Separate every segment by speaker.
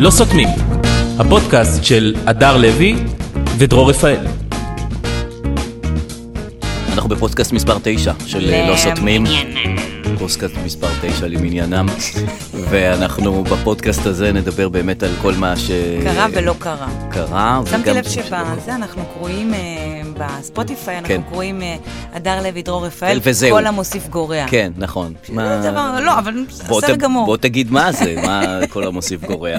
Speaker 1: לא סותמים, הפודקאסט של הדר לוי ודרור רפאל.
Speaker 2: אנחנו בפודקאסט מספר 9 של אה, לא סותמים.
Speaker 3: למניינם.
Speaker 2: פודקאסט מספר 9 למניינם, ואנחנו בפודקאסט הזה נדבר באמת על כל מה
Speaker 3: קרה
Speaker 2: שקרה
Speaker 3: ולא קרה.
Speaker 2: קרה.
Speaker 3: שמתי
Speaker 2: וגם-
Speaker 3: לב שבזה אנחנו קרואים, אה, בספוטיפיי
Speaker 2: כן.
Speaker 3: אנחנו קרואים אה, הדר לוי, דרור רפאל,
Speaker 2: וזהו.
Speaker 3: כל המוסיף גורע.
Speaker 2: כן, נכון. מה-
Speaker 3: זה דבר- לא, אבל
Speaker 2: בוא
Speaker 3: בסדר
Speaker 2: ת-
Speaker 3: גמור.
Speaker 2: בוא תגיד מה זה, מה כל המוסיף גורע.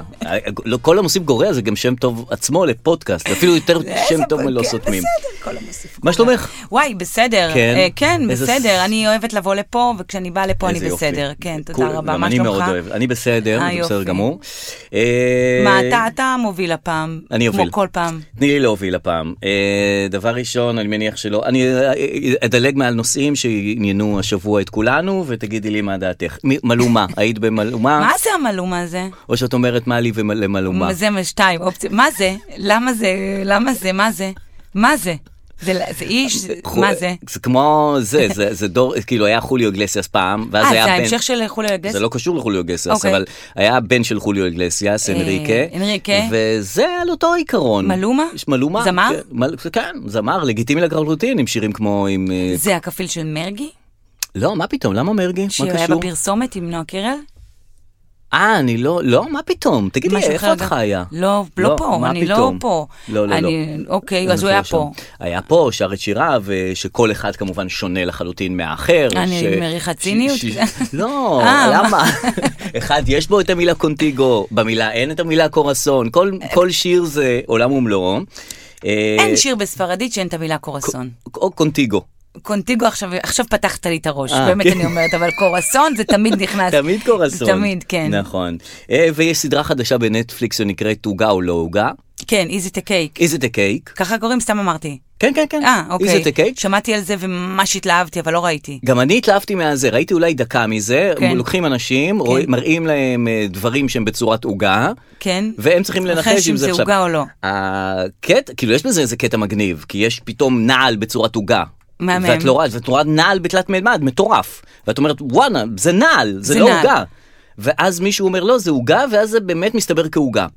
Speaker 2: לא, כל המוסיף גורע זה גם שם טוב עצמו לפודקאסט, אפילו יותר שם
Speaker 3: איזה-
Speaker 2: טוב מלא
Speaker 3: כן,
Speaker 2: סותמים.
Speaker 3: בסדר, כל המוסיף
Speaker 2: מה שלומך?
Speaker 3: וואי, בסדר.
Speaker 2: כן?
Speaker 3: אה, כן,
Speaker 2: איזה
Speaker 3: בסדר. אני אוהבת לבוא לפה, וכשאני באה לפה אני
Speaker 2: איזה יופי.
Speaker 3: בסדר. כן,
Speaker 2: קול,
Speaker 3: תודה רבה.
Speaker 2: גם
Speaker 3: מה
Speaker 2: אני מאוד
Speaker 3: שלומך?
Speaker 2: אוהב. אני בסדר,
Speaker 3: אה,
Speaker 2: זה בסדר
Speaker 3: יופי.
Speaker 2: גמור. אה,
Speaker 3: מה, אתה- אתה מוביל הפעם.
Speaker 2: אני אוביל.
Speaker 3: כמו כל פעם.
Speaker 2: תני לי להוביל הפעם. אה, דבר ראשון, אני מניח שלא, אני אה, אדלג מעל נושאים שעניינו השבוע את כולנו, ותגידי לי מה דעתך. מ- מלומה, היית במלומה?
Speaker 3: מה זה המלום הזה?
Speaker 2: או שאת אומרת מה לי ולמלומה?
Speaker 3: זה מה- שתיים אופציות. מה זה? למה זה? למה זה? מה זה? מה זה? זה זה איש? זה- מה זה?
Speaker 2: זה כמו זה, זה, זה דור, כאילו היה חוליו אגלסיאס פעם, ואז
Speaker 3: אה,
Speaker 2: היה
Speaker 3: זה
Speaker 2: בן...
Speaker 3: ההמשך של חולי הגס?
Speaker 2: זה לא קשור לחוליו אגלסיאס,
Speaker 3: אוקיי.
Speaker 2: אבל היה הבן של חוליו אגלסיאס,
Speaker 3: אה,
Speaker 2: אנריקה.
Speaker 3: אנריקה.
Speaker 2: וזה על אותו עיקרון.
Speaker 3: מלומה?
Speaker 2: יש מלומה.
Speaker 3: זמר?
Speaker 2: כן, מל- כן, זמר, לגיטימי לחלוטין, עם שירים כמו עם... אה,
Speaker 3: זה הכפיל של מרגי?
Speaker 2: לא, מה פתאום, למה מרגי? מה
Speaker 3: שהיה
Speaker 2: קשור?
Speaker 3: בפרסומת עם נועה קירל?
Speaker 2: אה, אני לא, לא, מה פתאום? תגידי,
Speaker 3: משהו אחר
Speaker 2: איפה את
Speaker 3: גם.
Speaker 2: חיה?
Speaker 3: לא, לא פה,
Speaker 2: מה
Speaker 3: אני לא
Speaker 2: פתאום?
Speaker 3: פה.
Speaker 2: לא, לא, לא.
Speaker 3: אני- אוקיי, אז
Speaker 2: אני
Speaker 3: הוא היה
Speaker 2: לא שם.
Speaker 3: פה.
Speaker 2: היה פה, שר את שיריו, אה, שכל אחד כמובן שונה לחלוטין מהאחר.
Speaker 3: אני מריחה ציניות?
Speaker 2: ש- לא,
Speaker 3: אה,
Speaker 2: למה? אחד, יש בו את המילה קונטיגו, במילה אין את המילה קורסון, כל, כל שיר זה עולם ומלואו. אה,
Speaker 3: אין שיר בספרדית שאין את המילה קורסון.
Speaker 2: או קונטיגו.
Speaker 3: קונטיגו עכשיו, עכשיו פתחת לי את הראש,
Speaker 2: אה,
Speaker 3: באמת
Speaker 2: כן.
Speaker 3: אני אומרת, אבל קורסון זה תמיד נכנס.
Speaker 2: תמיד קורסון.
Speaker 3: זה תמיד, כן.
Speaker 2: נכון. אה, ויש סדרה חדשה בנטפליקס שנקראת עוגה או לא עוגה.
Speaker 3: כן, איזי תה קייק.
Speaker 2: איזה דה קייק?
Speaker 3: ככה קוראים, סתם אמרתי.
Speaker 2: כן, כן, כן.
Speaker 3: אה, אוקיי.
Speaker 2: איזה דה קייק?
Speaker 3: שמעתי על זה וממש התלהבתי, אבל לא ראיתי.
Speaker 2: גם אני התלהבתי מהזה, ראיתי אולי דקה מזה,
Speaker 3: כן.
Speaker 2: לוקחים אנשים, רוא- מראים להם אה, דברים שהם בצורת עוגה,
Speaker 3: כן?
Speaker 2: והם צריכים לנחש אם זה עכשיו.
Speaker 3: עוגה או לא.
Speaker 2: הקטע, כאילו יש בזה איזה קטע מגניב, כי יש פתאום נעל בצורת עוגה.
Speaker 3: מהמם.
Speaker 2: ואת לא רואה, ואת רואה נעל בתלת מימד, מטורף. ואת אומרת, וואנה, זה נעל, זה,
Speaker 3: זה
Speaker 2: לא
Speaker 3: נעל."
Speaker 2: עוגה. ואז מישהו אומר, לא, זה עוגה, ואז זה באמת מסתבר כעוגה.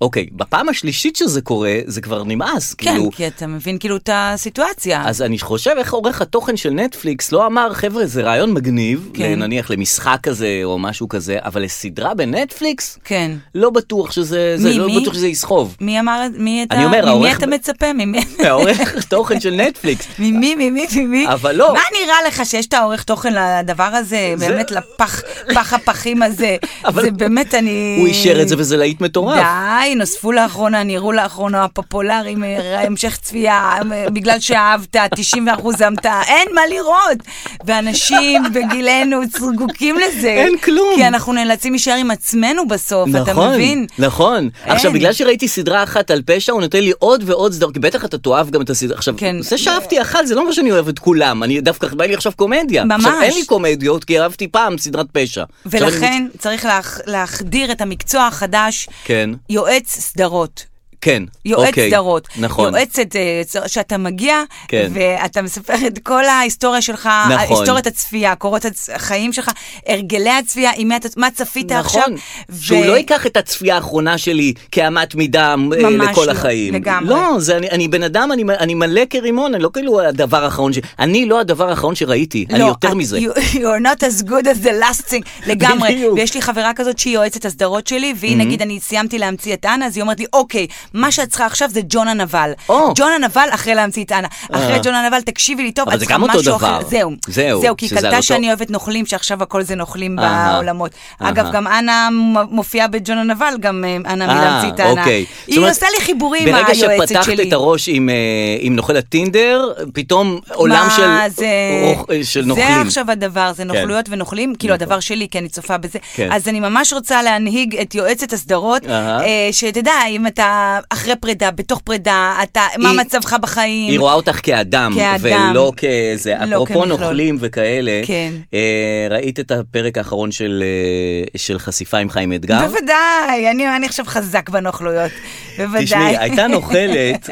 Speaker 2: אוקיי, בפעם השלישית שזה קורה, זה כבר נמאס,
Speaker 3: כן,
Speaker 2: כאילו...
Speaker 3: כי אתה מבין כאילו את הסיטואציה.
Speaker 2: אז אני חושב איך עורך התוכן של נטפליקס לא אמר, חבר'ה, זה רעיון מגניב,
Speaker 3: כן.
Speaker 2: נניח למשחק כזה או משהו כזה, אבל לסדרה בנטפליקס,
Speaker 3: כן.
Speaker 2: לא בטוח שזה, זה,
Speaker 3: מי,
Speaker 2: לא
Speaker 3: מי?
Speaker 2: בטוח שזה יסחוב.
Speaker 3: מי אמר, את- מי אתה,
Speaker 2: אני אומר,
Speaker 3: ממי
Speaker 2: העורך- אה,
Speaker 3: אתה מצפה? ממי?
Speaker 2: העורך תוכן של נטפליקס.
Speaker 3: ממי, ממי, ממי?
Speaker 2: אבל לא.
Speaker 3: מה נראה לך שיש את העורך תוכן לדבר הזה?
Speaker 2: זה-
Speaker 3: באמת לפח, פח הפחים הזה.
Speaker 2: אבל-
Speaker 3: זה באמת, אני...
Speaker 2: הוא אישר את זה וזה להיט מטורף.
Speaker 3: די, נוספו לאחרונה, נראו לאחרונה הפופולריים, אה, המשך צפייה, אה, בגלל שאהבת, 90% המתה, אין מה לראות. ואנשים בגילנו זקוקים לזה.
Speaker 2: אין כלום.
Speaker 3: כי אנחנו נאלצים להישאר עם עצמנו בסוף, אתה
Speaker 2: נכון,
Speaker 3: מבין?
Speaker 2: נכון.
Speaker 3: אין.
Speaker 2: עכשיו, בגלל שראיתי סדרה אחת על פשע, הוא נותן לי עוד ועוד סדרות, כי בטח אתה תאהב גם את הסדרה. עכשיו,
Speaker 3: כן.
Speaker 2: זה שאהבתי אחת, זה לא אומר שאני אוהב את כולם, אני דווקא, בא לי עכשיו קומדיה.
Speaker 3: ממש.
Speaker 2: עכשיו, אין לי קומדיות, כי אהבתי פעם סדרת פשע. עכשיו אני
Speaker 3: ולכן צריך להח- להחדיר את המקצוע החדש,
Speaker 2: כן.
Speaker 3: יועץ סדרות.
Speaker 2: כן,
Speaker 3: יועץ
Speaker 2: אוקיי,
Speaker 3: סדרות.
Speaker 2: נכון,
Speaker 3: יועצת, אה, צ- שאתה מגיע,
Speaker 2: כן.
Speaker 3: ואתה מספר את כל ההיסטוריה שלך,
Speaker 2: נכון.
Speaker 3: היסטוריית הצפייה, קורות הצ- החיים שלך, הרגלי הצפייה, עם מי אתה- מה צפית עכשיו.
Speaker 2: נכון, שהוא
Speaker 3: ו-
Speaker 2: לא ייקח את הצפייה האחרונה שלי כאמת מידה אה,
Speaker 3: ממש
Speaker 2: לכל
Speaker 3: לא,
Speaker 2: החיים.
Speaker 3: לגמרי.
Speaker 2: לא, זה, אני, אני בן אדם, אני, מ- אני מלא כרימון, אני לא כאילו הדבר האחרון ש... אני לא הדבר האחרון שראיתי, אני
Speaker 3: לא,
Speaker 2: יותר
Speaker 3: את-
Speaker 2: מזה.
Speaker 3: You, you're not as good as the last thing, לגמרי.
Speaker 2: בדיוק.
Speaker 3: ויש לי חברה כזאת שהיא יועצת הסדרות שלי, והיא נגיד, אני סיימתי להמציא את אנה, אז היא אומרת לי, אוקיי, מה שאת צריכה עכשיו זה ג'ון הנבל.
Speaker 2: או. אה.
Speaker 3: ג'ון הנבל אחרי להמציא את אנה. אחרי ג'ון הנבל, תקשיבי לי טוב,
Speaker 2: אבל
Speaker 3: את
Speaker 2: זה
Speaker 3: צריכה
Speaker 2: גם אותו
Speaker 3: משהו
Speaker 2: דבר.
Speaker 3: אחר. זהו.
Speaker 2: זהו,
Speaker 3: זהו, כי היא
Speaker 2: שזה על
Speaker 3: קלטה
Speaker 2: אותו-
Speaker 3: שאני אוהבת נוכלים, שעכשיו הכל זה נוכלים
Speaker 2: אהה.
Speaker 3: בעולמות. אגב,
Speaker 2: אהה.
Speaker 3: גם אנה מ- מופיעה בג'ון הנבל, גם אה, אנה מלהמציא את
Speaker 2: אה,
Speaker 3: אנה.
Speaker 2: אוקיי. זאת
Speaker 3: היא
Speaker 2: אומרת,
Speaker 3: עושה לי חיבורים, היועצת שלי.
Speaker 2: ברגע שפתחת את הראש עם, אה, עם נוכל הטינדר, פתאום עולם
Speaker 3: מה
Speaker 2: של,
Speaker 3: זה...
Speaker 2: רוח- אה, של נוכלים.
Speaker 3: זה עכשיו הדבר, זה נוכלויות ונוכלים, כאילו
Speaker 2: כן. נכון.
Speaker 3: הדבר שלי, כי אני צופה בזה.
Speaker 2: כן.
Speaker 3: אז אני ממש רוצה להנהיג את יועצת הסדרות,
Speaker 2: אהה.
Speaker 3: אה, שתדע, אם אתה אחרי פרידה, בתוך פרידה, אתה, מה
Speaker 2: היא-
Speaker 3: מצבך בחיים.
Speaker 2: היא רואה אותך כאדם,
Speaker 3: כאדם.
Speaker 2: ולא כזה.
Speaker 3: לא
Speaker 2: אפרופו
Speaker 3: כמכלול.
Speaker 2: נוכלים וכאלה,
Speaker 3: כן.
Speaker 2: אה, ראית את הפרק האחרון של, אה, של חשיפה עם חיים אתגר?
Speaker 3: בוודאי, אני, אני עכשיו חזק בנוכלויות, בוודאי.
Speaker 2: תשמעי, הייתה נוכלת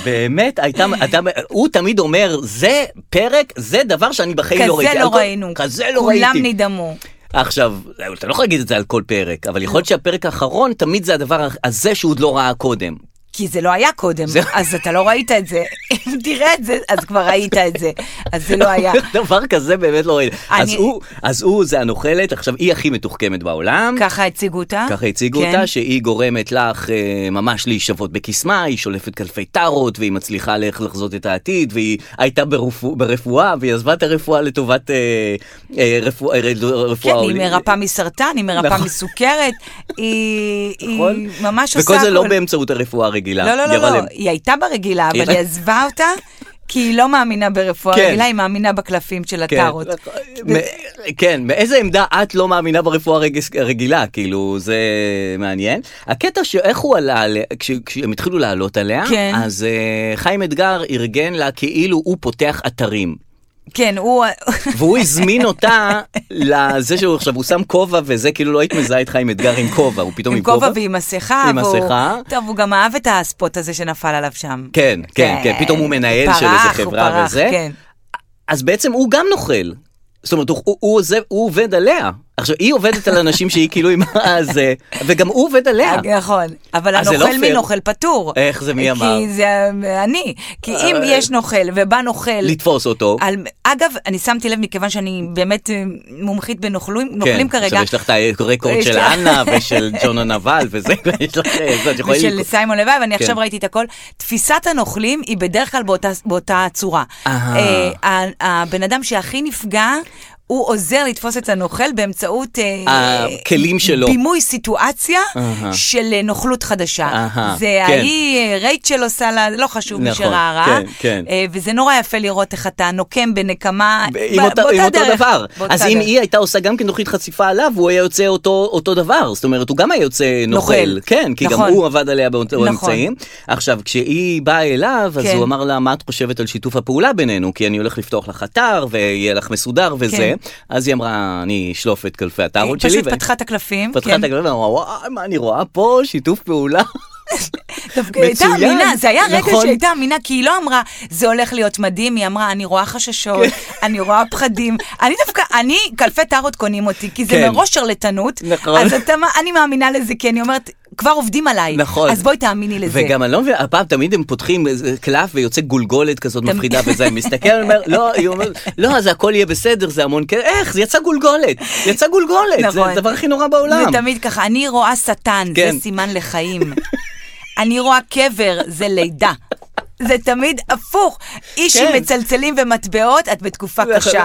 Speaker 2: שבאמת הייתה, אתה, הוא תמיד אומר, זה פרק, זה דבר שאני בחיים
Speaker 3: כזה
Speaker 2: לא ראיתי. על
Speaker 3: לא
Speaker 2: כל-
Speaker 3: ראינו.
Speaker 2: כזה לא
Speaker 3: כולם
Speaker 2: ראיתי.
Speaker 3: נדהמו.
Speaker 2: עכשיו, אתה לא יכול להגיד את זה על כל פרק, אבל יכול להיות
Speaker 3: לא.
Speaker 2: שהפרק האחרון תמיד זה הדבר הזה שהוא עוד לא ראה קודם.
Speaker 3: כי זה לא היה קודם,
Speaker 2: זה-
Speaker 3: אז אתה לא ראית את זה. אם תראה את זה, אז כבר ראית את זה. אז זה לא היה.
Speaker 2: דבר כזה באמת לא ראיתי. אז
Speaker 3: אני-
Speaker 2: הוא, אז הוא זה הנוכלת, עכשיו היא הכי מתוחכמת בעולם.
Speaker 3: ככה הציגו אותה?
Speaker 2: ככה הציגו
Speaker 3: כן.
Speaker 2: אותה, שהיא גורמת לך אה, ממש להישבות בקסמה, היא שולפת קלפי טארות, והיא מצליחה לאיך לחזות את העתיד, והיא הייתה ברפואה, ברפואה והיא עזבה את הרפואה לטובת אה, אה, רפואה... אה, רפואה
Speaker 3: כן, היא
Speaker 2: עול-
Speaker 3: מרפאה מסרטן, היא מרפאה
Speaker 2: נכון.
Speaker 3: מסוכרת, היא
Speaker 2: נכון?
Speaker 3: היא ממש עושה...
Speaker 2: וכל זה לא
Speaker 3: הכל.
Speaker 2: באמצעות הרפואה הרגילה.
Speaker 3: לא, לא, לא,
Speaker 2: יבל
Speaker 3: לא,
Speaker 2: הם-
Speaker 3: היא הייתה ברגילה,
Speaker 2: היא
Speaker 3: אבל היא
Speaker 2: רק-
Speaker 3: עזבה אותה, כי היא לא מאמינה ברפואה
Speaker 2: כן.
Speaker 3: רגילה, היא מאמינה בקלפים של
Speaker 2: כן,
Speaker 3: הטארות.
Speaker 2: מ- כן, מאיזה עמדה את לא מאמינה ברפואה הרג- הרגילה, כאילו, זה מעניין. הקטע שאיך הוא עלה, עליה- כש- כשהם התחילו לעלות עליה,
Speaker 3: כן.
Speaker 2: אז אה, חיים אתגר ארגן לה כאילו הוא פותח אתרים.
Speaker 3: כן, הוא...
Speaker 2: והוא הזמין אותה לזה שהוא עכשיו, הוא שם כובע וזה, כאילו לא היית מזהה את חיים אתגר עם כובע, הוא פתאום
Speaker 3: עם
Speaker 2: עם כובע.
Speaker 3: כובע ועם מסכה.
Speaker 2: עם
Speaker 3: והוא-
Speaker 2: מסכה.
Speaker 3: טוב, הוא גם אהב את הספוט הזה שנפל עליו שם.
Speaker 2: כן, כן, כן, פתאום הוא מנהל של איזה
Speaker 3: פרח, הוא
Speaker 2: חברה
Speaker 3: פרח,
Speaker 2: וזה.
Speaker 3: כן.
Speaker 2: אז בעצם הוא גם נוכל. זאת אומרת, הוא, הוא, הוא, זה, הוא עובד עליה. עכשיו, היא עובדת על אנשים שהיא כאילו עם הזה, וגם הוא עובד עליה.
Speaker 3: נכון, אבל
Speaker 2: אז אה. זה לא
Speaker 3: הנוכל
Speaker 2: פייר.
Speaker 3: מנוכל פטור.
Speaker 2: איך זה, מי אמר?
Speaker 3: כי זה אה, אני. כי אם
Speaker 2: אה,
Speaker 3: יש נוכל ובא נוכל...
Speaker 2: לתפוס אותו.
Speaker 3: על... אגב, אני שמתי לב, מכיוון שאני באמת אה, מומחית בנוכלים נוכלים
Speaker 2: כן,
Speaker 3: כרגע,
Speaker 2: עכשיו יש לך את הרקורד
Speaker 3: יש
Speaker 2: של
Speaker 3: לה-
Speaker 2: אנה ושל ג'ון הנבל וזה, ויש לך זה, את יכולה
Speaker 3: ושל
Speaker 2: לקרוא.
Speaker 3: סיימון לוי, ואני
Speaker 2: כן.
Speaker 3: עכשיו ראיתי את הכל. תפיסת הנוכלים היא בדרך כלל באותה, באותה צורה.
Speaker 2: אהה.
Speaker 3: אה, ה- הבן אדם שהכי נפגע, הוא עוזר לתפוס את הנוכל באמצעות... אה,
Speaker 2: הכלים שלו.
Speaker 3: בימוי סיטואציה
Speaker 2: אהה.
Speaker 3: של אה, נוכלות חדשה.
Speaker 2: אהה,
Speaker 3: זה
Speaker 2: כן.
Speaker 3: ההיא, אה, רייצ'ל עושה לה, לא חשוב, מי
Speaker 2: נכון,
Speaker 3: שראה רע.
Speaker 2: כן, כן.
Speaker 3: אה, וזה נורא יפה לראות איך אתה נוקם בנקמה,
Speaker 2: ב- עם
Speaker 3: ב-
Speaker 2: אותו- עם
Speaker 3: באותה
Speaker 2: אותו
Speaker 3: דרך.
Speaker 2: דבר.
Speaker 3: באותה
Speaker 2: אז אם
Speaker 3: דרך.
Speaker 2: היא הייתה עושה גם כן תוכנית חשיפה עליו, הוא היה יוצא אותו אותו דבר. זאת אומרת, הוא גם היה יוצא נוכל.
Speaker 3: נוכל.
Speaker 2: כן, כי גם
Speaker 3: נכון.
Speaker 2: הוא עבד עליה באותו
Speaker 3: נכון.
Speaker 2: אמצעים. עכשיו, כשהיא באה אליו, אז
Speaker 3: כן.
Speaker 2: הוא אמר לה, מה את חושבת על שיתוף הפעולה בינינו? כי אני הולך לפתוח לך אתר, ויהיה לך מסודר וזה.
Speaker 3: כן.
Speaker 2: אז היא אמרה, אני אשלוף את קלפי
Speaker 3: היא
Speaker 2: הטארות שלי.
Speaker 3: פשוט
Speaker 2: ואני-
Speaker 3: פתחה את הקלפים.
Speaker 2: פתחה
Speaker 3: כן.
Speaker 2: את הגלגל, ואמרה, וואי, מה אני רואה פה? שיתוף פעולה.
Speaker 3: דווקא היא הייתה
Speaker 2: מצוין,
Speaker 3: אמינה, זה היה רגע
Speaker 2: נכון.
Speaker 3: שהיא הייתה אמינה, כי היא לא אמרה, זה הולך להיות מדהים, היא אמרה, אני רואה חששות,
Speaker 2: כן.
Speaker 3: אני רואה פחדים. אני דווקא, אני, קלפי טארות קונים אותי, כי זה
Speaker 2: כן.
Speaker 3: מראש שרלטנות.
Speaker 2: נכון.
Speaker 3: אז אתה, מה- אני מאמינה לזה, כי אני אומרת, כבר עובדים עליי.
Speaker 2: נכון.
Speaker 3: אז בואי תאמיני לזה.
Speaker 2: וגם אני לא מבין, הפעם תמיד הם פותחים איזה קלף ויוצא גולגולת כזאת מפחידה וזה, אני מסתכל, אני אומר, לא, היא אומרת, לא, אז הכל יהיה בסדר, זה המון כסף, איך, זה יצא גולגולת, יצא גולגולת, זה
Speaker 3: נכון.
Speaker 2: הדבר הכי נורא בעולם.
Speaker 3: ותמיד ככה, אני רואה שטן,
Speaker 2: כן.
Speaker 3: זה סימן לחיים. אני רואה קבר, זה לידה. זה תמיד הפוך. איש עם
Speaker 2: כן. נכון.
Speaker 3: מצלצלים ומטבעות, את בתקופה קשה.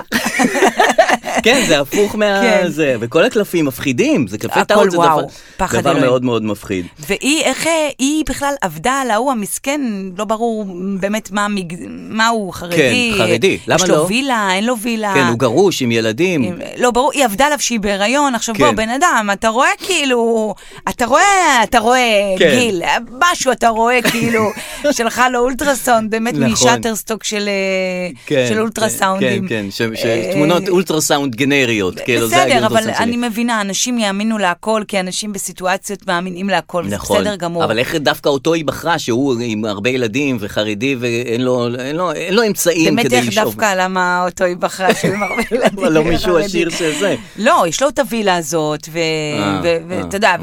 Speaker 2: כן, זה הפוך
Speaker 3: כן.
Speaker 2: מהזה, וכל הקלפים מפחידים, זה קלפי
Speaker 3: הכל,
Speaker 2: טארות, זה
Speaker 3: וואו,
Speaker 2: דבר-
Speaker 3: פחד
Speaker 2: דבר
Speaker 3: אלוהים.
Speaker 2: מאוד מאוד מפחיד.
Speaker 3: והיא, איך אה, היא בכלל עבדה על ההוא המסכן, לא ברור באמת מה, המג... מה הוא, חרדי?
Speaker 2: כן, חרדי, למה
Speaker 3: יש
Speaker 2: לא?
Speaker 3: לו וילה, אין לו וילה.
Speaker 2: כן, הוא גרוש עם ילדים.
Speaker 3: אם- לא, ברור, היא עבדה עליו שהיא בהיריון, עכשיו
Speaker 2: כן.
Speaker 3: בוא, בן אדם, אתה רואה כאילו, אתה רואה, אתה רואה
Speaker 2: כן.
Speaker 3: גיל, אה, משהו אתה רואה כאילו, שלך לו אולטרסאונד, באמת
Speaker 2: נכון.
Speaker 3: משאטרסטוק של, אה,
Speaker 2: כן,
Speaker 3: של
Speaker 2: כן,
Speaker 3: אולטרסאונדים.
Speaker 2: כן, כן, ש- ש-
Speaker 3: אה,
Speaker 2: תמונות אולטרסאונד גנריות, כאילו, זה
Speaker 3: בסדר, אבל
Speaker 2: האולטרסאונד שלי.
Speaker 3: אני מבינה, אנשים יאמינו להכל, כי אנשים בסיטואציות מאמינים להכל, זה
Speaker 2: נכון,
Speaker 3: בסדר גמור.
Speaker 2: אבל איך דווקא אותו היא בחרה, שהוא עם הרבה ילדים וחרדי ואין לו, אין לו, אין לו אמצעים
Speaker 3: באמת
Speaker 2: כדי
Speaker 3: איך
Speaker 2: לשאוף.
Speaker 3: דווקא למה אותו היא בחרה שהוא עם הרבה ילדים.
Speaker 2: אבל לא מישהו
Speaker 3: חרדי.
Speaker 2: עשיר שזה.
Speaker 3: לא, יש לו את הווילה הזאת,
Speaker 2: אה, אה,
Speaker 3: ואתה יודע,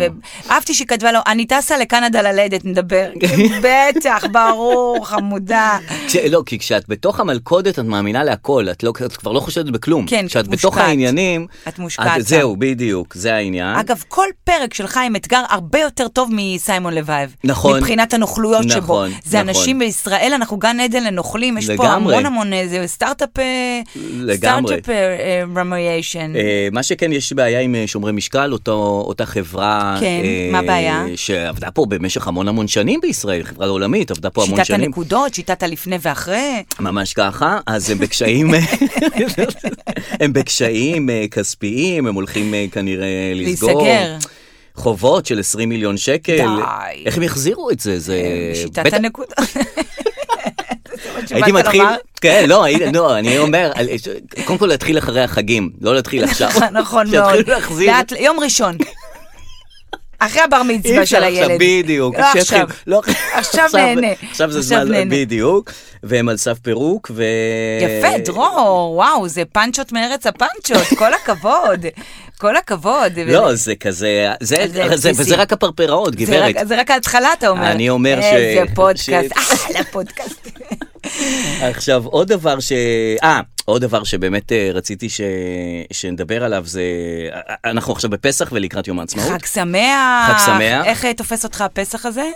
Speaker 3: ואהבתי שהיא כתבה לו, אני טסה לקנדה ללדת, נדבר. כן, בטח, ברור, חמודה.
Speaker 2: כש, לא, כי כשאת בתוך המלכודת את מאמינה להכל, את, לא, את כבר לא חושדת בכלום.
Speaker 3: כן,
Speaker 2: כשאת
Speaker 3: את
Speaker 2: בתוך
Speaker 3: מושקעת.
Speaker 2: העניינים,
Speaker 3: את מושקעת שם.
Speaker 2: זהו, אה? בדיוק, זה העניין.
Speaker 3: אגב, כל פרק של חיים אתגר הרבה יותר טוב מסיימון לבייב.
Speaker 2: נכון.
Speaker 3: מבחינת הנוכלויות שבו.
Speaker 2: נכון,
Speaker 3: זה
Speaker 2: נכון.
Speaker 3: אנשים בישראל, אנחנו גן עדן לנוכלים, יש פה
Speaker 2: לגמרי.
Speaker 3: המון המון איזה סטארט-אפ, אה,
Speaker 2: לגמרי.
Speaker 3: סטארט-אפ אה, רמיישן.
Speaker 2: אה, מה שכן, יש בעיה עם אה, שומרי משקל, אותו, אותה חברה...
Speaker 3: כן,
Speaker 2: אה,
Speaker 3: מה הבעיה?
Speaker 2: שעבדה פה במשך המון המון שנים בישראל, חברה עולמית, עבדה פה המון
Speaker 3: שיטת
Speaker 2: שנים.
Speaker 3: הנקודות, שיטת הלפני ואחרי.
Speaker 2: ממש ככה, אז הם בקשיים, הם בקשיים אה, כספיים, הם הולכים אה, כנראה לסגור.
Speaker 3: להיסגר.
Speaker 2: חובות של 20 מיליון שקל.
Speaker 3: די. אה,
Speaker 2: איך הם יחזירו את זה? זה...
Speaker 3: שיטת
Speaker 2: אה, בטח-
Speaker 3: הנקודה.
Speaker 2: הייתי מתחיל, כן, לא, הייתי- לא, אני אומר, על- קודם כל להתחיל אחרי החגים, לא להתחיל עכשיו.
Speaker 3: נכון מאוד.
Speaker 2: שיתחילו להחזיר.
Speaker 3: לאט- יום ראשון. אחרי הבר
Speaker 2: אי
Speaker 3: מצווה
Speaker 2: אפשר
Speaker 3: של
Speaker 2: עכשיו,
Speaker 3: הילד.
Speaker 2: בדיוק.
Speaker 3: לא
Speaker 2: שיתחיל-
Speaker 3: עכשיו.
Speaker 2: לא,
Speaker 3: עכשיו נהנה.
Speaker 2: עכשיו זה
Speaker 3: עכשיו
Speaker 2: זמן,
Speaker 3: נהנה.
Speaker 2: בדיוק. והם על סף פירוק, ו... אה,
Speaker 3: יפה, דרור, וואו, זה פאנצ'ות מארץ הפאנצ'ות, כל הכבוד. כל הכבוד.
Speaker 2: לא, זה כזה, זה,
Speaker 3: זה
Speaker 2: זה,
Speaker 3: בסיסי.
Speaker 2: וזה רק הפרפראות,
Speaker 3: זה
Speaker 2: גברת.
Speaker 3: רק- זה רק ההתחלה, אתה אומר.
Speaker 2: אני אומר ש-
Speaker 3: איזה פודקאסט, אה,
Speaker 2: ש-
Speaker 3: אחלה פודקאסט.
Speaker 2: עכשיו, עוד דבר ש... אה, עוד דבר שבאמת אה, רציתי ש... שנדבר עליו זה... אה, אנחנו עכשיו בפסח ולקראת יום העצמאות.
Speaker 3: חג שמח.
Speaker 2: חג שמח.
Speaker 3: איך אה, תופס אותך הפסח הזה?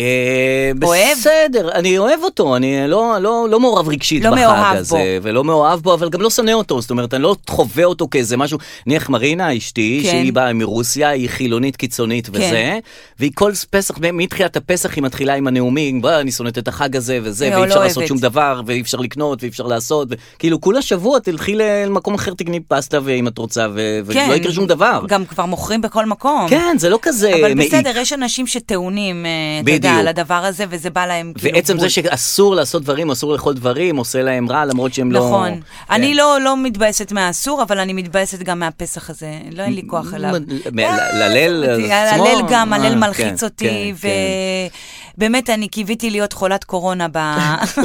Speaker 2: אה,
Speaker 3: אוהב?
Speaker 2: בסדר, אני אוהב אותו, אני לא, לא, לא מעורב רגשית
Speaker 3: לא
Speaker 2: בחג
Speaker 3: מאוהב
Speaker 2: הזה,
Speaker 3: בו.
Speaker 2: ולא מאוהב בו, אבל גם לא שונא אותו, זאת אומרת, אני לא חווה אותו כאיזה משהו, נניח מרינה, אשתי,
Speaker 3: כן.
Speaker 2: שהיא באה מרוסיה, היא חילונית קיצונית וזה, והיא כל פסח, מתחילת הפסח היא מתחילה עם הנאומים, בוא, אני שונאת את החג הזה וזה,
Speaker 3: לא,
Speaker 2: ואי אפשר
Speaker 3: לא
Speaker 2: לעשות
Speaker 3: אוהבת.
Speaker 2: שום דבר, ואי אפשר לקנות, ואי אפשר לעשות, וכאילו, כולה שבוע תלכי למקום אחר, תקני פסטה, ואם את רוצה, ו...
Speaker 3: כן.
Speaker 2: ולא לא יקרה שום דבר.
Speaker 3: גם כבר מוכרים בכל מקום.
Speaker 2: כן, זה לא כזה
Speaker 3: אבל
Speaker 2: מעיק.
Speaker 3: בסדר, יש אנשים שטעונים, אה, אתה יודע,
Speaker 2: בדיוק.
Speaker 3: על הדבר הזה, וזה בא להם כאילו...
Speaker 2: ועצם
Speaker 3: בול.
Speaker 2: זה שאסור לעשות דברים, אסור לאכול דברים, עושה להם רע, למרות שהם לא...
Speaker 3: נכון.
Speaker 2: כן.
Speaker 3: אני לא לא מתבאסת מהאסור, אבל אני מתבאסת גם מהפסח הזה. לא, אין לי כוח אליו.
Speaker 2: מ- ל- ללל
Speaker 3: אה,
Speaker 2: עצמו?
Speaker 3: הלל גם,
Speaker 2: אה,
Speaker 3: הלל
Speaker 2: כן,
Speaker 3: מלחיץ אותי,
Speaker 2: כן, כן.
Speaker 3: ובאמת, אני קיוויתי להיות חולת קורונה ב-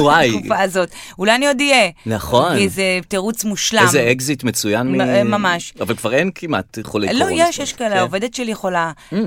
Speaker 2: וואי.
Speaker 3: בתקופה הזאת. אולי אני עוד אהיה.
Speaker 2: נכון.
Speaker 3: כי זה תירוץ מושלם.
Speaker 2: איזה אקזיט מצוין. מ-
Speaker 3: מ- אה, ממש.
Speaker 2: אבל כבר אין כמעט חולי
Speaker 3: לא,
Speaker 2: קורונה.
Speaker 3: יש, יש כאלה,
Speaker 2: כן. Mm.
Speaker 3: העובדת שלי חולה אה,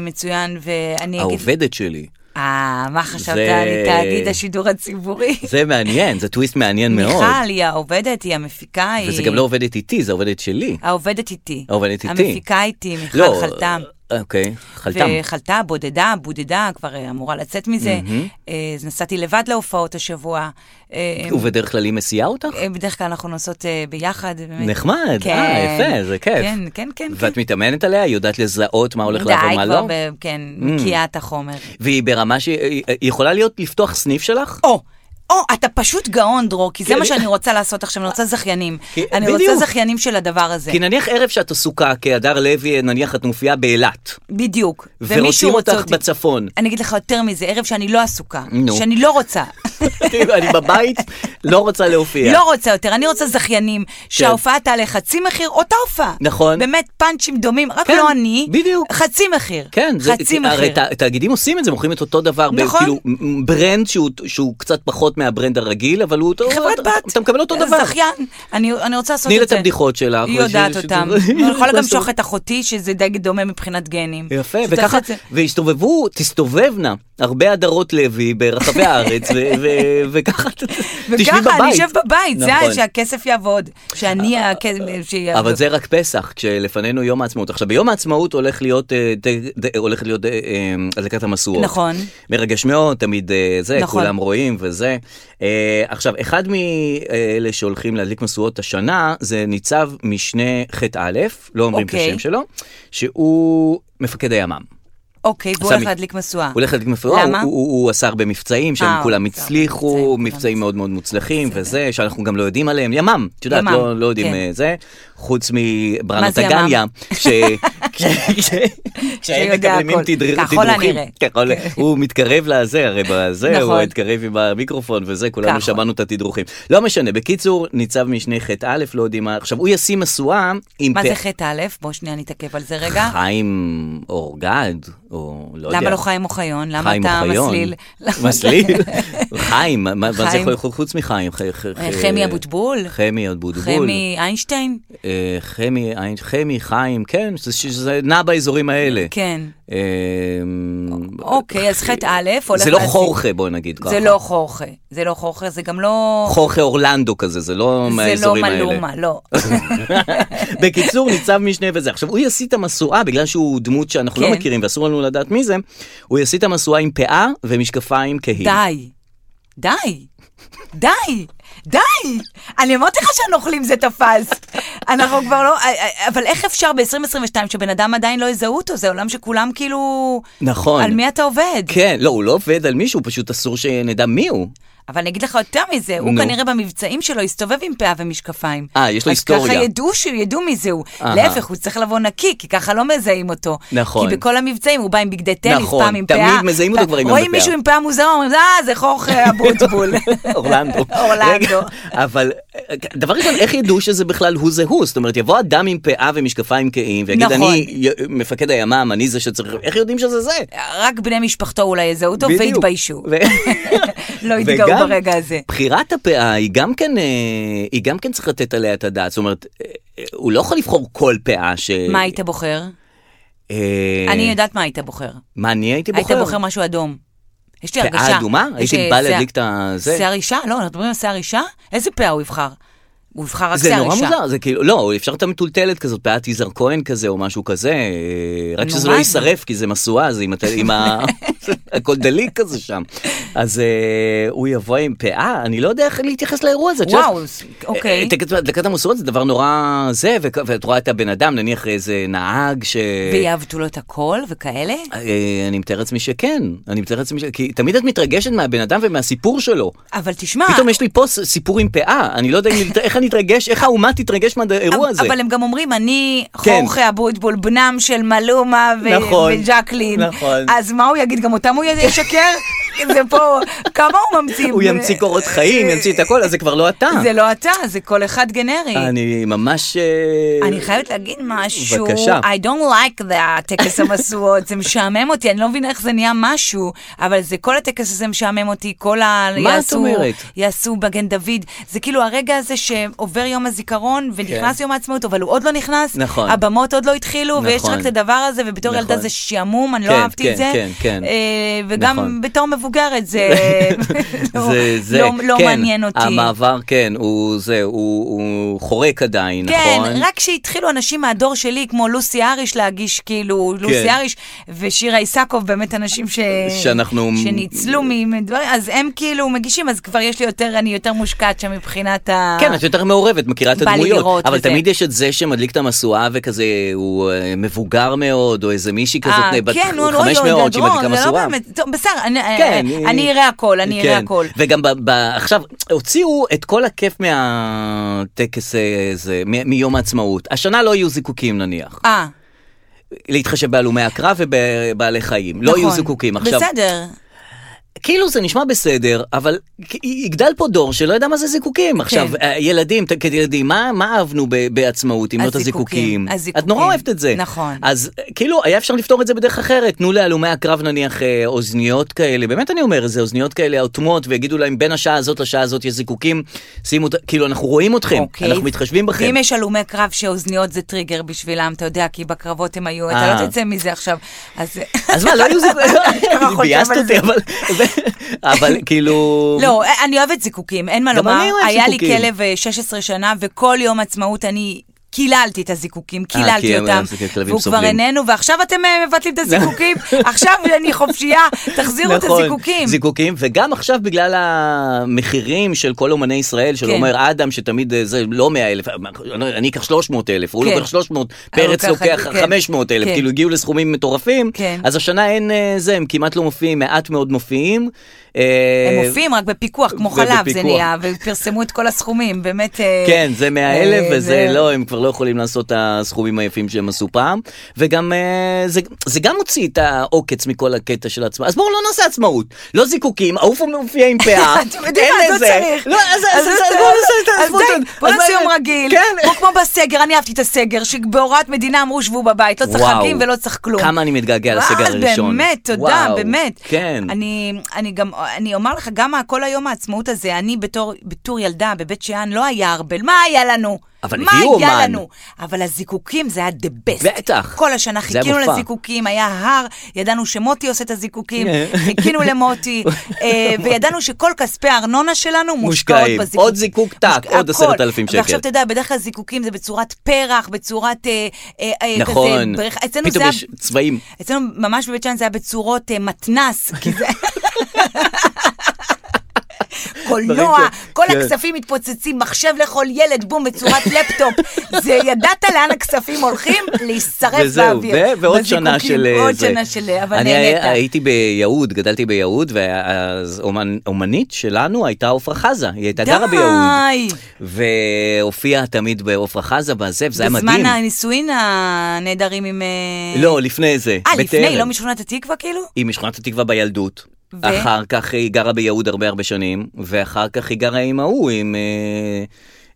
Speaker 3: מצוין, ואני אגיד...
Speaker 2: העובדת שלי.
Speaker 3: אה, מה חשבת
Speaker 2: זה-
Speaker 3: על תאגיד השידור הציבורי?
Speaker 2: זה מעניין, זה טוויסט מעניין מאוד.
Speaker 3: מיכל היא העובדת, היא המפיקה, היא...
Speaker 2: וזה גם לא עובדת איתי, זה עובדת שלי.
Speaker 3: העובדת איתי.
Speaker 2: העובדת איתי.
Speaker 3: המפיקה איתי, מיכל
Speaker 2: לא,
Speaker 3: חלתם.
Speaker 2: אוקיי, חלתם.
Speaker 3: וחלתה, בודדה, בודדה, כבר אה, אמורה לצאת מזה. אה, אז נסעתי לבד להופעות השבוע. אה,
Speaker 2: ובדרך כלל היא מסיעה אותך?
Speaker 3: אה, בדרך כלל אנחנו נוסעות אה, ביחד. באמת.
Speaker 2: נחמד, אה, יפה, זה כיף.
Speaker 3: כן, כן, כן.
Speaker 2: ואת מתאמנת עליה? היא יודעת לזהות מה הולך לעבור, מה
Speaker 3: די, כבר,
Speaker 2: לא?
Speaker 3: ב- כן, מקיאה את החומר.
Speaker 2: והיא ברמה שהיא היא- היא יכולה להיות לפתוח סניף שלך?
Speaker 3: או, או, אתה פשוט גאון, דרור, כי זה
Speaker 2: כן,
Speaker 3: מה
Speaker 2: אני-
Speaker 3: שאני רוצה לעשות עכשיו, אני רוצה זכיינים.
Speaker 2: כי-
Speaker 3: אני רוצה
Speaker 2: בדיוק.
Speaker 3: זכיינים של הדבר הזה.
Speaker 2: כי נניח ערב שאת עסוקה כהדר לוי, נניח את מופיעה באילת,
Speaker 3: בדיוק. ומישהו
Speaker 2: ורוצים
Speaker 3: רוצה
Speaker 2: אותך
Speaker 3: אותי.
Speaker 2: בצפון.
Speaker 3: אני אגיד לך יותר מזה, ערב שאני לא עסוקה,
Speaker 2: נו.
Speaker 3: שאני לא רוצה,
Speaker 2: כאילו, אני בבית, לא רוצה להופיע.
Speaker 3: לא רוצה יותר, אני רוצה זכיינים, שההופעה תעלה חצי מחיר, אותה הופעה.
Speaker 2: כן. נכון.
Speaker 3: באמת פאנצ'ים דומים, רק
Speaker 2: כן,
Speaker 3: לא אני,
Speaker 2: בדיוק.
Speaker 3: חצי מחיר.
Speaker 2: כן, זה-
Speaker 3: חצי
Speaker 2: הרי
Speaker 3: מחיר.
Speaker 2: ת- תאגידים עושים את זה, מוכרים את אותו דבר, ב-
Speaker 3: נכון.
Speaker 2: כאילו מ- ברנד שהוא- שהוא קצת פחות מהברנד הרגיל, אבל הוא אותו,
Speaker 3: חברת
Speaker 2: אתה-
Speaker 3: בת.
Speaker 2: אתה מקבל אותו דבר.
Speaker 3: זכיין, אני אני רוצה לעשות את
Speaker 2: תני
Speaker 3: זה.
Speaker 2: לה את הבדיחות שלך.
Speaker 3: היא
Speaker 2: וש-
Speaker 3: יודעת
Speaker 2: ש-
Speaker 3: אותם.
Speaker 2: ש-
Speaker 3: אני יכולה גם לשלוח את אחותי, שזה די דומה מבחינת גנים.
Speaker 2: יפה,
Speaker 3: שתעשה
Speaker 2: וככה,
Speaker 3: את זה.
Speaker 2: והסתובבו, תסתובבנה הרבה הדרות לוי ברחבי הארץ, ו- ו- וככה ת- תשבי בבית.
Speaker 3: וככה, אני אשב בבית, זה
Speaker 2: נכון. אה,
Speaker 3: שהכסף יעבוד, שאני הכסף שיעבוד.
Speaker 2: אבל זה רק פסח, כשלפנינו יום העצמאות. עכשיו, ביום העצמאות הולך להיות, אה, ד- ד- הולך להיות אה, אה, הדלקת המשואות.
Speaker 3: נכון.
Speaker 2: מרגש מאוד, תמיד אה, זה,
Speaker 3: נכון.
Speaker 2: כולם רואים וזה. אה, עכשיו, אחד מאלה שהולכים להדליק משואות השנה, זה ניצב משנה ח' לא אומרים את
Speaker 3: אוקיי.
Speaker 2: השם שלו, שהוא מפקד הימ"מ.
Speaker 3: אוקיי, והוא
Speaker 2: סמי.
Speaker 3: הולך להדליק משואה.
Speaker 2: הוא הולך להדליק מפרעה,
Speaker 3: למה?
Speaker 2: הוא- הוא הוא עשה הרבה מבצעים
Speaker 3: אה,
Speaker 2: שהם
Speaker 3: הוא
Speaker 2: כולם
Speaker 3: עשה הרבה מבצעים,
Speaker 2: הצליחו,
Speaker 3: כולם
Speaker 2: מבצעים
Speaker 3: הצליחו.
Speaker 2: מאוד מאוד מוצלחים
Speaker 3: בסדר.
Speaker 2: וזה, שאנחנו גם לא יודעים עליהם, ימ"מ, את יודעת,
Speaker 3: ימ"מ,
Speaker 2: לא לא יודעים
Speaker 3: כן.
Speaker 2: אה, זה, חוץ
Speaker 3: מה
Speaker 2: מברנות
Speaker 3: זה
Speaker 2: הגניה, ש... כש- כש-
Speaker 3: שיודע
Speaker 2: כשהם מקבלים
Speaker 3: הכל.
Speaker 2: תדר-
Speaker 3: ככל
Speaker 2: תדרוכים,
Speaker 3: הנראה.
Speaker 2: ככל- הוא מתקרב לזה, הרי בזה, הוא
Speaker 3: כן. נכון.
Speaker 2: התקרב עם המיקרופון וזה, כולנו
Speaker 3: ככה.
Speaker 2: שמענו את התדרוכים. לא משנה, בקיצור, ניצב משנה ח' לא יודעים מה, עכשיו הוא ישים משואה עם...
Speaker 3: מה
Speaker 2: פ-
Speaker 3: זה חטא א'? בוא שנייה נתעכב על זה רגע.
Speaker 2: חיים אורגד, או לא יודע.
Speaker 3: למה לא חיים אוחיון? למה
Speaker 2: חיים
Speaker 3: אתה
Speaker 2: אוחיון.
Speaker 3: מסליל? למה-
Speaker 2: מסליל? חיים, מה מה זה
Speaker 3: חיים.
Speaker 2: יכול להיות חוץ מחיים? ח- ח-
Speaker 3: אה,
Speaker 2: ח-
Speaker 3: חמי אבוטבול?
Speaker 2: חמי אבוטבול.
Speaker 3: חמי איינשטיין?
Speaker 2: אה, חמי, עין- חמי, חיים, כן, זה- שזה נע באזורים האלה.
Speaker 3: כן.
Speaker 2: אה,
Speaker 3: אוקיי, אז חטא א' הולך...
Speaker 2: זה לא
Speaker 3: להדליק-
Speaker 2: חורכה, בואי נגיד ככה.
Speaker 3: זה לא חורכה. זה לא חורכה, זה גם לא...
Speaker 2: חורכה אורלנדו כזה, זה לא
Speaker 3: זה לא
Speaker 2: מהאזורים האלה. אוקיי.
Speaker 3: מלומה, לא.
Speaker 2: בקיצור, ניצב משנה וזה. עכשיו, הוא יסיט את המשואה, בגלל שהוא דמות שאנחנו לא
Speaker 3: כן.
Speaker 2: מכירים ואסור לנו לדעת מי זה, הוא יסיט את המשואה עם פאה ומשקפיים כהים.
Speaker 3: די. די. די. די. אני אמרתי לך שהנוכלים זה תפס. אנחנו כבר לא... אבל איך אפשר ב-2022 שבן אדם עדיין לא יזהו אותו? זה עולם שכולם כאילו...
Speaker 2: נכון.
Speaker 3: על מי אתה עובד?
Speaker 2: כן, לא, הוא לא עובד על מישהו, פשוט אסור שנדע מי הוא.
Speaker 3: אבל אני אגיד לך יותר מזה, הוא
Speaker 2: נו.
Speaker 3: כנראה במבצעים שלו הסתובב עם פאה ומשקפיים.
Speaker 2: אה, יש לו
Speaker 3: אז
Speaker 2: היסטוריה.
Speaker 3: ככה ידעו שהוא, ידעו מי זה הוא.
Speaker 2: אהה.
Speaker 3: להפך, הוא צריך לבוא נקי, כי ככה לא מזהים אותו.
Speaker 2: נכון.
Speaker 3: כי בכל המבצעים הוא בא עם בגדי טניס,
Speaker 2: נכון,
Speaker 3: פעם עם
Speaker 2: תמיד
Speaker 3: פאה.
Speaker 2: מזהים אותו
Speaker 3: פעם-
Speaker 2: כבר עם
Speaker 3: רואים
Speaker 2: הפאה.
Speaker 3: מישהו עם פאה מוזרה, אומרים, אה, זה חורכה אבוטבול.
Speaker 2: אורלנדו.
Speaker 3: אורלנדו.
Speaker 2: רגע, אבל אה, דבר ראשון, איך ידעו שזה בכלל הוא זה הוא? זאת אומרת, יבוא אדם עם פאה ומשקפיים כהים, ויגיד,
Speaker 3: נכון.
Speaker 2: אני י- מפקד הימ"מ, אני זה שצריך... איך יודעים שזה זה?
Speaker 3: רק בני משפחתו אולי יזהו אותו,
Speaker 2: בדיוק.
Speaker 3: והתביישו.
Speaker 2: ו-
Speaker 3: לא התגאו
Speaker 2: וגם
Speaker 3: ברגע הזה.
Speaker 2: בחירת הפאה היא גם כן, אה, היא גם כן צריך לתת עליה את הדעת. זאת אומרת, אה, אה, הוא לא יכול לבחור כל פאה ש...
Speaker 3: מה היית בוחר?
Speaker 2: אה,
Speaker 3: אני יודעת מה היית בוחר.
Speaker 2: מה אני הייתי בוחר?
Speaker 3: היית בוחר אוקיי, משהו אדום. יש לי
Speaker 2: פאה
Speaker 3: הרגשה.
Speaker 2: אדומה?
Speaker 3: יש
Speaker 2: הייתי
Speaker 3: לי
Speaker 2: בא
Speaker 3: שיער-
Speaker 2: להדליק את הזה.
Speaker 3: שיער אישה? לא, אנחנו מדברים על שיער אישה? איזה פאה הוא יבחר? הוא יבחר רק
Speaker 2: זה
Speaker 3: שיער
Speaker 2: נורא
Speaker 3: אישה.
Speaker 2: מוזר, זה כאילו, לא, אפשר את המטולטלת כזאת, פאת יזהר כהן כזה או משהו כזה, אה, רק
Speaker 3: נו,
Speaker 2: שזה
Speaker 3: מה
Speaker 2: לא
Speaker 3: זה?
Speaker 2: יישרף, כי זה משואה, זה עם הת- עם ה... הכל דליק כזה שם. אז אה, הוא יבוא עם פאה, אני לא יודע איך להתייחס לאירוע הזה. את יודעת-
Speaker 3: וואו, ס- אוקיי.
Speaker 2: אה, תקת- הדלקת המשואות זה דבר נורא זה, וכ- ואת רואה את הבן אדם, נניח איזה נהג ש...
Speaker 3: ויעוותו לו את הכל וכאלה?
Speaker 2: אה, אני מתאר לעצמי שכן, אני מתאר לעצמי ש... כי תמיד את מתרגשת מהבן אדם ומהסיפור שלו.
Speaker 3: אבל תשמע...
Speaker 2: פתאום יש לי פה ס- סיפור עם פאה, אני לא יודע אם- איך אני אתרגש, איך האומה תתרגש מהאירוע הזה.
Speaker 3: אבל הם גם אומרים, אני
Speaker 2: כן.
Speaker 3: חורכה אבוטבול, בנם של מלומה ו-
Speaker 2: נכון,
Speaker 3: וג'קלין.
Speaker 2: נכון.
Speaker 3: אז מה הוא יגיד? גם אותם הוא ישקר? זה פה, כמה הוא ממציא?
Speaker 2: הוא ימציא קורות חיים, ימציא את הכל, אז זה כבר לא אתה.
Speaker 3: זה לא אתה, זה כל אחד גנרי.
Speaker 2: אני ממש... אה,
Speaker 3: אני חייבת להגיד משהו,
Speaker 2: בבקשה.
Speaker 3: I don't like that, טקס המשואות, זה משעמם אותי, אני לא מבינה איך זה נהיה משהו, אבל זה כל הטקס הזה משעמם אותי, כל ה...
Speaker 2: מה את
Speaker 3: יעשו-
Speaker 2: אומרת?
Speaker 3: יעשו בגן דוד, זה כאילו הרגע הזה שעובר יום הזיכרון ונכנס יום העצמאות, אבל הוא עוד לא נכנס,
Speaker 2: כן. נכון.
Speaker 3: הבמות עוד לא התחילו, ויש
Speaker 2: נכון.
Speaker 3: רק את הדבר הזה, ובתור
Speaker 2: נכון.
Speaker 3: ילדה זה שעמום, אני לא
Speaker 2: כן,
Speaker 3: אהבתי
Speaker 2: כן,
Speaker 3: את זה,
Speaker 2: כן, כן.
Speaker 3: אה,
Speaker 2: נכון.
Speaker 3: וגם בתור מבוגרת זה לא-
Speaker 2: זה, זה,
Speaker 3: לא- לא
Speaker 2: כן,
Speaker 3: מעניין אותי.
Speaker 2: המעבר, כן, הוא זה, הוא, הוא חורק עדיין,
Speaker 3: כן,
Speaker 2: נכון?
Speaker 3: רק כשהתחילו אנשים מהדור שלי, כמו לוסי אריש, להגיש כאילו,
Speaker 2: כן.
Speaker 3: לוסי אריש ושירה איסקוב, באמת אנשים ש...
Speaker 2: שאנחנו-
Speaker 3: שניצלו מדברים, אז הם כאילו מגישים, אז כבר יש לי יותר, אני יותר מושקעת שם מבחינת ה...
Speaker 2: כן, את יותר מעורבת, מכירה את
Speaker 3: בא לי
Speaker 2: הדמויות,
Speaker 3: לראות
Speaker 2: אבל
Speaker 3: וזה.
Speaker 2: תמיד יש את זה שמדליק את המשואה וכזה, הוא אה, מבוגר מאוד, או איזה מישהי כזאת,
Speaker 3: אה,
Speaker 2: בת
Speaker 3: כן, הוא לא
Speaker 2: 500 שהיא מדליקה
Speaker 3: ידרון, זה לא
Speaker 2: משואה.
Speaker 3: באמת, טוב, בסדר, אני-
Speaker 2: כן,
Speaker 3: אני- אני אראה הכל, אני אראה
Speaker 2: כן.
Speaker 3: הכל.
Speaker 2: וגם ב, ב, עכשיו, הוציאו את כל הכיף מהטקס הזה, מ, מיום העצמאות. השנה לא יהיו זיקוקים נניח.
Speaker 3: אה,
Speaker 2: להתחשב בהלומי הקרב ובבעלי חיים. לא
Speaker 3: נכון.
Speaker 2: יהיו זיקוקים. עכשיו,
Speaker 3: בסדר.
Speaker 2: כאילו זה נשמע בסדר, אבל כ- יגדל פה דור שלא יודע מה זה
Speaker 3: כן.
Speaker 2: זיקוקים. עכשיו, אה, ילדים, ת- כילדים, מה, מה אהבנו ב, בעצמאות אם לא את
Speaker 3: הזיקוקים,
Speaker 2: הזיקוקים? את
Speaker 3: הזיקוקים.
Speaker 2: נורא אוהבת את זה.
Speaker 3: נכון.
Speaker 2: אז אה, כאילו, היה אפשר לפתור את זה בדרך אחרת. תנו להלומי הקרב נניח אה, אוזניות כאלה, באמת אני אומר, זה אוזניות כאלה אוטמות, ויגידו להם בין השעה הזאת לשעה הזאת יש זיקוקים, שימו, את- כאילו אנחנו רואים אתכם,
Speaker 3: אוקיי.
Speaker 2: אנחנו מתחשבים בכם.
Speaker 3: ואם יש הלומי קרב שאוזניות זה טריגר בשבילם, אתה יודע, כי בקרבות הם היו, אתה
Speaker 2: אה.
Speaker 3: לא תצא מזה עכשיו. אז...
Speaker 2: אז מה, לא היו זיקוקים?
Speaker 3: ככה חושב
Speaker 2: ביאסת
Speaker 3: על
Speaker 2: אותי, אבל... אבל כאילו...
Speaker 3: לא, אני אוהבת זיקוקים, אין מה
Speaker 2: גם
Speaker 3: לומר.
Speaker 2: אני אוהב
Speaker 3: היה לי
Speaker 2: זיקוקים.
Speaker 3: כלב אה, 16 שנה, וכל יום עצמאות אני... קיללתי את הזיקוקים,
Speaker 2: כי
Speaker 3: קיללתי
Speaker 2: הם-
Speaker 3: אותם,
Speaker 2: זה כי הכלבים
Speaker 3: והוא כבר
Speaker 2: כן, סובלים.
Speaker 3: איננו, ועכשיו אתם אה, מבטלים את הזיקוקים, עכשיו אני חופשייה, תחזירו את הזיקוקים.
Speaker 2: נכון, זיקוקים, וגם עכשיו בגלל המחירים של כל אומני ישראל, של
Speaker 3: כן.
Speaker 2: עומר אדם, שתמיד אה, זה לא 100 אלף, אני אקח 300 אלף, הוא
Speaker 3: כן.
Speaker 2: לוקח 300,
Speaker 3: הוא
Speaker 2: פרץ
Speaker 3: לוקח-
Speaker 2: לוקח
Speaker 3: כן.
Speaker 2: 500 אלף,
Speaker 3: כן.
Speaker 2: כאילו הגיעו לסכומים מטורפים,
Speaker 3: כן.
Speaker 2: אז השנה אין אה, זה, הם כמעט לא מופיעים, מעט מאוד מופיעים.
Speaker 3: הם
Speaker 2: אה,
Speaker 3: מופיעים רק בפיקוח, כמו חלב זה
Speaker 2: ובפיקוח.
Speaker 3: נהיה, ופרסמו את כל הסכומים, באמת... אה,
Speaker 2: כן, זה 100
Speaker 3: אה,
Speaker 2: אלף, וזה
Speaker 3: זה-
Speaker 2: לא, הם כבר לא יכולים לעשות את הסכומים היפים שהם עשו פעם. וגם, אה, זה- זה גם הוציא את העוקץ מכל הקטע של עצמה. אז בואו לא נעשה עצמאות. לא זיקוקים, העוף מופיע עם פאה.
Speaker 3: אתם יודעים
Speaker 2: אין
Speaker 3: מה, אז לא
Speaker 2: לזה.
Speaker 3: צריך.
Speaker 2: לא, אז- אז-
Speaker 3: אז
Speaker 2: אז
Speaker 3: זה-
Speaker 2: בואו נעשה את
Speaker 3: אז
Speaker 2: העצמאות.
Speaker 3: די, בוא
Speaker 2: אז
Speaker 3: נעשה
Speaker 2: מה-
Speaker 3: יום רגיל.
Speaker 2: כן.
Speaker 3: כמו- כמו בסגר, אני אהבתי את הסגר, שבהוראת מדינה אמרו שבו בבית, לא צריך
Speaker 2: וואו.
Speaker 3: חגים ולא צריך כלום.
Speaker 2: כמה אני מתגעגע
Speaker 3: וואו,
Speaker 2: לסגר הראשון.
Speaker 3: באמת, תודה,
Speaker 2: וואו,
Speaker 3: באמת.
Speaker 2: כן.
Speaker 3: אני, אני גם, אני אומר לך, גם כל היום העצמאות הזה, אני בתור, בתור ילדה בבית שאן, לא היה הרבה, מה היה לנו?
Speaker 2: אבל
Speaker 3: מה
Speaker 2: הביאו
Speaker 3: היה
Speaker 2: אומן.
Speaker 3: לנו? אבל הזיקוקים זה היה the best.
Speaker 2: בטח.
Speaker 3: כל השנה
Speaker 2: זה היה
Speaker 3: חיכינו
Speaker 2: מופע.
Speaker 3: לזיקוקים, היה הר, ידענו שמוטי עושה את הזיקוקים,
Speaker 2: כן.
Speaker 3: חיכינו למוטי, אה, וידענו שכל כספי הארנונה שלנו מושקעות
Speaker 2: מושקעים.
Speaker 3: בזיקוקים.
Speaker 2: עוד זיקוק, טק,
Speaker 3: מושק-
Speaker 2: עוד
Speaker 3: הכל.
Speaker 2: 10,000 שקל.
Speaker 3: ועכשיו אתה יודע, בדרך כלל זיקוקים זה בצורת פרח, בצורת אה, אה, אה, כזה...
Speaker 2: נכון.
Speaker 3: ברך- אצלנו זה
Speaker 2: פתאום
Speaker 3: היה
Speaker 2: יש צבעים.
Speaker 3: אצלנו ממש בבית שאן זה היה בצורות אה, מתנס, כי זה... קולנוע,
Speaker 2: דברים ש-
Speaker 3: כל
Speaker 2: כן.
Speaker 3: הכספים מתפוצצים, מחשב לכל ילד, בום, בצורת לפטופ. זה, ידעת לאן הכספים הולכים? להישרף
Speaker 2: וזהו,
Speaker 3: באוויר.
Speaker 2: ו- ועוד שנה
Speaker 3: בזיקוקים,
Speaker 2: של... אה,
Speaker 3: עוד
Speaker 2: זה.
Speaker 3: שנה של... אבל
Speaker 2: אני אה,
Speaker 3: נהנית.
Speaker 2: הי- הייתי ביהוד, גדלתי ביהוד, ואז אומנ- אומנית שלנו הייתה עפרה חזה, היא הייתה גרה ביהוד.
Speaker 3: די.
Speaker 2: והופיעה תמיד בעפרה חזה, בזה, וזה היה מדהים.
Speaker 3: בזמן הנישואין הנהדרים עם... אה,
Speaker 2: לא, לפני זה.
Speaker 3: אה, לפני,
Speaker 2: בטרם.
Speaker 3: לא משכונת התקווה כאילו?
Speaker 2: היא משכונת התקווה בילדות.
Speaker 3: ו?
Speaker 2: אחר כך היא גרה ביהוד הרבה הרבה שנים, ואחר כך היא גרה עם ההוא, עם... אה,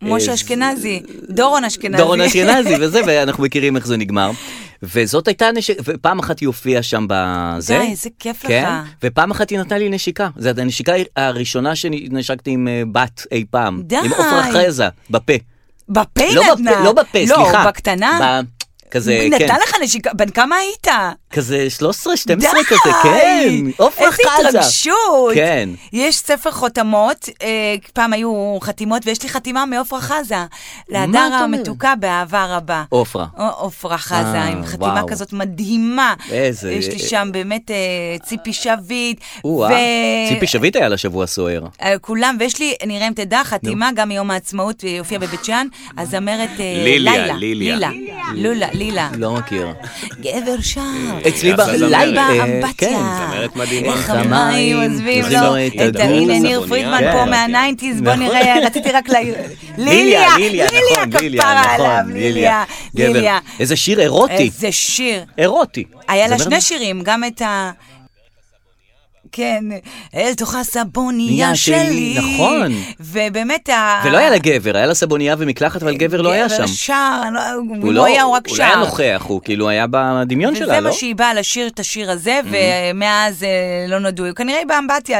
Speaker 3: משה
Speaker 2: אה,
Speaker 3: אשכנזי, דורון אשכנזי.
Speaker 2: דורון אשכנזי וזה, ואנחנו מכירים איך זה נגמר. וזאת הייתה נשיקה, ופעם אחת היא הופיעה שם בזה.
Speaker 3: די, איזה כיף לך.
Speaker 2: כן, ופעם אחת היא נתנה לי נשיקה. זו הנשיקה הראשונה שנשקתי עם אה, בת אי פעם.
Speaker 3: די.
Speaker 2: עם עפרה חזה, בפה.
Speaker 3: בפה היא
Speaker 2: לא
Speaker 3: נתנה.
Speaker 2: בפה, לא בפה, סליחה.
Speaker 3: לא, בקטנה.
Speaker 2: ב- כזה, כן.
Speaker 3: נתנה לך נשיקה, בן כמה היית?
Speaker 2: כזה 13, 12
Speaker 3: די!
Speaker 2: כזה, כן. עפרה חזה.
Speaker 3: איזה התרגשות.
Speaker 2: כן.
Speaker 3: יש ספר חותמות, אה, פעם היו חתימות, ויש לי חתימה מעופרה חזה. להדר
Speaker 2: אתה אומר?
Speaker 3: המתוקה באהבה רבה.
Speaker 2: עופרה.
Speaker 3: או- עופרה חזה,
Speaker 2: אה,
Speaker 3: עם חתימה
Speaker 2: וואו.
Speaker 3: כזאת מדהימה.
Speaker 2: איזה-
Speaker 3: יש לי שם באמת אה, ציפי שביט.
Speaker 2: או-אה,
Speaker 3: ו-
Speaker 2: אה. ציפי שביט היה לה שבוע סוער.
Speaker 3: אה, כולם, ויש לי, נראה אם תדע, חתימה גם מיום העצמאות, היא הופיעה בבית שאן, הזמרת אה,
Speaker 1: ליליה,
Speaker 3: לילה.
Speaker 1: ליליה.
Speaker 3: לולה, לילה.
Speaker 2: לא מכיר.
Speaker 3: גבר שר.
Speaker 2: אצלי
Speaker 1: אה, אז הזמרת.
Speaker 2: בלילה, כן.
Speaker 1: אה,
Speaker 3: באמבטיה.
Speaker 1: זמרת מדהימה.
Speaker 3: איך המים עוזבים
Speaker 2: עוזבים
Speaker 3: לו.
Speaker 2: לו לא את
Speaker 3: לא. את אה,
Speaker 2: הגוף.
Speaker 3: הנה ניר
Speaker 1: הסבונייה.
Speaker 3: פרידמן
Speaker 1: כן,
Speaker 3: פה
Speaker 1: כן.
Speaker 3: מהניינטיז, בוא
Speaker 2: נכון.
Speaker 3: נראה, רציתי רק ל...
Speaker 2: ליליה, ליליה, נכון, ליליה,
Speaker 3: כפרה
Speaker 2: נכון,
Speaker 3: עליו, ליליה,
Speaker 2: גבר.
Speaker 3: ליליה.
Speaker 2: איזה שיר אירוטי,
Speaker 3: איזה שיר.
Speaker 2: אירוטי.
Speaker 3: היה לה
Speaker 2: זמרת-
Speaker 3: שני שירים, גם את ה... כן, אל תוך הסבוניה
Speaker 2: נהיה שלי,
Speaker 3: שלי.
Speaker 2: נכון.
Speaker 3: ובאמת ה...
Speaker 2: ולא היה לה גבר, היה לה סבונייה ומקלחת, אבל גבר לא היה
Speaker 3: גבר
Speaker 2: שם.
Speaker 3: שר, אני לא-
Speaker 2: הוא
Speaker 3: הוא לא היה, הוא רק שר.
Speaker 2: הוא לא היה נוכח, הוא כאילו היה בדמיון שלה,
Speaker 3: וזה
Speaker 2: לא?
Speaker 3: מה שהיא באה לשיר את השיר הזה, ומאז אה, לא נודעו. הוא כנראה היא באמבטיה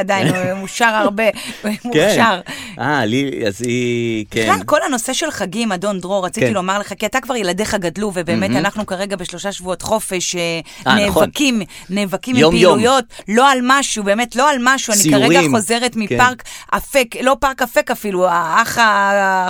Speaker 3: עדיין, הוא- הוא שר הרבה, הוא מוכשר.
Speaker 2: אה, לי, אז היא, כן.
Speaker 3: בכלל, כל הנושא של חגים, אדון דרור, רציתי
Speaker 2: כן.
Speaker 3: לומר לך, כי אתה כבר ילדיך גדלו, ובאמת אנחנו כרגע בשלושה שבועות חופש, אה,
Speaker 2: אה, נכון.
Speaker 3: נאבקים, נאבקים עם
Speaker 2: יום, יום.
Speaker 3: פעילויות, לא על משהו, באמת לא על משהו. אני
Speaker 2: סיורים. כן.
Speaker 3: כרגע חוזרת מפארק אפק, לא פארק אפק אפילו, האח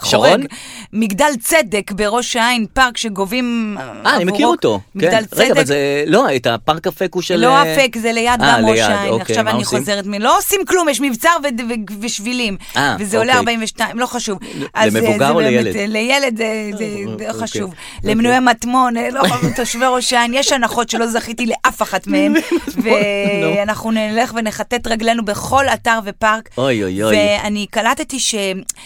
Speaker 2: שרון?
Speaker 3: החורג. מגדל צדק בראש העין, פארק שגובים
Speaker 2: אה, אני מכיר אותו.
Speaker 3: מגדל
Speaker 2: כן. רגע, אבל
Speaker 3: צדק.
Speaker 2: זה, לא, את הפארק אפק הוא של...
Speaker 3: לא אפק, זה ליד
Speaker 2: אה,
Speaker 3: גם ראש
Speaker 2: ליד,
Speaker 3: העין.
Speaker 2: אוקיי,
Speaker 3: עכשיו
Speaker 2: מה
Speaker 3: אני
Speaker 2: עושים?
Speaker 3: חוזרת מ... לא עושים כלום, יש מבצר ו- ו- ושבילים.
Speaker 2: אה,
Speaker 3: וזה עולה
Speaker 2: אוקיי.
Speaker 3: 42, לא חשוב. אז, אה,
Speaker 2: למבוגר
Speaker 3: זה
Speaker 2: או
Speaker 3: באמת,
Speaker 2: לילד?
Speaker 3: אה, לילד זה- זה
Speaker 2: אוקיי,
Speaker 3: לא חשוב.
Speaker 2: אוקיי.
Speaker 3: למנועי מטמון, אה, לא חשוב, תושבי ראש העין, יש הנחות שלא זכיתי לאף אחת מהן.
Speaker 2: לא.
Speaker 3: ואנחנו נלך ונכתת רגלינו בכל אתר ופארק.
Speaker 2: אוי, אוי, אוי.
Speaker 3: ואני קלטתי ש...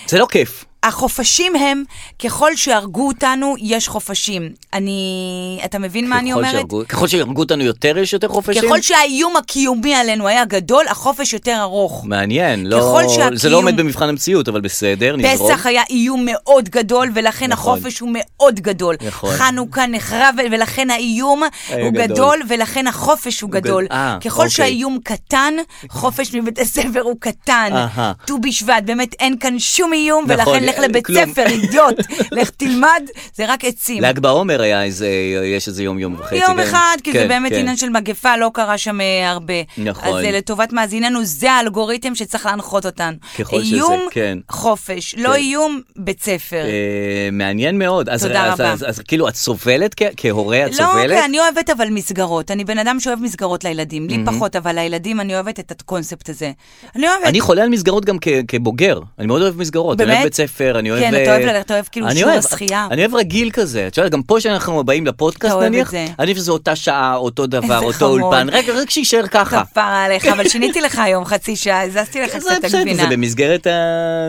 Speaker 2: זה לא כיף.
Speaker 3: החופשים הם, ככל שהרגו אותנו, יש חופשים. אני... אתה מבין מה אני
Speaker 2: ככל
Speaker 3: אומרת?
Speaker 2: שהרגו- ככל שהרגו אותנו יותר, יש יותר חופשים?
Speaker 3: ככל שהאיום הקיומי עלינו היה גדול, החופש יותר ארוך.
Speaker 2: מעניין, לא,
Speaker 3: ככל שהקיום-
Speaker 2: זה לא עומד במבחן המציאות, אבל בסדר, נזרום.
Speaker 3: פסח היה איום מאוד גדול, ולכן
Speaker 2: נכון.
Speaker 3: החופש הוא מאוד גדול.
Speaker 2: נכון.
Speaker 3: חנוכה נחרב, ולכן האיום
Speaker 2: היה
Speaker 3: הוא
Speaker 2: גדול.
Speaker 3: גדול, ולכן החופש הוא
Speaker 2: גד-
Speaker 3: גדול.
Speaker 2: אה,
Speaker 3: ככל
Speaker 2: אוקיי.
Speaker 3: שהאיום קטן, חופש מבית הספר הוא קטן.
Speaker 2: אהה.
Speaker 3: ט"ו בשבט, באמת אין כאן שום איום,
Speaker 2: נכון,
Speaker 3: ולכן לך
Speaker 2: אה,
Speaker 3: לבית
Speaker 2: כלום.
Speaker 3: ספר, אידיוט. לך תלמד, זה רק עצים.
Speaker 2: ל"ג בעומר היה איזה, יש איזה יום, יום וחצי.
Speaker 3: יום
Speaker 2: גם.
Speaker 3: אחד, כי זה
Speaker 2: כן,
Speaker 3: באמת
Speaker 2: כן.
Speaker 3: עניין של מגפה, לא קרה שם אה, הרבה.
Speaker 2: נכון.
Speaker 3: אז אה, לטובת מאזיננו, זה האלגוריתם שצריך להנחות אותנו.
Speaker 2: ככל שזה,
Speaker 3: איום,
Speaker 2: כן.
Speaker 3: חופש, לא
Speaker 2: כן.
Speaker 3: איום, בית ספר.
Speaker 2: אה, מעניין מאוד. אז,
Speaker 3: כן. תודה
Speaker 2: אז,
Speaker 3: רבה.
Speaker 2: אז, אז, אז כאילו, את סובלת כ- כהורה, את
Speaker 3: לא,
Speaker 2: סובלת?
Speaker 3: כן, אני אוהבת אבל מסגרות. אני בן אדם שאוהב מסגרות לילדים. לי פחות, אבל לילדים אני אוהבת את הקונספט הזה. אני אוהבת.
Speaker 2: אני חולה על מסגרות גם כ- כבוגר, אני מאוד אוהב מסגרות, אני
Speaker 3: באמת?
Speaker 2: אוהב בית ספר, אני אוהב...
Speaker 3: כן, אתה
Speaker 2: אה,
Speaker 3: אוהב ללכת, אתה אוהב כאילו
Speaker 2: אני
Speaker 3: שיעור
Speaker 2: אוהב-
Speaker 3: השחייה.
Speaker 2: אני אוהב רגיל כזה, את יודעת, גם פה שאנחנו באים לפודקאסט
Speaker 3: אתה אוהב
Speaker 2: נניח,
Speaker 3: את זה.
Speaker 2: אני חושב שזו אותה שעה, אותו דבר,
Speaker 3: איזה
Speaker 2: אותו
Speaker 3: חמוד.
Speaker 2: אולפן, רק רק שיישאר ככה.
Speaker 3: כפרה עליך, אבל שיניתי לך היום חצי שעה, הזזתי לך
Speaker 2: זה
Speaker 3: קצת את
Speaker 2: בסדר,
Speaker 3: הגבינה.
Speaker 2: זה במסגרת ה...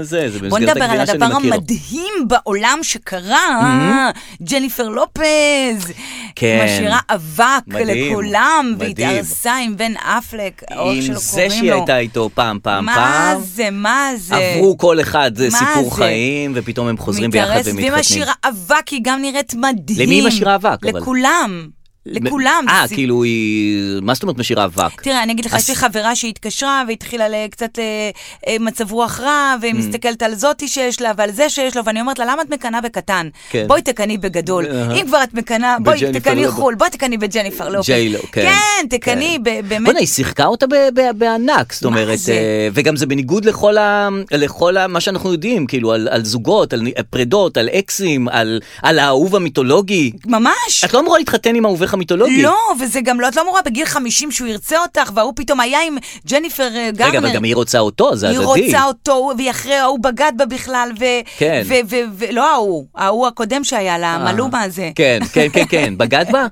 Speaker 2: זה, זה
Speaker 3: בוא
Speaker 2: במסגרת
Speaker 3: נדבר על
Speaker 2: הגבינה שאני
Speaker 3: הדבר
Speaker 2: מכיר. Mm-hmm.
Speaker 3: המדהים בעולם שקרה, ג'ניפר לופז.
Speaker 2: כן.
Speaker 3: משאירה אבק
Speaker 2: מדהים,
Speaker 3: לכולם, והיא
Speaker 2: מדהים.
Speaker 3: התארסה עם בן אפלק, או איך
Speaker 2: עם
Speaker 3: שלא
Speaker 2: זה
Speaker 3: קוראים
Speaker 2: שהיא
Speaker 3: לו.
Speaker 2: הייתה איתו פעם, פעם,
Speaker 3: מה
Speaker 2: פעם.
Speaker 3: זה, מה זה?
Speaker 2: עברו כל אחד זה
Speaker 3: מה
Speaker 2: סיפור
Speaker 3: זה?
Speaker 2: חיים, ופתאום הם חוזרים ביחד
Speaker 3: מתארסת
Speaker 2: ומתחתנים.
Speaker 3: ומשאירה אבק, היא גם נראית מדהים.
Speaker 2: למי היא משאירה אבק, אבל?
Speaker 3: לכולם. לכולם.
Speaker 2: אה,
Speaker 3: זה-
Speaker 2: כאילו היא... מה זאת אומרת משאירה אבק?
Speaker 3: תראה, אני אגיד לך,
Speaker 2: אז-
Speaker 3: יש לי חברה שהתקשרה והתחילה ל- קצת אה, אה, מצב רוח רע,
Speaker 2: Mm.
Speaker 3: והיא מסתכלת על זאתי שיש לה ועל זה שיש לו, ואני אומרת לה, למה את מקנאה בקטן?
Speaker 2: כן.
Speaker 3: בואי תקנאי בגדול.
Speaker 2: אהה.
Speaker 3: אם כבר את מקנאה, בואי
Speaker 2: בג'ניפר
Speaker 3: תקנאי
Speaker 2: לופ-
Speaker 3: חו"ל, בואי תקנאי בג'ניפר לופס.
Speaker 2: ג'יילו, כן.
Speaker 3: כן, תקנאי ב- באמת.
Speaker 2: בוא'נה, היא שיחקה אותה ב- ב- בענק, זאת
Speaker 3: מה
Speaker 2: אומרת,
Speaker 3: זה?
Speaker 2: אה, וגם זה בניגוד לכל ה- לכל ה- מה שאנחנו יודעים, כאילו, על על זוגות, על פרדות, על אקסים, על על האהוב המיתולוגי.
Speaker 3: ממש.
Speaker 2: את לא אמורה להתחתן עם אהובך הערך המיתולוגי.
Speaker 3: לא, וזה גם לא, את לא אמורה בגיל 50 שהוא ירצה אותך, וההוא פתאום היה עם ג'ניפר אה, גארנר.
Speaker 2: רגע, אבל גם היא רוצה אותו, זה
Speaker 3: היא
Speaker 2: הדדי.
Speaker 3: רוצה אותו, והיא אחרי ההוא בגד בה בכלל, ו...
Speaker 2: כן. אה,
Speaker 3: ו- ו- ו- לא ההוא, ההוא הקודם שהיה לה, המלומה הזה.
Speaker 2: כן, כן, כן, כן. בגד בה?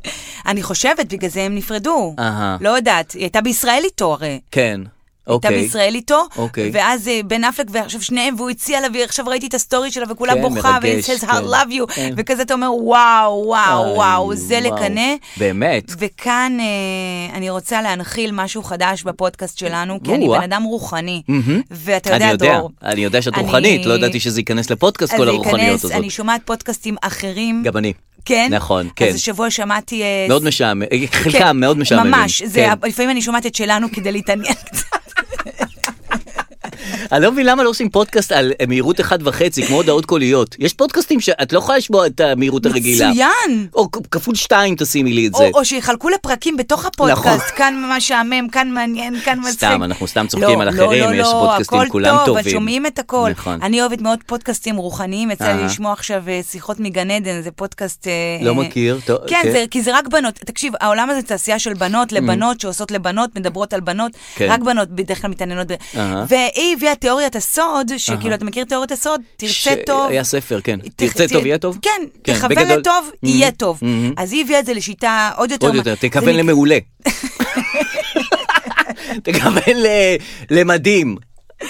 Speaker 3: אני חושבת, בגלל זה הם נפרדו.
Speaker 2: אהה.
Speaker 3: לא יודעת, היא הייתה בישראל איתו הרי.
Speaker 2: כן.
Speaker 3: הייתה
Speaker 2: אוקיי.
Speaker 3: בישראל איתו,
Speaker 2: אוקיי.
Speaker 3: ואז אה, בן אפלק ועכשיו שניהם, והוא הציע לה, ועכשיו ראיתי את הסטורי שלה, וכולה
Speaker 2: כן,
Speaker 3: בוכה,
Speaker 2: מרגש,
Speaker 3: ו-it says
Speaker 2: כן.
Speaker 3: I love you,
Speaker 2: כן.
Speaker 3: וכזה אתה אומר, וואו, וואו,
Speaker 2: איי,
Speaker 3: וואו, זה לקנא.
Speaker 2: באמת.
Speaker 3: וכאן אה, אני רוצה להנחיל משהו חדש בפודקאסט שלנו, כי אני
Speaker 2: או-אה.
Speaker 3: בן אדם רוחני,
Speaker 2: מהמם.
Speaker 3: ואתה
Speaker 2: אני
Speaker 3: יודע,
Speaker 2: יודע,
Speaker 3: דור.
Speaker 2: אני יודע שאת
Speaker 3: אני-
Speaker 2: רוחנית, לא ידעתי שזה ייכנס לפודקאסט
Speaker 3: אז
Speaker 2: כל
Speaker 3: זה
Speaker 2: הרוחניות
Speaker 3: ייכנס,
Speaker 2: הזאת.
Speaker 3: אני שומעת פודקאסטים אחרים.
Speaker 2: גם אני.
Speaker 3: כן?
Speaker 2: נכון, כן.
Speaker 3: אז השבוע שמעתי... אה,
Speaker 2: מאוד
Speaker 3: ס-
Speaker 2: משעמם,
Speaker 3: כן,
Speaker 2: חלקם מאוד משעממים.
Speaker 3: ממש, זה-
Speaker 2: כן.
Speaker 3: לפעמים אני שומעת את שלנו כדי להתעניין קצת.
Speaker 2: אני לא מבין למה לא עושים פודקאסט על מהירות אחד וחצי, כמו הודעות קוליות. יש פודקאסטים שאת לא יכולה לשמוע את המהירות הרגילה.
Speaker 3: מצוין!
Speaker 2: או כ- כפול שתיים תשימי לי את זה.
Speaker 3: או, או שיחלקו לפרקים בתוך
Speaker 2: נכון.
Speaker 3: הפודקאסט, כאן משעמם, כאן מעניין, כאן מצחיק.
Speaker 2: סתם, אנחנו סתם צוחקים
Speaker 3: לא,
Speaker 2: על
Speaker 3: לא,
Speaker 2: אחרים,
Speaker 3: לא,
Speaker 2: יש
Speaker 3: לא,
Speaker 2: פודקאסטים,
Speaker 3: הכל
Speaker 2: כולם
Speaker 3: טוב, אבל
Speaker 2: טובים.
Speaker 3: שומעים את הכל.
Speaker 2: נכון.
Speaker 3: אני אוהבת מאוד פודקאסטים רוחניים, יצא לי
Speaker 2: אהה.
Speaker 3: לשמוע עכשיו אה, שיחות מגן עדן, זה פודקאסט... אה,
Speaker 2: לא
Speaker 3: אה,
Speaker 2: מכיר, טוב,
Speaker 3: כן,
Speaker 2: כן.
Speaker 3: זה, כי זה רק בנות. תקשיב, העולם הזה תעשייה של בנות לבנות שעושות לבנות, מדברות על בנות,
Speaker 2: Mm. כן.
Speaker 3: רק בנות בדרך כלל מתעניינות. ב-
Speaker 2: אהה.
Speaker 3: והיא הביאה תיאוריית הסוד, שכאילו, אתה מכיר תיאוריית הסוד? תרצה טוב.
Speaker 2: היה ספר, כן.
Speaker 3: ת-
Speaker 2: תרצה
Speaker 3: ת-
Speaker 2: טוב, יהיה טוב?
Speaker 3: כן, תכוון
Speaker 2: בגדול.
Speaker 3: לטוב,
Speaker 2: Mhm,
Speaker 3: יהיה טוב.
Speaker 2: mhm.
Speaker 3: אז היא הביאה את זה לשיטה עוד יותר...
Speaker 2: עוד
Speaker 3: מה-
Speaker 2: יותר,
Speaker 3: זה
Speaker 2: תכוון
Speaker 3: נק-
Speaker 2: למעולה. תכוון ל- למדהים.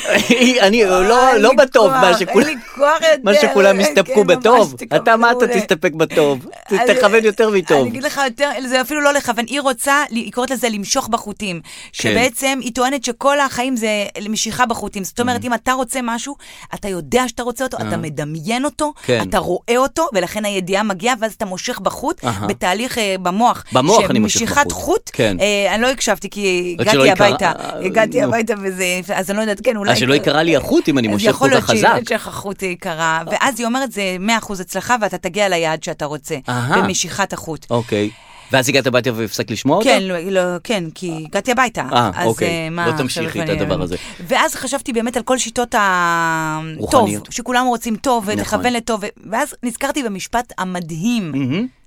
Speaker 2: אני לא-
Speaker 3: אין
Speaker 2: לא
Speaker 3: לי
Speaker 2: בטוב,
Speaker 3: כוח,
Speaker 2: מה שכול-
Speaker 3: אין לי כוח
Speaker 2: מה
Speaker 3: יותר,
Speaker 2: שכולם
Speaker 3: כן,
Speaker 2: הסתפקו
Speaker 3: ממש
Speaker 2: בטוב,
Speaker 3: תכוונו
Speaker 2: אתה מה אתה
Speaker 3: ל-
Speaker 2: תסתפק בטוב, ת-
Speaker 3: אז-
Speaker 2: תכוון יותר מטוב.
Speaker 3: אני אגיד לך יותר, זה אפילו לא לכוון, היא רוצה, היא קוראת לזה למשוך בחוטים.
Speaker 2: כן.
Speaker 3: שבעצם היא טוענת שכל החיים זה משיכה בחוטים. זאת
Speaker 2: Mm-hmm.
Speaker 3: אומרת, אם אתה רוצה משהו, אתה יודע שאתה רוצה אותו, אתה מדמיין אותו,
Speaker 2: כן.
Speaker 3: אתה רואה אותו, ולכן הידיעה מגיעה, ואז אתה מושך בחוט
Speaker 2: אהה.
Speaker 3: בתהליך אה, במוח.
Speaker 2: במוח אני מושך
Speaker 3: שמשיכת
Speaker 2: בחוט.
Speaker 3: חוט,
Speaker 2: כן.
Speaker 3: אה, אני לא הקשבתי, כי
Speaker 2: רק שלא
Speaker 3: הגעתי
Speaker 2: יקרה-
Speaker 3: הביתה,
Speaker 2: אה,
Speaker 3: הגעתי
Speaker 2: נו.
Speaker 3: הביתה וזה, אז אני לא יודעת, כן, אולי...
Speaker 2: אז אה, שלא יקרה לי החוט אם אני מושך כל כך
Speaker 3: אז יכול
Speaker 2: חזק.
Speaker 3: להיות שהחוט יקרה, ואז היא אומרת, זה 100% הצלחה, ואתה תגיע ליעד שאתה רוצה,
Speaker 2: אהה.
Speaker 3: במשיכת החוט.
Speaker 2: אוקיי. ואז הגעת הביתה והפסקת לשמוע אותה?
Speaker 3: כן, לא, לא, כן, כי הגעתי הביתה.
Speaker 2: אוקיי. אה,
Speaker 3: אז,
Speaker 2: אוקיי.
Speaker 3: אה, מה,
Speaker 2: לא
Speaker 3: עכשיו
Speaker 2: תמשיכי את
Speaker 3: אני-
Speaker 2: הדבר הזה.
Speaker 3: ואז חשבתי באמת על כל שיטות ה...
Speaker 2: רוחניות.
Speaker 3: טוב, שכולם רוצים טוב,
Speaker 2: נכון.
Speaker 3: ולכוון לטוב, ו- ואז נזכרתי במשפט המדהים,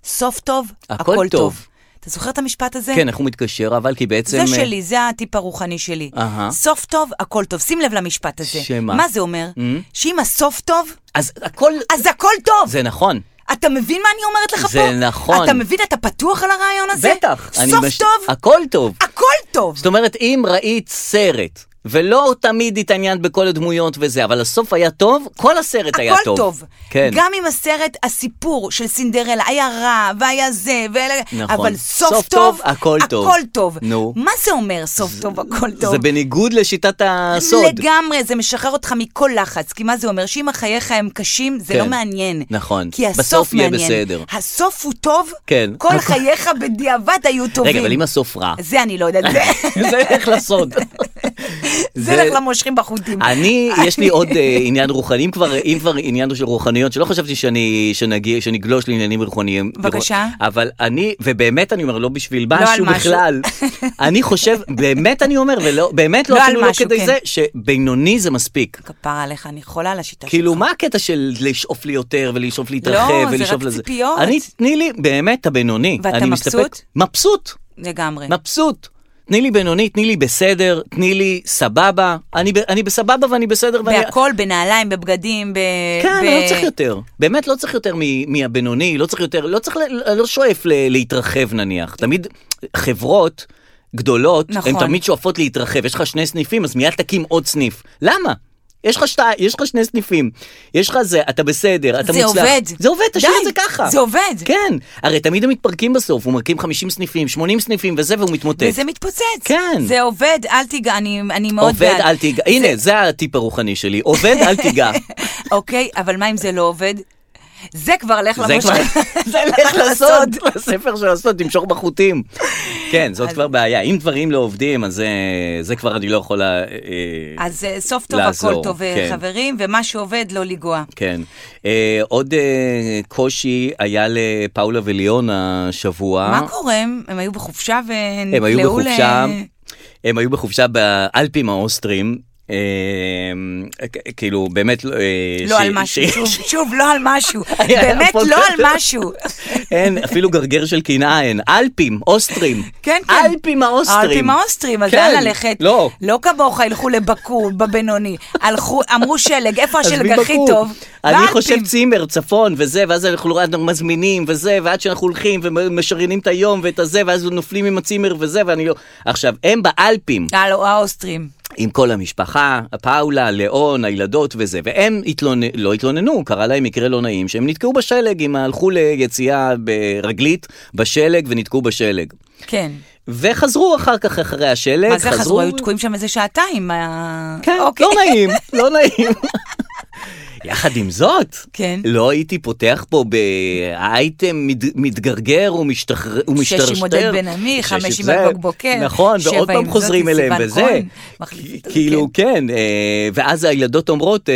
Speaker 3: סוף טוב,
Speaker 2: הכל
Speaker 3: הכל,
Speaker 2: טוב.
Speaker 3: אתה זוכר את המשפט הזה?
Speaker 2: כן, איך הוא מתקשר, אבל כי בעצם...
Speaker 3: זה
Speaker 2: אה,
Speaker 3: שלי, זה הטיפ הרוחני שלי.
Speaker 2: אהה.
Speaker 3: סוף טוב, הכל טוב. שים לב למשפט הזה.
Speaker 2: שמה?
Speaker 3: מה זה אומר? שאם הסוף טוב,
Speaker 2: אז הכל...
Speaker 3: אז הכל טוב.
Speaker 2: זה נכון.
Speaker 3: אתה מבין מה אני אומרת לך
Speaker 2: זה
Speaker 3: פה?
Speaker 2: נכון.
Speaker 3: אתה מבין? אתה פתוח על הרעיון הזה?
Speaker 2: בטח. אני
Speaker 3: סוף
Speaker 2: מש-
Speaker 3: טוב,
Speaker 2: הכל טוב.
Speaker 3: הכל טוב.
Speaker 2: זאת אומרת, אם ראית סרט, ולא תמיד התעניינת בכל הדמויות וזה, אבל הסוף היה טוב, כל הסרט היה
Speaker 3: הכל
Speaker 2: טוב.
Speaker 3: טוב.
Speaker 2: כן.
Speaker 3: גם אם הסרט, הסיפור של סינדרלה היה רע, והיה זה, ואלה...
Speaker 2: נכון.
Speaker 3: אבל סוף,
Speaker 2: סוף טוב, הכל טוב.
Speaker 3: הכל טוב.
Speaker 2: נו.
Speaker 3: מה זה אומר סוף טוב, הכל טוב?
Speaker 2: זה בניגוד לשיטת הסוד.
Speaker 3: לגמרי, זה משחרר אותך מכל לחץ, כי מה זה אומר? שאם חייך הם קשים, זה
Speaker 2: כן.
Speaker 3: לא מעניין.
Speaker 2: נכון.
Speaker 3: כי הסוף
Speaker 2: בסוף יהיה
Speaker 3: מעניין.
Speaker 2: בסדר.
Speaker 3: הסוף הוא טוב,
Speaker 2: כן.
Speaker 3: כל
Speaker 2: הכל-
Speaker 3: חייך בדיעבד היו טובים.
Speaker 2: רגע, אבל אם הסוף רע,
Speaker 3: זה אני לא יודעת, זה-
Speaker 2: זה איך לסוד.
Speaker 3: זה לך למושכים בחוטים.
Speaker 2: אני, יש לי עוד אה, עניין רוחני, אם כבר, אם כבר עניין של רוחניות, שלא חשבתי שאני, שנגיע, שנגלוש לעניינים רוחניים.
Speaker 3: בבקשה.
Speaker 2: אבל אני, ובאמת אני אומר, לא בשביל
Speaker 3: על
Speaker 2: משהו
Speaker 3: משהו.
Speaker 2: בכלל. אני חושב, באמת אני אומר, ולא, באמת
Speaker 3: לא
Speaker 2: לא,
Speaker 3: על
Speaker 2: אפילו לא
Speaker 3: משהו,
Speaker 2: כדי
Speaker 3: כן.
Speaker 2: זה, שבינוני זה מספיק.
Speaker 3: כפרה עליך, אני חולה על השיטה שלך.
Speaker 2: כאילו, מה הקטע של לשאוף לי יותר ולשאוף להתרחב
Speaker 3: לא, זה
Speaker 2: ולשאוף
Speaker 3: רק
Speaker 2: לזה?
Speaker 3: ציפיות.
Speaker 2: אני, תני לי באמת את הבינוני.
Speaker 3: ואתה
Speaker 2: אני מסתפק-
Speaker 3: מבסוט? אה.
Speaker 2: מבסוט.
Speaker 3: לגמרי.
Speaker 2: מבסוט. תני לי בינוני, תני לי בסדר, תני לי סבבה. אני, ב- אני בסבבה ואני בסדר ואני...
Speaker 3: בהכל, בנעליים, בבגדים, ב...
Speaker 2: כן,
Speaker 3: ב...
Speaker 2: אני לא צריך יותר. באמת לא צריך יותר מ- מהבינוני, לא צריך יותר, לא צריך, ל- אני לא שואף ל- להתרחב נניח. תמיד חברות גדולות,
Speaker 3: נכון.
Speaker 2: הן תמיד שואפות להתרחב. יש לך שני סניפים, אז מיד תקים עוד סניף. למה? יש לך, שתי, יש לך שני סניפים, יש לך זה, אתה בסדר, אתה
Speaker 3: זה
Speaker 2: מוצלח.
Speaker 3: עובד.
Speaker 2: זה עובד, תשאיר
Speaker 3: די,
Speaker 2: את זה ככה.
Speaker 3: זה עובד.
Speaker 2: כן, הרי תמיד הם מתפרקים בסוף, הוא מקים 50 סניפים, 80 סניפים וזה, והוא מתמוטט.
Speaker 3: וזה מתפוצץ.
Speaker 2: כן.
Speaker 3: זה עובד, אל תיגע, אני, אני מאוד
Speaker 2: עובד,
Speaker 3: בעד.
Speaker 2: אל תיגע. הנה, זה הטיפ הרוחני שלי, עובד, אל תיגע.
Speaker 3: אוקיי, אבל מה אם זה לא עובד? זה כבר לך
Speaker 2: זה כבר,
Speaker 3: למשה.
Speaker 2: זה לך לסוד, לספר של הסוד, תמשוך בחוטים. כן, זאת
Speaker 3: אז-
Speaker 2: כבר בעיה. אם דברים לא עובדים, אז אה, זה כבר אני לא יכול... לה- אה,
Speaker 3: אז אה, סוף טוב,
Speaker 2: לעזור,
Speaker 3: הכל טוב, אה,
Speaker 2: כן.
Speaker 3: חברים, ומה שעובד, לא לנגוע.
Speaker 2: כן. אה, עוד אה, קושי היה לפאולה וליאון השבוע.
Speaker 3: מה קורה? הם הם היו בחופשה ונקלעו ל...
Speaker 2: אה? הם היו בחופשה, הם היו בחופשה באלפים האוסטרים. אה, כ- כאילו באמת אה,
Speaker 3: לא
Speaker 2: ש-
Speaker 3: על משהו,
Speaker 2: ש-
Speaker 3: שוב, שוב, לא על משהו.
Speaker 2: היה
Speaker 3: באמת
Speaker 2: פה-
Speaker 3: לא על משהו.
Speaker 2: אין, אפילו גרגר של קנאה אין. אלפים, אוסטרים.
Speaker 3: כן, כן.
Speaker 2: אלפים האוסטרים.
Speaker 3: האלפים האוסטרים, אז
Speaker 2: כן,
Speaker 3: לאן ללכת?
Speaker 2: לא.
Speaker 3: לא כמוך, הלכו לבקו, בבינוני. הלכו, אמרו שלג, איפה
Speaker 2: עזבי
Speaker 3: השלג הכי
Speaker 2: בקו.
Speaker 3: טוב? לא
Speaker 2: אני
Speaker 3: באלפים.
Speaker 2: חושב צימר, צפון וזה, ואז אנחנו אנחנו מזמינים וזה, ועד שאנחנו הולכים ומשריינים את היום ואת הזה, ואז נופלים עם הצימר וזה, ואני לא... עכשיו, הם באלפים.
Speaker 3: הלו, האוסטרים.
Speaker 2: עם כל המשפחה, פאולה, ליאון, הילדות וזה, והם התלונ... לא התלוננו, קרה להם מקרה לא נעים, שהם נתקעו בשלג, הם הלכו ליציאה ברגלית בשלג ונתקעו בשלג.
Speaker 3: כן.
Speaker 2: וחזרו אחר כך אחרי השלג,
Speaker 3: מה זה חזרו? היו תקועים שם איזה שעתיים. ה-
Speaker 2: כן,
Speaker 3: אוקיי.
Speaker 2: לא נעים, לא נעים. יחד עם זאת,
Speaker 3: כן.
Speaker 2: לא הייתי פותח פה באייטם מת, מתגרגר ומשתחרר, ומשתרשתר.
Speaker 3: שש עם עודד בן עמי,
Speaker 2: שש עם
Speaker 3: חמש עם
Speaker 2: זה,
Speaker 3: אלמוג בוקר,
Speaker 2: נכון,
Speaker 3: שבע
Speaker 2: ועוד
Speaker 3: עם
Speaker 2: פעם
Speaker 3: זאת,
Speaker 2: חוזרים
Speaker 3: עם
Speaker 2: אליהם
Speaker 3: סיוון
Speaker 2: וזה.
Speaker 3: כהן, מחליפית,
Speaker 2: כאילו, כן, אה, ואז הילדות אומרות, אה,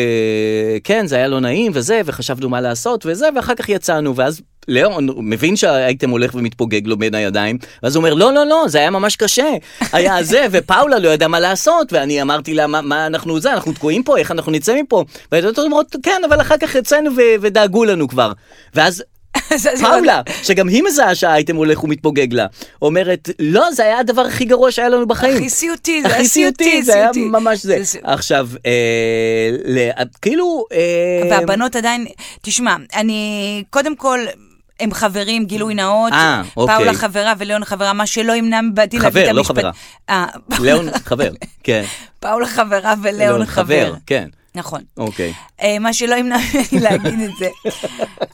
Speaker 2: כן, זה היה לא נעים וזה, וחשבנו מה לעשות וזה, ואחר כך יצאנו, ואז... ליאון הוא מבין שהאייטם הולך ומתפוגג לו בין הידיים, ואז הוא אומר, לא, לא, לא, זה היה ממש קשה. היה זה, ופאולה לא ידעה מה לעשות, ואני אמרתי לה, מה, מה אנחנו זה, אנחנו תקועים פה, איך אנחנו נצא מפה? והילדות אומרות, כן, אבל אחר כך יצאנו ו- ודאגו לנו כבר. ואז
Speaker 3: זה- זה-
Speaker 2: פאולה, שגם היא מזהה שהאייטם הולך ומתפוגג לה, אומרת, לא, זה היה הדבר הכי גרוע שהיה לנו בחיים.
Speaker 3: הכי סיוטי, זה היה
Speaker 2: הכי
Speaker 3: סיוטי,
Speaker 2: זה היה
Speaker 3: סיוטי.
Speaker 2: ממש זה.
Speaker 3: סי-
Speaker 2: עכשיו, אה, ל- כאילו... אה,
Speaker 3: והבנות עדיין, תשמע, אני, קודם כל... הם חברים, גילוי נאות,
Speaker 2: אה, אוקיי.
Speaker 3: פאולה חברה וליאון חברה, מה שלא ימנע מבתי להביא
Speaker 2: חבר,
Speaker 3: את המשפט...
Speaker 2: לא חברה.
Speaker 3: אה,
Speaker 2: ליאון חבר, כן.
Speaker 3: פאולה חברה
Speaker 2: ליאון
Speaker 3: וליאון חבר.
Speaker 2: כן,
Speaker 3: נכון.
Speaker 2: אוקיי.
Speaker 3: אה, מה שלא ימנע ממני להגיד את זה.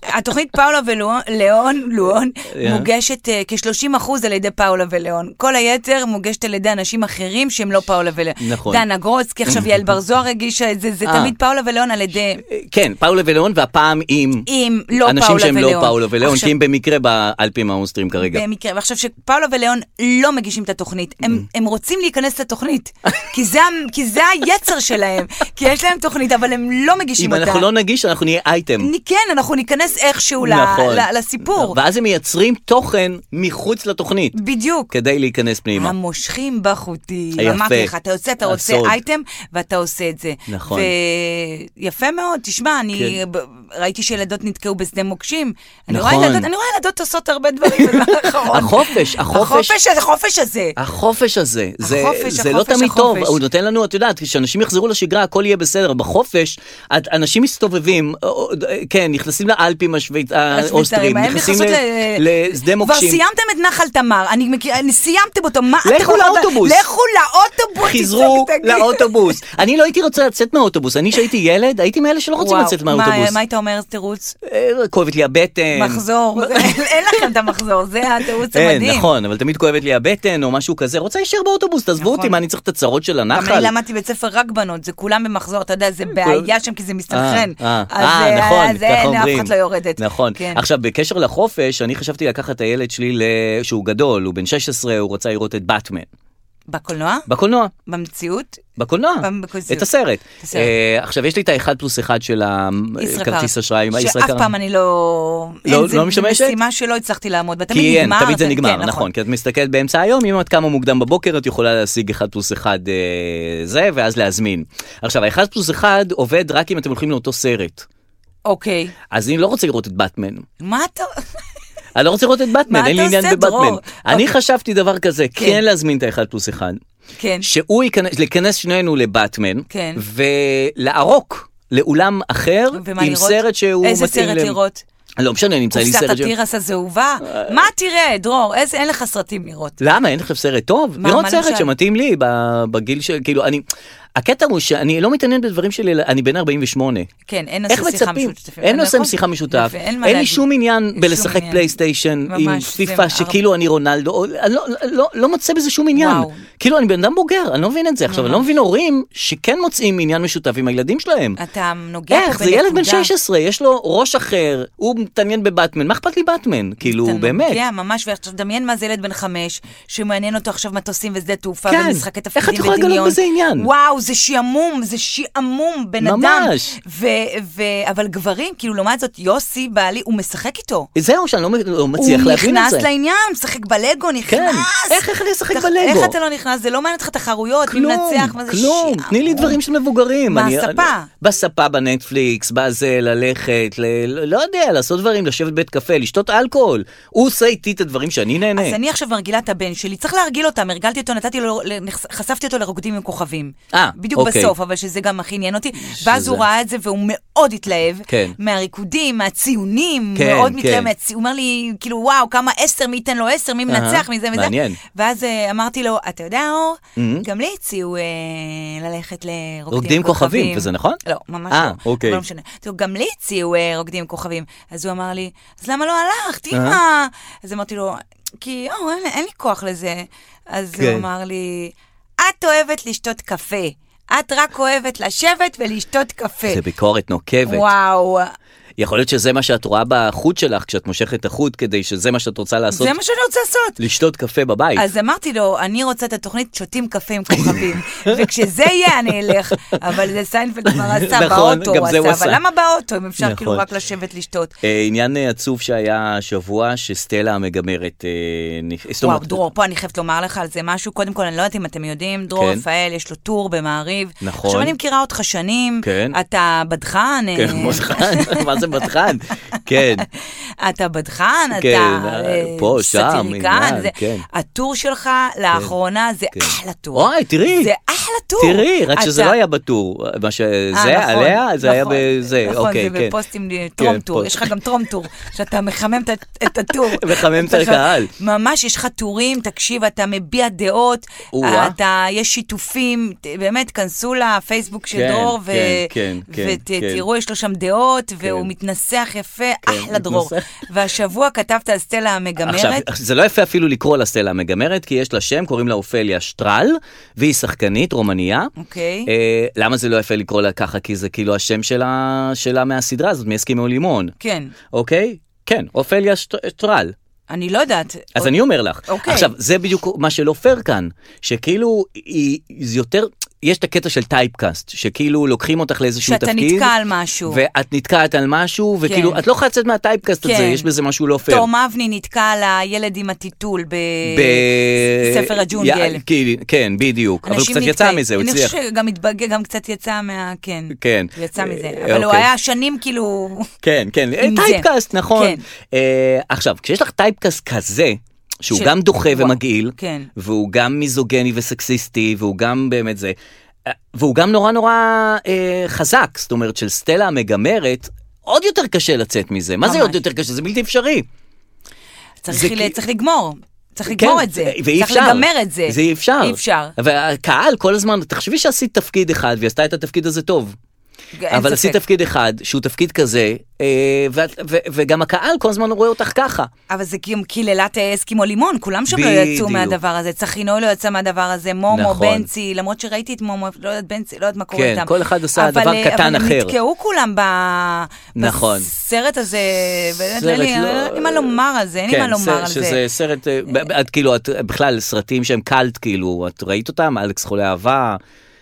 Speaker 3: התוכנית פאולה ולאון, לואון,
Speaker 2: אה.
Speaker 3: מוגשת אה, כ-30% על ידי פאולה ולאון. כל היתר מוגשת על ידי אנשים אחרים שהם לא פאולה ולאון.
Speaker 2: נכון.
Speaker 3: דנה גרוצקי, עכשיו יעל בר זוהר הגישה את זה, זה
Speaker 2: אה.
Speaker 3: תמיד פאולה ולאון על ידי...
Speaker 2: אה, כן, פאולה ולאון, והפעם עם...
Speaker 3: עם לא
Speaker 2: אנשים
Speaker 3: פאולה
Speaker 2: שהם לא
Speaker 3: ולאון.
Speaker 2: פאולה ולאון,
Speaker 3: עכשיו-
Speaker 2: כי הם במקרה באלפים האוסטרים כרגע.
Speaker 3: במקרה, ועכשיו שפאולה וליאון לא מגישים את התוכנית, הם,
Speaker 2: Mm.
Speaker 3: הם רוצים להיכנס לתוכנית, כי זה, ה- כי זה היצר שלהם, כי יש להם תוכנית, אבל הם לא מגישים
Speaker 2: אם
Speaker 3: אותה.
Speaker 2: אנחנו לא נגיש, אנחנו נהיה אייטם.
Speaker 3: נ- כן, אנחנו ניכנס איכשהו ל-
Speaker 2: נכון.
Speaker 3: ל- לסיפור.
Speaker 2: ואז הם מייצרים תוכן מחוץ לתוכנית,
Speaker 3: בדיוק.
Speaker 2: כדי להיכנס פנימה.
Speaker 3: המושכים בחוטים.
Speaker 2: יפה.
Speaker 3: אמרתי לך, אתה יוצא, אתה רוצה
Speaker 2: הסוד.
Speaker 3: אייטם, ואתה עושה את זה.
Speaker 2: נכון.
Speaker 3: ויפה מאוד, תשמע, אני
Speaker 2: כן.
Speaker 3: ב- ראיתי שילדות נתקעו בשדה מוקשים. אני
Speaker 2: נכון.
Speaker 3: רואה ילדות- אני רואה ילדות עושות הרבה דברים, בזמן האחרון.
Speaker 2: החופש, החופש. אה,
Speaker 3: החופש הזה,
Speaker 2: החופש
Speaker 3: החופש הזה.
Speaker 2: הזה, זה,
Speaker 3: החופש,
Speaker 2: זה לא
Speaker 3: החופש,
Speaker 2: תמיד טוב,
Speaker 3: החופש.
Speaker 2: הוא נותן לנו, את יודעת, כשאנשים יחזרו לשגרה הכל יהיה בסדר, בחופש את- אנשים מסתובבים, אה, אה, כן, נכנסים לאלפים השוויץ- האוסטרים,
Speaker 3: הם
Speaker 2: נכנסים
Speaker 3: נכנסות
Speaker 2: ל-
Speaker 3: ל-
Speaker 2: לשדה
Speaker 3: כבר
Speaker 2: מוקשים,
Speaker 3: סיימתם את נחל תמר, אני מכיר, אני- סיימתם אותו, מה אתם...
Speaker 2: לכו
Speaker 3: עוד-
Speaker 2: לאוטובוס.
Speaker 3: לכו לאוטובוס,
Speaker 2: חזרו
Speaker 3: תצעק, תגיד.
Speaker 2: לאוטובוס. אני לא הייתי רוצה לצאת מהאוטובוס, אני שהייתי ילד, הייתי מאלה שלא רוצים
Speaker 3: וואו,
Speaker 2: לצאת
Speaker 3: מה-
Speaker 2: מהאוטובוס.
Speaker 3: מה היית אומר, תירוץ?
Speaker 2: אה, כואבת לי הבטן.
Speaker 3: מחזור, זה- אין אין לכם את המחזור, זה התירוץ
Speaker 2: אין,
Speaker 3: המדהים.
Speaker 2: נכון, אבל תמיד כואבת לי הבטן או משהו כזה, רוצה להישאר באוטובוס, תעזבו
Speaker 3: נכון.
Speaker 2: אותי, מה אני צריך את הצרות של
Speaker 3: גם
Speaker 2: הנחל?
Speaker 3: אני למדתי בית ספר רק בנות, זה כולם במחזור, אתה יודע, זה בעיה שם כי זה מסתנכרן.
Speaker 2: כן. אה, אה,
Speaker 3: אז,
Speaker 2: אה,
Speaker 3: אה,
Speaker 2: נכון,
Speaker 3: אז
Speaker 2: ככה
Speaker 3: אין,
Speaker 2: אומרים.
Speaker 3: אף אחד לא יורדת.
Speaker 2: נכון.
Speaker 3: כן.
Speaker 2: עכשיו, בקשר לחופש, אני חשבתי לקחת את הילד שלי, ל- שהוא גדול, הוא בן 16, הוא רצה לראות את באטמן.
Speaker 3: בקולנוע?
Speaker 2: בקולנוע.
Speaker 3: במציאות?
Speaker 2: בקולנוע,
Speaker 3: בקולנוע.
Speaker 2: את הסרט.
Speaker 3: את הסרט.
Speaker 2: אה, עכשיו, יש לי את האחד פלוס אחד של
Speaker 3: ישראכרט.
Speaker 2: הכרטיס אה, אשראי, עם
Speaker 3: שאף
Speaker 2: הישראכרט.
Speaker 3: פעם אני לא...
Speaker 2: לא-
Speaker 3: אין, זה-
Speaker 2: לא משתמשת?
Speaker 3: זה משימה שלא הצלחתי לעמוד בה,
Speaker 2: כי
Speaker 3: תמיד
Speaker 2: אין,
Speaker 3: נגמר.
Speaker 2: תמיד זה
Speaker 3: אתה-
Speaker 2: נגמר,
Speaker 3: כן,
Speaker 2: נכון, כי את מסתכלת באמצע היום, אם את קמה מוקדם בבוקר, את יכולה להשיג 1 פלוס 1 אה, זה, ואז להזמין. עכשיו, ה-1 פלוס 1 עובד רק אם אתם הולכים לאותו סרט.
Speaker 3: אוקיי.
Speaker 2: אז אני לא רוצה לראות את באטמן.
Speaker 3: מה אתה...
Speaker 2: אני לא רוצה לראות את באטמן,
Speaker 3: מה
Speaker 2: אין לי
Speaker 3: אתה
Speaker 2: עניין
Speaker 3: עושה, דרור?
Speaker 2: בבטמן. אני
Speaker 3: אוקיי.
Speaker 2: חשבתי דבר כזה, כן להזמין את האחד פלוס אחד,
Speaker 3: כן.
Speaker 2: שהוא ייכנס, לכנס שנינו לבטמן,
Speaker 3: כן.
Speaker 2: ולערוק לאולם אחר,
Speaker 3: ומה
Speaker 2: עם
Speaker 3: לראות?
Speaker 2: סרט שהוא
Speaker 3: איזה
Speaker 2: מתאים
Speaker 3: סרט
Speaker 2: ל-
Speaker 3: לראות?
Speaker 2: לא משנה, נמצא לי
Speaker 3: קופסת
Speaker 2: סרט... ש- אה.
Speaker 3: התירס הזהובה? מה תראה, דרור? איזה- אין לך סרטים לראות.
Speaker 2: למה אין לכם סרט טוב?
Speaker 3: מה,
Speaker 2: לראות
Speaker 3: מה
Speaker 2: סרט
Speaker 3: למשל?
Speaker 2: שמתאים לי ב- בגיל של כאילו אני הקטע הוא שאני לא מתעניין בדברים שלי אני בן 48
Speaker 3: כן, אין
Speaker 2: איך
Speaker 3: נושא שיחה
Speaker 2: מצפים?
Speaker 3: משותפת.
Speaker 2: אין נושא
Speaker 3: נכון?
Speaker 2: שיחה משותף.
Speaker 3: יפה, אין מה
Speaker 2: אין לי
Speaker 3: להגיד.
Speaker 2: שום עניין
Speaker 3: אין שום
Speaker 2: בלשחק
Speaker 3: עניין.
Speaker 2: פלייסטיישן עם
Speaker 3: ממש, זה
Speaker 2: פיפה שכאילו אני רונלדו, או- אני לא- לא- לא מוצא בזה שום עניין.
Speaker 3: וואו.
Speaker 2: כאילו אני בן אדם בוגר, אני לא מבין את זה. עכשיו, אני לא מבין הורים שכן מוצאים עניין משותף עם הילדים שלהם.
Speaker 3: אתה נוגע פה
Speaker 2: איך? זה ילד בן
Speaker 3: בנקודה.
Speaker 2: 16, יש לו ראש אחר, הוא מתעניין בבטמן, מה אכפת לי בטמן? כאילו,
Speaker 3: אתה
Speaker 2: באמת.
Speaker 3: נוגע ממש, ועכשיו דמיין מה זה ילד בן חמש, שמעניין אותו עכשיו מטוסים ושדה תעופה
Speaker 2: כן.
Speaker 3: ומשחקי
Speaker 2: איך את
Speaker 3: תפקידים
Speaker 2: יכולה לגלות
Speaker 3: ודמיון.
Speaker 2: בזה עניין?
Speaker 3: וואו, זה שעמום, זה שעמום, בן
Speaker 2: ממש.
Speaker 3: אדם. ו, ו, אבל גברים, כאילו, לעומת זאת, יוסי, בעלי, הוא משחק איתו.
Speaker 2: זהו, שאני לא מ- לא
Speaker 3: הוא
Speaker 2: מצליח להבין את
Speaker 3: נכנס
Speaker 2: זה.
Speaker 3: לעניין, משחק בלגו, נכנס.
Speaker 2: כן, איך איך אני אשחק
Speaker 3: אתה-
Speaker 2: בלגו?
Speaker 3: איך אתה לא נכנס? זה לא מעניין אותך תחרויות, מי
Speaker 2: כלום,
Speaker 3: מנצח, מה זה
Speaker 2: כלום,
Speaker 3: שעמום.
Speaker 2: תני לי דברים של מבוגרים. אני-
Speaker 3: מהספה.
Speaker 2: אני- בספה, בנטפליקס, בזה, ללכת, ל- לא יודע, לעשות דברים, לשבת בבית קפה, לשתות אלכוהול. הוא עושה איתי את הדברים שאני נהנה.
Speaker 3: אז אני עכשיו מרגילה את הבן שלי, צריך להרגיל אותם, הרגלתי אותו, נתתי לו, נחש- חשפתי אותו לרוקדים עם כוכבים.
Speaker 2: אה,
Speaker 3: בדיוק
Speaker 2: אוקיי.
Speaker 3: בסוף, אבל שזה גם הכי עניין אותי. ואז
Speaker 2: שזה-
Speaker 3: הוא ראה את זה והוא מאוד התלהב.
Speaker 2: כן.
Speaker 3: מהריקודים, מהציונים,
Speaker 2: כן,
Speaker 3: מאוד
Speaker 2: כן.
Speaker 3: מתלהב, מהצי- הוא אומר לי, כאילו, וואו, כמה עשר, מי ייתן לו עשר, מי מנצח, מי זה וזה.
Speaker 2: מעניין. Mm-hmm.
Speaker 3: ואז אה, אמרתי לו, אתה יודע, אור, גם לי הציעו אה, ללכת לרוקדים עם כוכבים.
Speaker 2: רוקדים עם כוכבים, וזה נכון?
Speaker 3: לא, ממש לא.
Speaker 2: אה, אוקיי.
Speaker 3: אבל לא משנה. תראו, גם לי הציעו אה, רוקדים עם כוכבים. אז הוא אמר לי, אז למה לא הלכת,
Speaker 2: אה?
Speaker 3: אימא? אז אמרתי לו, כי או, אין, אין לי כוח לזה. אז הוא
Speaker 2: כן.
Speaker 3: אמר לי, את אוהבת לשתות קפה. את רק אוהבת לשבת ולשתות קפה.
Speaker 2: זה ביקורת נוקבת.
Speaker 3: וואו,
Speaker 2: יכול להיות שזה מה שאת רואה בחוט שלך כשאת מושכת את החוט, כדי שזה מה שאת רוצה לעשות,
Speaker 3: זה מה שאני רוצה לעשות.
Speaker 2: לשתות קפה בבית.
Speaker 3: אז אמרתי לו, אני רוצה את התוכנית שותים קפה עם כוכבים, וכשזה יהיה אני אלך, אבל זה סיינפלד כבר עשה,
Speaker 2: נכון,
Speaker 3: באוטו
Speaker 2: גם
Speaker 3: הוא
Speaker 2: זה
Speaker 3: עשה,
Speaker 2: הוא
Speaker 3: אבל
Speaker 2: עשה.
Speaker 3: למה באוטו אם אפשר כאילו
Speaker 2: נכון.
Speaker 3: רק לשבת לשתות?
Speaker 2: אה, עניין אה, עצוב שהיה השבוע, שסטלה המגמרת... אה, נכ- זאת
Speaker 3: וואו,
Speaker 2: אומרת,
Speaker 3: דרור, פה אני חייבת לומר לך על זה משהו. קודם כל, אני לא יודעת אם אתם יודעים, דרור
Speaker 2: כן.
Speaker 3: רפאל, יש לו טור במעריב.
Speaker 2: נכון.
Speaker 3: עכשיו, אני מכירה אותך שנים.
Speaker 2: כן.
Speaker 3: אתה בדחן. אה,
Speaker 2: כן, מותחן, מה זה מותחן? כן,
Speaker 3: אתה בדחן, אתה
Speaker 2: כן,
Speaker 3: אה,
Speaker 2: פה, שם,
Speaker 3: סטיריקן.
Speaker 2: עניין,
Speaker 3: זה-
Speaker 2: כן.
Speaker 3: הטור שלך לאחרונה זה
Speaker 2: כן.
Speaker 3: אחלה טור.
Speaker 2: אוי, תראי.
Speaker 3: זה אחלה טור.
Speaker 2: תראי, רק שזה
Speaker 3: אתה-
Speaker 2: לא היה בטור, מה שזה
Speaker 3: אה, נכון,
Speaker 2: עליה, זה היה
Speaker 3: נכון,
Speaker 2: בזה,
Speaker 3: נכון,
Speaker 2: אוקיי,
Speaker 3: זה
Speaker 2: כן.
Speaker 3: בפוסטים טרום
Speaker 2: כן,
Speaker 3: טור,
Speaker 2: פה.
Speaker 3: יש לך גם טרום טור, שאתה מחמם את- את הטור.
Speaker 2: מחמם את הקהל.
Speaker 3: ממש, יש לך טורים, תקשיב, אתה מביע דעות,
Speaker 2: או-אה.
Speaker 3: אתה, יש שיתופים, ת- באמת, כנסו לפייסבוק של
Speaker 2: כן,
Speaker 3: דרור, ו-
Speaker 2: כן, כן, כן, כן,
Speaker 3: ותראו, יש לו שם דעות, והוא מתנסח יפה, אחלה דרור.
Speaker 2: מתנסח.
Speaker 3: והשבוע כתבת על סטלה
Speaker 2: עכשיו,
Speaker 3: המגמרת.
Speaker 2: זה לא יפה אפילו לקרוא לה סטלה המגמרת, כי יש לה שם, קוראים לה אופליה שטרל, והיא שחקנית רומניה.
Speaker 3: אוקיי.
Speaker 2: אה, למה זה לא יפה לקרוא לה ככה? כי זה כאילו השם שלה, שלה מהסדרה הזאת, מהסכימו לימון,
Speaker 3: כן,
Speaker 2: אוקיי? כן, אופליה שט- שטרל.
Speaker 3: אני לא יודעת.
Speaker 2: אז אני אומר לך.
Speaker 3: אוקיי.
Speaker 2: עכשיו, זה בדיוק מה שלא פייר כאן, שכאילו, היא, זה יותר, יש את הקטע של טייפקאסט, שכאילו לוקחים אותך לאיזשהו
Speaker 3: שאתה
Speaker 2: תפקיד.
Speaker 3: נתקע על משהו.
Speaker 2: ואת נתקעת על משהו, וכאילו,
Speaker 3: כן.
Speaker 2: את לא יכולה לצאת מהטייפקאסט
Speaker 3: כן.
Speaker 2: הזה, יש בזה משהו לא פייר.
Speaker 3: תום אבני נתקע על הילד עם הטיטול
Speaker 2: בספר
Speaker 3: בספר הג'ונגל.
Speaker 2: כן, בדיוק. אבל הוא
Speaker 3: אנשים
Speaker 2: קצת יצא
Speaker 3: נתקעים.
Speaker 2: מזה, הוא
Speaker 3: אני
Speaker 2: הצליח.
Speaker 3: חושב שגם התבגר, גם קצת יצא מה... כן.
Speaker 2: כן.
Speaker 3: הוא יצא מזה.
Speaker 2: אה,
Speaker 3: אבל הוא
Speaker 2: אוקיי.
Speaker 3: היה שנים כאילו...
Speaker 2: כן, כן,
Speaker 3: עם זה.
Speaker 2: טייפקאסט, נכון.
Speaker 3: כן.
Speaker 2: אה, עכשיו, כשיש לך טייפקאסט כזה, שהוא
Speaker 3: ש-
Speaker 2: גם דוחה
Speaker 3: וואו,
Speaker 2: ומגעיל,
Speaker 3: כן.
Speaker 2: והוא גם מיזוגני וסקסיסטי, והוא גם באמת זה, אה, והוא גם נורא נורא אה, חזק, זאת אומרת, של סטלה המגמרת, עוד יותר קשה לצאת מזה. מה זה
Speaker 3: ממש.
Speaker 2: עוד יותר קשה? זה בלתי אפשרי.
Speaker 3: צריך
Speaker 2: זה
Speaker 3: ל-
Speaker 2: כי- כן,
Speaker 3: צריך לגמור. צריך לגמור את זה.
Speaker 2: ואי אפשר.
Speaker 3: צריך לגמר את זה.
Speaker 2: זה אי אפשר.
Speaker 3: אי אפשר.
Speaker 2: והקהל כל הזמן, תחשבי שעשית תפקיד אחד, והיא עשתה את התפקיד הזה טוב.
Speaker 3: אין
Speaker 2: אבל
Speaker 3: ספק.
Speaker 2: עשית תפקיד אחד, שהוא תפקיד כזה, אה, ואת- ו- וגם הקהל כל הזמן רואה אותך ככה.
Speaker 3: אבל זה כאילו קללת אסקימו לימון, כולם שם לא יצאו
Speaker 2: בדיוק.
Speaker 3: מהדבר הזה. צחינוי לא יצא מהדבר הזה, מומו,
Speaker 2: נכון.
Speaker 3: בנצי, למרות שראיתי את מומו, לא יודעת בנצי, לא יודעת מה קורה
Speaker 2: כן,
Speaker 3: איתם.
Speaker 2: כל אחד עשה
Speaker 3: אבל,
Speaker 2: דבר
Speaker 3: אה,
Speaker 2: קטן
Speaker 3: אבל
Speaker 2: אחר.
Speaker 3: הם נתקעו כולם ב-
Speaker 2: נכון.
Speaker 3: בסרט הזה, באמת, אין
Speaker 2: סרט
Speaker 3: לי-
Speaker 2: לא-
Speaker 3: אין לי מה לומר על זה, אין לי מה
Speaker 2: כן,
Speaker 3: לומר על
Speaker 2: ס-
Speaker 3: זה.
Speaker 2: שזה סרט, אה, ב- ב- את כאילו, את בכלל סרטים שהם קאלט, כאילו, את ראית אותם? אלכס חולה אהבה,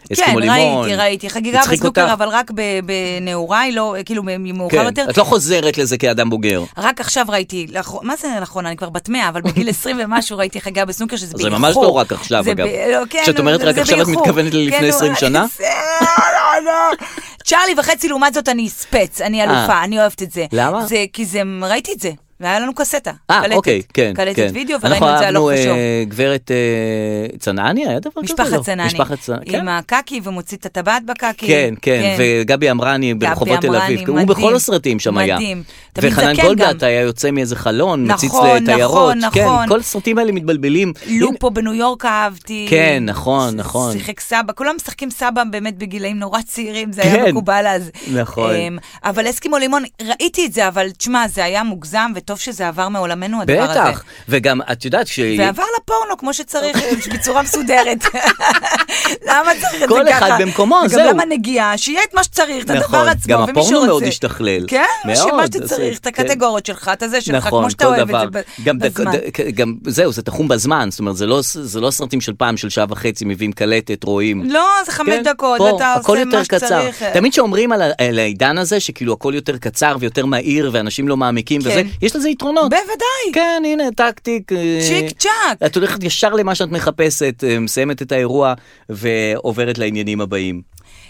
Speaker 3: כן,
Speaker 2: אסקימו לימון.
Speaker 3: ראיתי, ראיתי. חגיגה
Speaker 2: הצחיק
Speaker 3: בסנוקר,
Speaker 2: אותך.
Speaker 3: אבל רק ב- בנעוריי, לא, כאילו, מאוחר
Speaker 2: כן,
Speaker 3: יותר.
Speaker 2: את לא חוזרת לזה כאדם בוגר.
Speaker 3: רק עכשיו ראיתי, לאחר- מה זה לאחרונה? אני כבר בת 100, אבל בגיל 20 ומשהו ראיתי חגיגה בסנוקר, שזה
Speaker 2: זה
Speaker 3: באיחור.
Speaker 2: ממש לא רק עכשיו,
Speaker 3: זה
Speaker 2: אגב.
Speaker 3: ב- לא, כן,
Speaker 2: כשאת אומרת
Speaker 3: זה-
Speaker 2: רק
Speaker 3: זה
Speaker 2: עכשיו, את
Speaker 3: באיחור.
Speaker 2: מתכוונת ללפני
Speaker 3: כן,
Speaker 2: 20 שנה?
Speaker 3: זה- לא, לא. צ'ארלי וחצי, לעומת זאת, אני ספץ, אני אלופה, אני אוהבת את זה.
Speaker 2: אה. למה?
Speaker 3: זה כי זה, ראיתי את זה, והיה לנו קסטה.
Speaker 2: אה,
Speaker 3: קלטת.
Speaker 2: אוקיי, כן, כן.
Speaker 3: קלטת וידאו, וראינו את זה
Speaker 2: אנחנו
Speaker 3: הלוך ושוב.
Speaker 2: אהבנו אה, גברת אה, צנעני, היה דבר כזה?
Speaker 3: משפחת
Speaker 2: לא.
Speaker 3: צנני.
Speaker 2: משפחת צנעני, כן.
Speaker 3: עם הקקי ומוציא את הטבעת בקקי.
Speaker 2: כן, כן, וגבי אמרני
Speaker 3: גבי
Speaker 2: ברחובות תל
Speaker 3: אמרני,
Speaker 2: אביב, הוא
Speaker 3: מדהים.
Speaker 2: בכל הסרטים שם היה.
Speaker 3: מדהים. תמיד
Speaker 2: וחנן
Speaker 3: זקן
Speaker 2: גולדאט
Speaker 3: גם.
Speaker 2: היה יוצא מאיזה חלון, מציץ
Speaker 3: נכון,
Speaker 2: לתיירות.
Speaker 3: נכון,
Speaker 2: כן,
Speaker 3: נכון.
Speaker 2: כל הסרטים האלה מתבלבלים.
Speaker 3: לופו בניו יורק אהבתי.
Speaker 2: כן, נכון, נכון.
Speaker 3: שיחק סבא, כולם משחקים סבא באמת בגילאים נורא צעירים, זה היה
Speaker 2: כן.
Speaker 3: מקובל אז.
Speaker 2: נכון.
Speaker 3: אמ, אבל אסקימו לימון, ראיתי את זה, אבל תשמע, זה היה מוגזם, טוב שזה עבר מעולמנו, הדבר הזה.
Speaker 2: בטח, וגם את יודעת ש...
Speaker 3: ועבר לפורנו כמו שצריך, אה, בצורה מסודרת. למה צריך את זה ככה?
Speaker 2: כל אחד במקומו,
Speaker 3: וגם
Speaker 2: זהו.
Speaker 3: למה נגיעה? שיהיה את מה שצריך, את הדבר
Speaker 2: נכון,
Speaker 3: עצמו,
Speaker 2: גם
Speaker 3: ומי שרוצה.
Speaker 2: הפורנו מאוד השתכלל.
Speaker 3: כן,
Speaker 2: מאוד,
Speaker 3: שמה
Speaker 2: אז-
Speaker 3: שצריך, את
Speaker 2: כן.
Speaker 3: הקטגוריות שלך, את הזה שלך,
Speaker 2: נכון,
Speaker 3: כמו שאתה
Speaker 2: כל
Speaker 3: אוהב
Speaker 2: דבר.
Speaker 3: את זה
Speaker 2: גם,
Speaker 3: ב- בזמן.
Speaker 2: דק, דק, גם זהו, זה תחום בזמן, זאת אומרת, זה לא, זה לא סרטים של פעם, של שעה וחצי, מביאים קלטת, רואים.
Speaker 3: לא, זה חמש
Speaker 2: כן,
Speaker 3: דקות,
Speaker 2: פה,
Speaker 3: אתה
Speaker 2: הכל
Speaker 3: עושה
Speaker 2: יותר
Speaker 3: מה שצריך.
Speaker 2: קצר. תמיד שאומרים על, ה- על העידן הזה, שכאילו הכל יותר קצר ויותר מהיר, ואנשים לא מעמיקים
Speaker 3: כן.
Speaker 2: וזה, יש לזה יתרונות.
Speaker 3: בוודאי.
Speaker 2: כן, הנה, טקטיק. אה,
Speaker 3: צ'יק צ'אק.
Speaker 2: את הולכת ישר למה שאת מחפשת, אה, מסיימת את האירוע ועוברת לעניינים הבאים.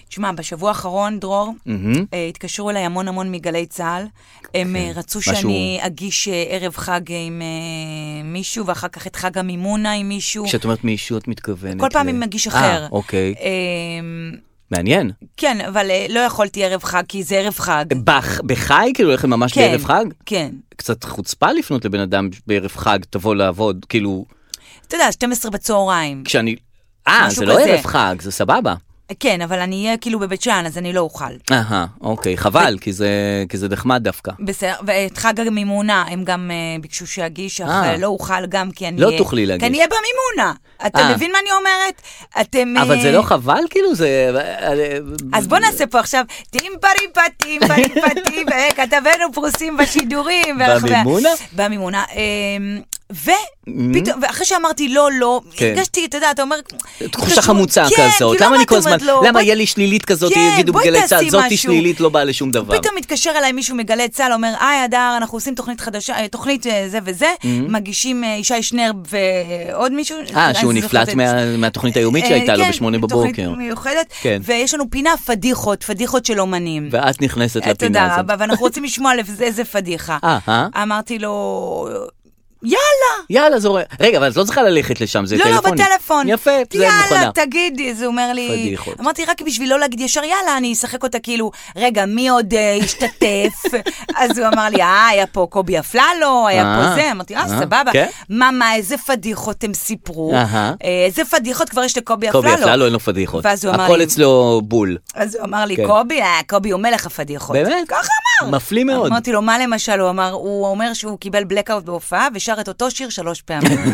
Speaker 3: תשמע, בשבוע האחרון, דרור,
Speaker 2: מהמם. כן.
Speaker 3: אה, התקשרו אליי המון המון מגלי צה"ל. הם אה, רצו
Speaker 2: משהו-
Speaker 3: שאני אגיש אה, ערב חג עם אה, מישהו, ואחר כך את חג המימונה עם מישהו.
Speaker 2: כשאת אומרת מישהו, את מתכוונת.
Speaker 3: כל פעם
Speaker 2: ל-
Speaker 3: עם מגיש
Speaker 2: אה,
Speaker 3: אחר.
Speaker 2: אוקיי.
Speaker 3: אמ,
Speaker 2: מעניין.
Speaker 3: כן, אבל אה, לא יכולתי ערב חג, כי זה ערב חג.
Speaker 2: בח- בחי? כאילו, הולכים ממש
Speaker 3: כן,
Speaker 2: אה, בערב חג?
Speaker 3: כן.
Speaker 2: קצת חוצפה לפנות לבן אדם בערב חג, תבוא לעבוד, כאילו,
Speaker 3: אתה יודע, 12 בצהריים.
Speaker 2: כשאני... אה,
Speaker 3: משהו
Speaker 2: זה לא
Speaker 3: כזה.
Speaker 2: ערב חג, זה סבבה.
Speaker 3: כן, אבל אני אהיה כאילו בבית שאן, אז אני לא אוכל.
Speaker 2: אהה, אוקיי, חבל, כי זה- כי זה נחמד דווקא.
Speaker 3: בסדר, ואת חג המימונה, הם גם אה, ביקשו שאגיש, אך
Speaker 2: אה.
Speaker 3: אה, לא אוכל גם כי אני...
Speaker 2: לא
Speaker 3: אהיה-
Speaker 2: תוכלי
Speaker 3: כי
Speaker 2: להגיש.
Speaker 3: אני אהיה במימונה.
Speaker 2: אה.
Speaker 3: אתה מבין מה אני אומרת? אתם...
Speaker 2: אבל
Speaker 3: אה,
Speaker 2: זה לא חבל, כאילו, זה...
Speaker 3: אז בוא נעשה פה עכשיו טימפרי פטים, פטים פטים, אה, כתבנו פרוסים בשידורים. ברחבי ה-
Speaker 2: במימונה? Mm-hmm.
Speaker 3: במימונה. אמ, ופתאום, ואחרי שאמרתי לא, לא,
Speaker 2: כן.
Speaker 3: הרגשתי, אתה יודע, אתה אומר...
Speaker 2: תחושה
Speaker 3: התקשרו-
Speaker 2: חמוצה
Speaker 3: כן,
Speaker 2: כזאת,
Speaker 3: כאילו,
Speaker 2: למה אני
Speaker 3: את
Speaker 2: כל הזמן,
Speaker 3: אומרת לא?
Speaker 2: למה
Speaker 3: בואי-
Speaker 2: יהיה לי שלילית כזאת,
Speaker 3: כן,
Speaker 2: יגידו
Speaker 3: בואי
Speaker 2: בגלי
Speaker 3: תעשי
Speaker 2: צה"ל, זאתי
Speaker 3: משהו.
Speaker 2: שלילית, לא באה לשום דבר.
Speaker 3: פתאום מתקשר אליי מישהו מגלי צה"ל, אומר, היי, הדר, אנחנו עושים תוכנית חדשה, אה, תוכנית אה, זה וזה, מגישים אה, ישי שנר ועוד מישהו.
Speaker 2: Mm-hmm. אה,
Speaker 3: אני
Speaker 2: שהוא
Speaker 3: לא
Speaker 2: נפלט
Speaker 3: זוכרת.
Speaker 2: מה- מהתוכנית היומית
Speaker 3: אה,
Speaker 2: שהייתה לו
Speaker 3: כן,
Speaker 2: בשמונה
Speaker 3: תוכנית
Speaker 2: בבוקר.
Speaker 3: מיוחדת,
Speaker 2: כן.
Speaker 3: ויש לנו פינה פדיחות, פדיחות של אומנים.
Speaker 2: ואת נכנסת
Speaker 3: אה,
Speaker 2: לפינה
Speaker 3: תודה
Speaker 2: הזאת.
Speaker 3: רבה, ואנחנו רוצים לשמוע על איזה- איזה פדיחה.
Speaker 2: אהה.
Speaker 3: אמרתי לו, יאללה.
Speaker 2: יאללה, זורק. רגע, אבל את לא צריכה ללכת לשם, זה
Speaker 3: לא, לא,
Speaker 2: טלפונים.
Speaker 3: בטלפון.
Speaker 2: יפה, זה
Speaker 3: יאללה,
Speaker 2: מוכנה.
Speaker 3: תגידי, אז הוא אומר לי...
Speaker 2: פדיחות.
Speaker 3: אמרתי, רק בשביל לא להגיד ישר יאללה, אני אשחק אותה כאילו, רגע, מי עוד אה, השתתף? אז הוא אמר לי, אה, היה פה קובי אפללו, היה
Speaker 2: אה,
Speaker 3: פה זה. אמרתי, אה,
Speaker 2: אה,
Speaker 3: סבבה.
Speaker 2: כן.
Speaker 3: מה, מה, איזה פדיחות הם סיפרו?
Speaker 2: אהה.
Speaker 3: אה, איזה פדיחות כבר יש לקובי אפללו?
Speaker 2: קובי אפללו אין לו פדיחות.
Speaker 3: ואז הוא אמר
Speaker 2: לא, הכל
Speaker 3: לי-
Speaker 2: אצלו בול.
Speaker 3: אז הוא אמר לי,
Speaker 2: כן.
Speaker 3: קובי, אה, קובי הוא מלך הפדיחות.
Speaker 2: באמת?
Speaker 3: ככה אמר.
Speaker 2: מפליא מאוד.
Speaker 3: אמרתי לו, מה למשל? הוא אמר, הוא אומר שהוא קיבל בלקאוט בהופעה ושר את אותו שיר שלוש פעמים.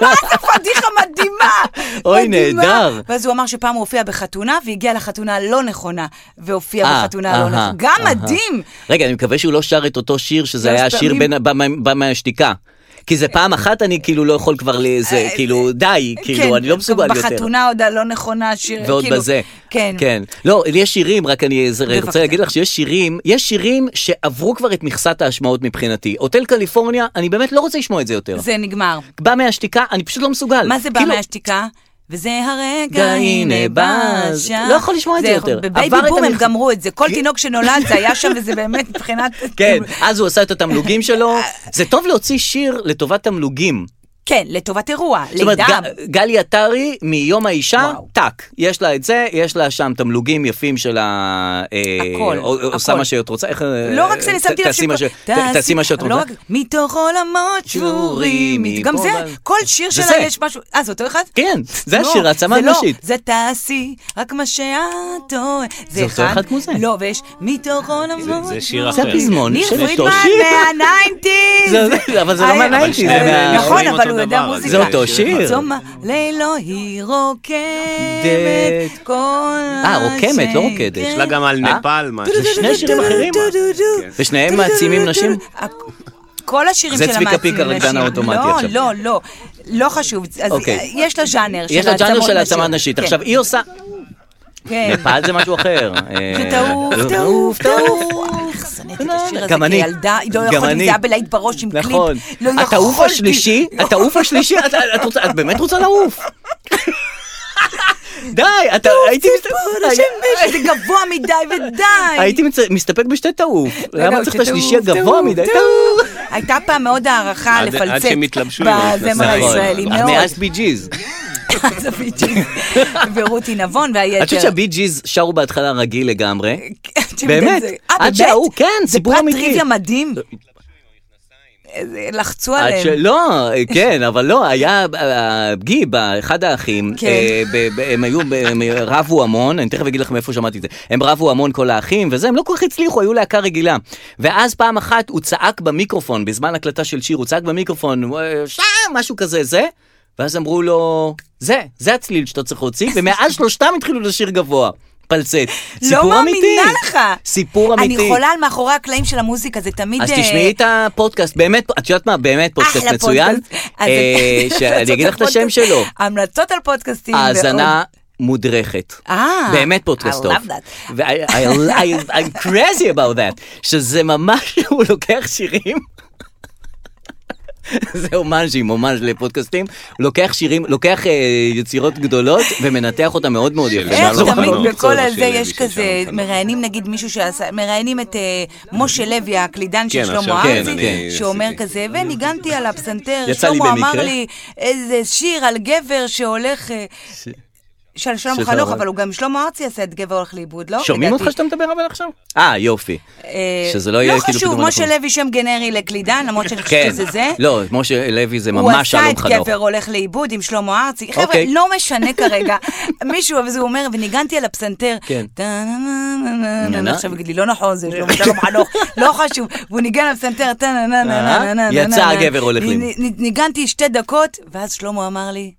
Speaker 3: מה, זו פדיחה מדהימה!
Speaker 2: אוי,
Speaker 3: מדהימה.
Speaker 2: נהדר.
Speaker 3: ואז הוא אמר שפעם הוא הופיע בחתונה, והגיע לחתונה הלא נכונה, והופיע
Speaker 2: אה,
Speaker 3: בחתונה הלא
Speaker 2: אהה,
Speaker 3: נכונה. גם
Speaker 2: אהה.
Speaker 3: מדהים!
Speaker 2: רגע, אני מקווה שהוא לא שר את אותו שיר, שזה
Speaker 3: שלוש
Speaker 2: היה השיר
Speaker 3: פעמים.
Speaker 2: בין- בא- בא מהשתיקה. כי זה פעם אחת אני כאילו לא יכול כבר לזה, כאילו די,
Speaker 3: אה, כן,
Speaker 2: כאילו אני לא מסוגל יותר.
Speaker 3: בחתונה עוד הלא נכונה, שיר,
Speaker 2: ועוד
Speaker 3: כאילו,
Speaker 2: בזה.
Speaker 3: כן.
Speaker 2: כן. לא, יש שירים, רק אני זה- רוצה
Speaker 3: בבקשה.
Speaker 2: להגיד לך שיש שירים, יש שירים שעברו כבר את מכסת ההשמעות מבחינתי. הוטל קליפורניה, אני באמת לא רוצה לשמוע את זה יותר.
Speaker 3: זה נגמר.
Speaker 2: בא מהשתיקה, אני פשוט לא מסוגל.
Speaker 3: מה זה בא
Speaker 2: כאילו,
Speaker 3: מהשתיקה? וזה הרגע,
Speaker 2: רגע,
Speaker 3: הנה
Speaker 2: הנה,
Speaker 3: בא
Speaker 2: בז.
Speaker 3: שם.
Speaker 2: לא יכול לשמוע את זה יותר.
Speaker 3: בבייבי
Speaker 2: עבר את
Speaker 3: בום הם
Speaker 2: המלח-
Speaker 3: גמרו את זה. כל תינוק שנולד זה היה שם, וזה באמת מבחינת...
Speaker 2: כן, אז הוא עשה את התמלוגים שלו. זה טוב להוציא שיר לטובת תמלוגים.
Speaker 3: כן, לטובת אירוע,
Speaker 2: זאת אומרת,
Speaker 3: לידה.
Speaker 2: ג- גלי עטרי מיום האישה,
Speaker 3: וואו.
Speaker 2: טאק. יש לה את זה, יש לה שם תמלוגים יפים של ה... אה,
Speaker 3: הכל,
Speaker 2: או- או- עושה
Speaker 3: הכל.
Speaker 2: מה שאת רוצה, איך...
Speaker 3: לא
Speaker 2: אה,
Speaker 3: רק זה, אני
Speaker 2: ת-
Speaker 3: שמתי לב
Speaker 2: תעשי מה ש- ת- תעשי מה שאת
Speaker 3: אבל לא
Speaker 2: רוצה.
Speaker 3: רק- מתוך עולמות שבורים.
Speaker 2: שבורים,
Speaker 3: גם
Speaker 2: מפה
Speaker 3: זה,
Speaker 2: ועד-
Speaker 3: כל שיר
Speaker 2: זה
Speaker 3: שלה
Speaker 2: זה.
Speaker 3: יש משהו... אה, זה אותו אחד?
Speaker 2: כן, זה
Speaker 3: לא,
Speaker 2: השיר, העצמה
Speaker 3: זה לא,
Speaker 2: נשית.
Speaker 3: זה תעשי, רק מה שאת אוהבת.
Speaker 2: זה אותו אחד כמו זה.
Speaker 3: לא, ויש מתוך עולמות.
Speaker 1: זה שיר
Speaker 2: זה
Speaker 1: אחר.
Speaker 2: הפזמון
Speaker 3: ניר
Speaker 2: של
Speaker 3: פרידמן
Speaker 2: אותו שיר. זה-
Speaker 3: מהניינטיז.
Speaker 2: זה- אבל זה לא
Speaker 3: אה,
Speaker 2: מהניינטיז,
Speaker 1: זה
Speaker 3: אה,
Speaker 1: מה-
Speaker 3: נכון,
Speaker 1: אומרים
Speaker 3: אבל
Speaker 1: אותו
Speaker 3: הוא יודע
Speaker 1: דבר, אז
Speaker 3: מוזיקה.
Speaker 2: זה אותו שיר.
Speaker 3: צומה לילו היא רוקדת כל כן,
Speaker 2: אה, רוקמת, לא
Speaker 3: השקט.
Speaker 2: רוקדת.
Speaker 1: יש לה גם על
Speaker 2: אה?
Speaker 1: נפאל משהו.
Speaker 2: זה שני שירים אחרים.
Speaker 1: כן.
Speaker 2: ושניהם מעצימים נשים?
Speaker 3: כל השירים
Speaker 2: זה
Speaker 3: של
Speaker 2: צביקה
Speaker 3: המעצימים
Speaker 2: פיקה
Speaker 3: נשים.
Speaker 2: רקדן האוטומטי עכשיו.
Speaker 3: לא, לא, לא. לא חשוב. אז
Speaker 2: אוקיי.
Speaker 3: יש לה ז'אנר של
Speaker 2: יש לה ג'אנר של
Speaker 3: העצמות
Speaker 2: העצמה
Speaker 3: נשים.
Speaker 2: נשית.
Speaker 3: כן,
Speaker 2: עכשיו, היא עושה...
Speaker 3: כן.
Speaker 2: נפאל זה משהו אחר. אה,
Speaker 3: שתעוף, תעוף, תעוף. איך שנאתי את השיר הזה
Speaker 2: גם אני.
Speaker 3: כילדה, לא
Speaker 2: גם
Speaker 3: יכולתי,
Speaker 2: אני.
Speaker 3: זה היה בלהיט בראש עם קליפ.
Speaker 2: נכון.
Speaker 3: לא
Speaker 2: התעוף
Speaker 3: יכולתי.
Speaker 2: השלישי, התעוף השלישי, את- את רוצה- את באמת רוצה לעוף? די, אתה, הייתי, מסת-
Speaker 3: בואנה, שמש, זה גבוה מדי ודי.
Speaker 2: אה, הייתי מצ- מסתק בשתי תעוף. למה
Speaker 3: לא,
Speaker 2: צריך את
Speaker 3: שתעוף,
Speaker 2: השלישי הגבוה
Speaker 3: תעוף,
Speaker 2: מדי?
Speaker 3: תעוף.
Speaker 2: תעוף.
Speaker 3: הייתה פעם מאוד הערכה
Speaker 1: עד- עד
Speaker 3: לפלצט.
Speaker 1: שהם התלבשו עם המכנסיים.
Speaker 3: בזמר הישראלי,
Speaker 1: נכון.
Speaker 3: מאוד.
Speaker 2: אה,
Speaker 3: אה,
Speaker 2: מאז בי ג'יז.
Speaker 3: אז הביג'יז. ורותי נבון והיתר.
Speaker 2: את חושבת שהבי ג'יז שרו בהתחלה רגיל לגמרי?
Speaker 3: אתם יודעים,
Speaker 2: באמת?
Speaker 3: כן, זה-
Speaker 2: עד כן,
Speaker 3: אה, באמת?
Speaker 2: שההוא, כן, סיפור
Speaker 3: זה פרט
Speaker 2: אמיתי.
Speaker 3: טריוויה מדהים. אה, לחצו
Speaker 2: עד
Speaker 3: עליהם.
Speaker 2: שלא, כן, אבל לא, היה אה, גיב, אחד האחים,
Speaker 3: כן.
Speaker 2: אה, ב- ב- הם היו, ב- הם רבו המון, אני תכף אגיד לכם איפה שמעתי את זה, הם רבו המון כל האחים, וזה, הם לא כל כך הצליחו, היו להקה רגילה. ואז פעם אחת הוא צעק במיקרופון, בזמן הקלטה של שיר, הוא צעק במיקרופון, "אה, שם, משהו כזה, זה, ואז אמרו לו, זה, זה הצליל שאתה צריך להוציא, ומאז שלושתם התחילו לשיר גבוה. פלצט. סיפור
Speaker 3: לא
Speaker 2: אמיתי.
Speaker 3: מאמינה לך.
Speaker 2: סיפור אמיתי.
Speaker 3: אני חולה על מאחורי הקלעים של המוזיקה, זה תמיד...
Speaker 2: אז
Speaker 3: אה,
Speaker 2: תשמעי את הפודקאסט, באמת, את יודעת מה, באמת פודקאסט
Speaker 3: אחלה
Speaker 2: מצוין.
Speaker 3: פודקאסט. אז-
Speaker 2: אה, שאני אגיד לך את השם שלו.
Speaker 3: המלצות על פודקאסטים.
Speaker 2: האזנה מודרכת.
Speaker 3: אה,
Speaker 2: באמת פודקאסט
Speaker 3: I
Speaker 2: טוב.
Speaker 3: love that.
Speaker 2: ו- I- I- I- I'm crazy about that, שזה ממש, הוא לוקח שירים. זה הומאז'ים, הומאז' לפודקאסטים, הוא לוקח שירים, לוקח אה, יצירות גדולות ומנתח אותה מאוד מאוד יפה. לא
Speaker 3: איך
Speaker 4: שלום
Speaker 3: תמיד
Speaker 4: חנוך,
Speaker 3: בכל
Speaker 4: צהר
Speaker 3: הזה
Speaker 4: שלי,
Speaker 3: יש
Speaker 4: של
Speaker 3: כזה,
Speaker 4: שלום חנוך.
Speaker 3: מראיינים נגיד מישהו שעשה, מראיינים את אה, משה לוי, הקלידן של
Speaker 4: כן,
Speaker 3: שלמה
Speaker 4: עכשיו, כן,
Speaker 3: ארצי,
Speaker 4: אני
Speaker 3: שאומר
Speaker 4: עשיתי.
Speaker 3: כזה, וניגנתי על הפסנתר,
Speaker 2: יצא לי
Speaker 3: שלמה אמר
Speaker 2: במקרה.
Speaker 3: לי איזה שיר על גבר שהולך... אה, של שלום
Speaker 2: של
Speaker 3: חנוך,
Speaker 2: שלמה.
Speaker 3: אבל הוא גם שלמה ארצי עשה את גבר הולך לאיבוד, לא?
Speaker 2: שומעים
Speaker 3: לדעתי.
Speaker 2: אותך שאתה מדבר אבל עכשיו? אה, יופי.
Speaker 3: אה,
Speaker 2: שזה לא יהיה כאילו
Speaker 3: לא
Speaker 2: פתאום
Speaker 3: חשוב, משה
Speaker 2: אנחנו-
Speaker 3: לוי שם גנרי לקלידן, למרות שאני חושבת
Speaker 2: כן.
Speaker 3: שזה זה.
Speaker 2: לא, משה לוי זה ממש
Speaker 3: הוא עשה
Speaker 2: שלום
Speaker 3: את
Speaker 2: חנוך.
Speaker 3: גבר הולך לאיבוד עם שלמה ארצי. חבר'ה,
Speaker 2: אוקיי.
Speaker 3: לא משנה כרגע. מישהו, אז הוא אומר, וניגנתי על הפסנתר.
Speaker 2: כן.
Speaker 3: טה-נה-נה-נה-נה-נה.
Speaker 2: נה-נה.
Speaker 3: עכשיו יגיד לי, לא נכון, זה שלום- שלום חנוך, לא חשוב. והוא ניגן על הפסנתר, טה-נה-נה-נה-נה-נה-נה.
Speaker 2: יצא הגבר הולך
Speaker 3: נ-
Speaker 2: לאיבוד.
Speaker 3: נ- ניגנתי שתי דקות, ואז שלמה אמר לי,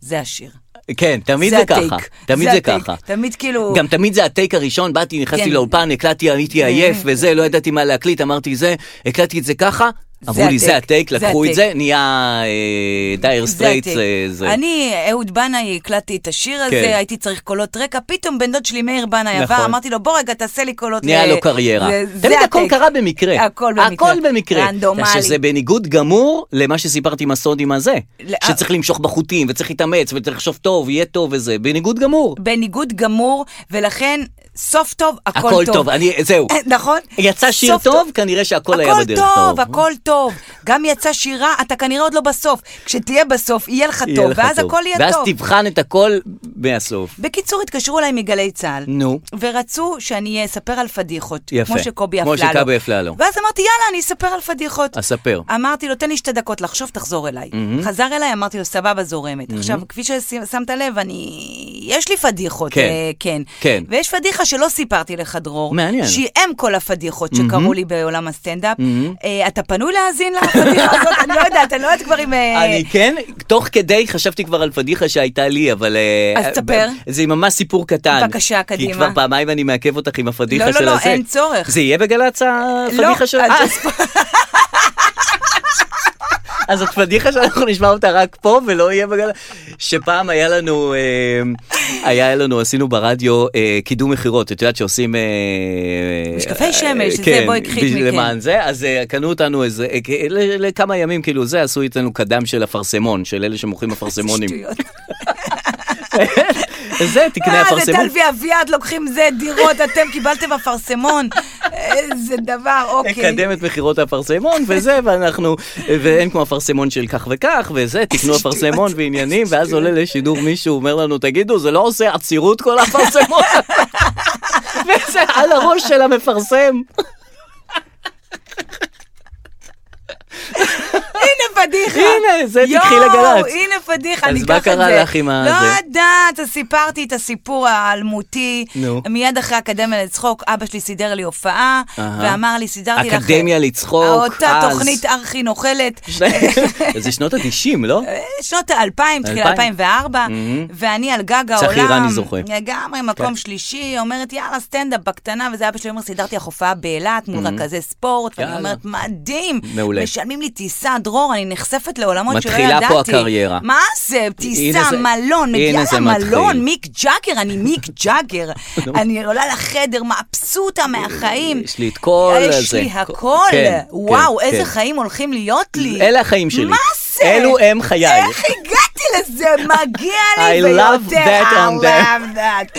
Speaker 3: זה השיר.
Speaker 2: כן, תמיד
Speaker 3: זה
Speaker 2: זה
Speaker 3: הטייק.
Speaker 2: ככה. תמיד
Speaker 3: זה
Speaker 2: זה
Speaker 3: הטייק.
Speaker 2: ככה.
Speaker 3: תמיד כאילו-
Speaker 2: גם תמיד זה הטייק הראשון, באתי,
Speaker 3: כן.
Speaker 2: נכנסתי לאולפן, הקלטתי, הייתי עייף וזה, לא ידעתי מה להקליט, אמרתי זה, הקלטתי את זה ככה,
Speaker 3: זה
Speaker 2: אמרו לי
Speaker 3: הטייק.
Speaker 2: זה הטייק,
Speaker 3: זה
Speaker 2: לקחו את
Speaker 3: הטייק.
Speaker 2: זה, נהיה אה, דייר
Speaker 3: זה
Speaker 2: סטרייטס,
Speaker 3: הטייק.
Speaker 2: אה, זה.
Speaker 3: אני, אהוד בנאי, הקלטתי את השיר הזה,
Speaker 2: כן.
Speaker 3: הייתי צריך קולות רקע, פתאום בן דוד שלי מאיר בנאי עבר,
Speaker 2: נכון.
Speaker 3: אמרתי לו, בוא רגע, תעשה לי קולות...
Speaker 2: נהיה
Speaker 3: ל-
Speaker 2: לו קריירה.
Speaker 3: זה- זה
Speaker 2: תמיד הכל
Speaker 3: הטייק.
Speaker 2: קרה במקרה.
Speaker 3: הכל במקרה.
Speaker 2: הכל במקרה.
Speaker 3: רנדומלי.
Speaker 2: שזה בניגוד גמור למה שסיפרתי עם הסוד עם הזה.
Speaker 3: לא.
Speaker 2: שצריך למשוך בחוטים, וצריך להתאמץ, וצריך לחשוב טוב, יהיה טוב וזה. בניגוד גמור.
Speaker 3: בניגוד גמור, ולכן סוף טוב, הכל,
Speaker 2: הכל טוב. אני- זהו.
Speaker 3: נכון?
Speaker 2: יצא שיר
Speaker 3: סוף
Speaker 2: טוב, כנראה שהכל היה בדרך
Speaker 3: הכל טוב,
Speaker 2: טוב.
Speaker 3: הכל טוב. גם יצא שירה, אתה כנראה עוד לא בסוף. כשתהיה בסוף, יהיה לך
Speaker 2: יהיה
Speaker 3: טוב,
Speaker 2: לך
Speaker 3: ואז
Speaker 2: טוב.
Speaker 3: הכל יהיה
Speaker 2: ואז
Speaker 3: טוב.
Speaker 2: תבחן את הכל מהסוף.
Speaker 3: בקיצור, התקשרו אליי מגלי צה"ל.
Speaker 2: נו.
Speaker 3: ורצו שאני אספר על פדיחות.
Speaker 2: יפה.
Speaker 3: כמו שקובי
Speaker 2: כמו
Speaker 3: אפללו.
Speaker 2: שקובי אפללו.
Speaker 3: ואז אמרתי, יאללה, אני אספר על פדיחות.
Speaker 2: אז ספר.
Speaker 3: אמרתי לו, תן לי שתי דקות לחשוב, תחזור אליי. חזר אליי, אמרתי לו, סבבה, זורמת. עכשיו, כפי ששמת לב, אני... יש לי פדיחות.
Speaker 2: כן.
Speaker 3: אה, כן.
Speaker 2: כן.
Speaker 3: ויש פדיחה שלא סיפרתי לך, דרור.
Speaker 2: מעניין.
Speaker 3: שהיא אם כל הפדיחות שקרו לי בעולם הסטנדאפ. אה, אתה פנוי להאזין לפדיחה הזאת? אני לא יודעת, אני לא יודעת כבר אם... אה,
Speaker 2: אני כן, תוך כדי חשבתי כבר על פדיחה שהייתה לי, אבל... אה,
Speaker 3: אז תספר.
Speaker 2: זה ממש סיפור קטן.
Speaker 3: בבקשה, קדימה.
Speaker 2: כי כבר פעמיים אני מעכב אותך עם הפדיחה
Speaker 3: לא,
Speaker 2: של
Speaker 3: לא,
Speaker 2: הזה.
Speaker 3: לא, אין צורך.
Speaker 2: זה יהיה בגל"צ הפדיחה של...
Speaker 3: לא,
Speaker 2: אה,
Speaker 3: אז-
Speaker 2: אז הפדיחה שאנחנו נשמע אותה רק פה ולא יהיה בגלל... שפעם היה לנו, אה, היה לנו, עשינו ברדיו אה, קידום מכירות, את יודעת שעושים... אה,
Speaker 3: משקפי שמש, זה
Speaker 2: כן,
Speaker 3: בואי קחי את
Speaker 2: בש-
Speaker 3: מכן.
Speaker 2: למען זה, אז אה, קנו אותנו איזה, אה, כ- ל- לכמה ימים כאילו זה, עשו איתנו קדם של אפרסמון, של אלה שמוכרים אפרסמונים.
Speaker 3: שטויות.
Speaker 2: זה תקנה
Speaker 3: אה, זה
Speaker 2: אפרסמון.
Speaker 3: טל ואביעד, לוקחים זה דירות, אתם קיבלתם אפרסמון. איזה דבר, אוקיי.
Speaker 2: לקדם את מכירות האפרסמון וזה, ואנחנו, ואין כמו אפרסמון של כך וכך, וזה, תקנו אפרסמון ועניינים, ואז עולה לשידור מישהו, אומר לנו, תגידו, זה לא עושה עצירות כל האפרסמון? וזה על הראש של המפרסם.
Speaker 3: הנה פדיחה.
Speaker 2: הנה, זה תקחי
Speaker 3: יואו,
Speaker 2: לגל"צ.
Speaker 3: הנה פדיחה,
Speaker 2: אז
Speaker 3: אני אקח את זה.
Speaker 2: מה קרה לך עם ה-
Speaker 3: לא
Speaker 2: זה?
Speaker 3: יודעת, אז סיפרתי את הסיפור האלמותי.
Speaker 2: נו.
Speaker 3: מיד אחרי האקדמיה לצחוק, אבא שלי סידר לי הופעה,
Speaker 2: אהה.
Speaker 3: ואמר לי, סידרתי לך...
Speaker 2: אקדמיה לצחוק,
Speaker 3: אותה
Speaker 2: אז.
Speaker 3: תוכנית ארכי נוכלת.
Speaker 2: זה שנות ה-90, לא?
Speaker 3: שנות האלפיים, תחילה
Speaker 2: אלפיים. Mm-hmm.
Speaker 3: 2004, ואני על גג העולם.
Speaker 2: צחי רני זוכה. כן.
Speaker 3: לגמרי, מקום שלישי, אומרת, יאללה, סטנדאפ בקטנה, וזה אבא שלי אומר, סידרתי לך הופעה באילת מול רכזי ספורט, ואני
Speaker 2: Mm-hmm. יאללה.
Speaker 3: אומרת, מדהים.
Speaker 2: מעולה.
Speaker 3: משלמים לי טיסה, דרור, אני נחשפת לעולמות שלא ידעתי.
Speaker 2: מתחילה פה הקריירה.
Speaker 3: מה זה? טיסה,
Speaker 2: הנה זה-
Speaker 3: מלון, מגיעה
Speaker 2: הנה זה
Speaker 3: למלון,
Speaker 2: מתחיל.
Speaker 3: מיק ג'אגר, אני מיק ג'אגר. אני עולה לחדר, מבסוטה מהחיים.
Speaker 2: יש לי את כל
Speaker 3: יש
Speaker 2: הזה.
Speaker 3: לי הכל.
Speaker 2: כן, כן,
Speaker 3: וואו, איזה
Speaker 2: כן.
Speaker 3: חיים הולכים להיות לי.
Speaker 2: אלה החיים שלי.
Speaker 3: מה זה?
Speaker 2: אלו הם חיי.
Speaker 3: איך הגעתי לזה? מגיע לי
Speaker 2: I
Speaker 3: ויותר.
Speaker 2: love that
Speaker 3: I
Speaker 2: and that.
Speaker 3: love that.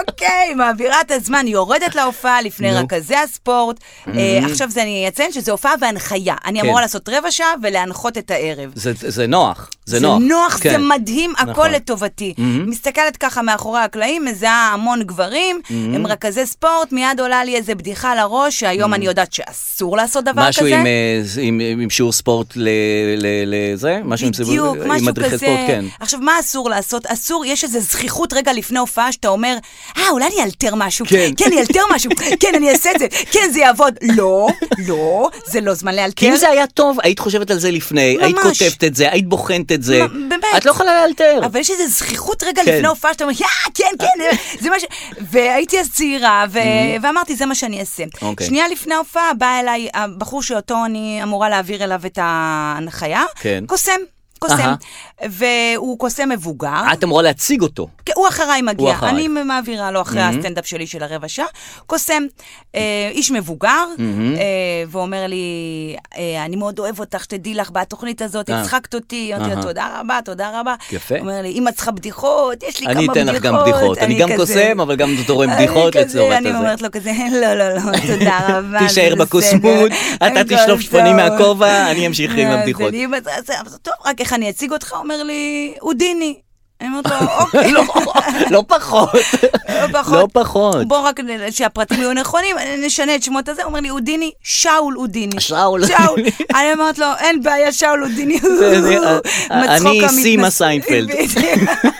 Speaker 3: אוקיי, מעבירה את הזמן, יורדת להופעה לפני רכזי הספורט.
Speaker 2: Mm-hmm.
Speaker 3: אה, עכשיו
Speaker 2: כן.
Speaker 3: זה אני אציין שזו הופעה והנחיה. אני אמורה לעשות רבע שעה ולהנחות את הערב.
Speaker 2: זה- זה נוח. זה נוח.
Speaker 3: זה נוח,
Speaker 2: כן.
Speaker 3: זה מדהים, הכל
Speaker 2: נכון.
Speaker 3: לטובתי.
Speaker 2: מהמם.
Speaker 3: מסתכלת ככה מאחורי הקלעים, מזהה המון גברים,
Speaker 2: Mm-hmm.
Speaker 3: הם רכזי ספורט, מיד עולה לי איזה בדיחה לראש, שהיום אני יודעת שאסור לעשות דבר
Speaker 2: Mm-hmm. משהו עם,
Speaker 3: כזה.
Speaker 2: אה, ז- עם, עם, עם שיעור ספורט ל- ל- לזה? משהו עם
Speaker 3: בדיוק,
Speaker 2: סיבוב- עם
Speaker 3: משהו
Speaker 2: מדריכי
Speaker 3: כזה.
Speaker 2: ספורט, כן.
Speaker 3: עכשיו, מה אסור לעשות? אסור, יש איזו זכיחות רגע לפני הופעה שאתה אומר, אה, אולי אני אלתר משהו.
Speaker 2: כן.
Speaker 3: כן, אני אלתר משהו. כן, אני אעשה את זה. כן, זה יעבוד. לא, לא, זה לא זמן
Speaker 2: כי
Speaker 3: לאלתר.
Speaker 2: אם זה היה טוב, היית חושבת על זה לפני, היית
Speaker 3: ממש.
Speaker 2: כותבת את זה, היית בוחנת את זה.
Speaker 3: מ- באמת.
Speaker 2: את לא יכולה לאלתר.
Speaker 3: אבל יש איזו זכיחות רגע
Speaker 2: כן.
Speaker 3: לפני הופעה שאתה אומר, יא, כן, כן, זה- זה מה ש... והייתי אז צעירה, ו- ואמרתי, זה מה שאני אעשה.
Speaker 2: Mm-hmm. אוקיי.
Speaker 3: שנייה לפני ההופעה בא אליי הבחור שאותו אני אמורה להעביר אליו את ההנחיה,
Speaker 2: כן.
Speaker 3: קוסם. קוסם,
Speaker 2: אהה.
Speaker 3: והוא קוסם מבוגר.
Speaker 2: את אמורה להציג אותו.
Speaker 3: כן, הוא אחריי
Speaker 2: הוא Mm-hmm.
Speaker 3: מגיע,
Speaker 2: אחריי.
Speaker 3: אני מעבירה לו אחרי הסטנדאפ שלי של הרבע שעה, קוסם, אה, איש מבוגר,
Speaker 2: Mm-hmm.
Speaker 3: אה, ואומר לי, אה, אני מאוד אוהב אותך, שתדעי לך, בתוכנית הזאת,
Speaker 2: אה.
Speaker 3: הצחקת אותי, אמרתי לו,
Speaker 2: אהה.
Speaker 3: תודה רבה, תודה רבה.
Speaker 2: יפה.
Speaker 3: אומר לי, אמא צריכה בדיחות, יש לי כמה
Speaker 2: אני
Speaker 3: בדיחות.
Speaker 2: אתן לך גם בדיחות. אני גם
Speaker 3: כזה-
Speaker 2: קוסם, אבל גם תורם
Speaker 3: אני
Speaker 2: בדיחות
Speaker 3: כזה,
Speaker 2: לצורך
Speaker 3: אני
Speaker 2: הזה.
Speaker 3: אומרת לו כזה, לא, לא, לא, תודה רבה. זה
Speaker 2: תישאר
Speaker 3: בסדר.
Speaker 2: בקוסמות, אתה
Speaker 3: הכל
Speaker 2: תשלוף שפונים
Speaker 3: טוב." אה,
Speaker 2: מהכובע, אני אמשיך עם
Speaker 3: אז
Speaker 2: הבדיחות.
Speaker 3: אני בצד, זה- אבל זה טוב, רק איך אני אציג אותך? אומר לי, הודיני. אני אומרת לו, אוקיי.
Speaker 2: לא, לא פחות. לא פחות.
Speaker 3: בוא רק נ- שהפרטים יהיו נכונים, נשנה את שמות הזה. הוא אומר לי, הודיני, שאול הודיני.
Speaker 2: שאול
Speaker 3: שאול.
Speaker 2: הודיני.
Speaker 3: אני אומרת לו, אין בעיה, שאול הודיני.
Speaker 2: זה- אה,
Speaker 3: מצחוק
Speaker 2: אני
Speaker 3: המתנס-
Speaker 2: סימה סיינפלד.
Speaker 3: בדיוק.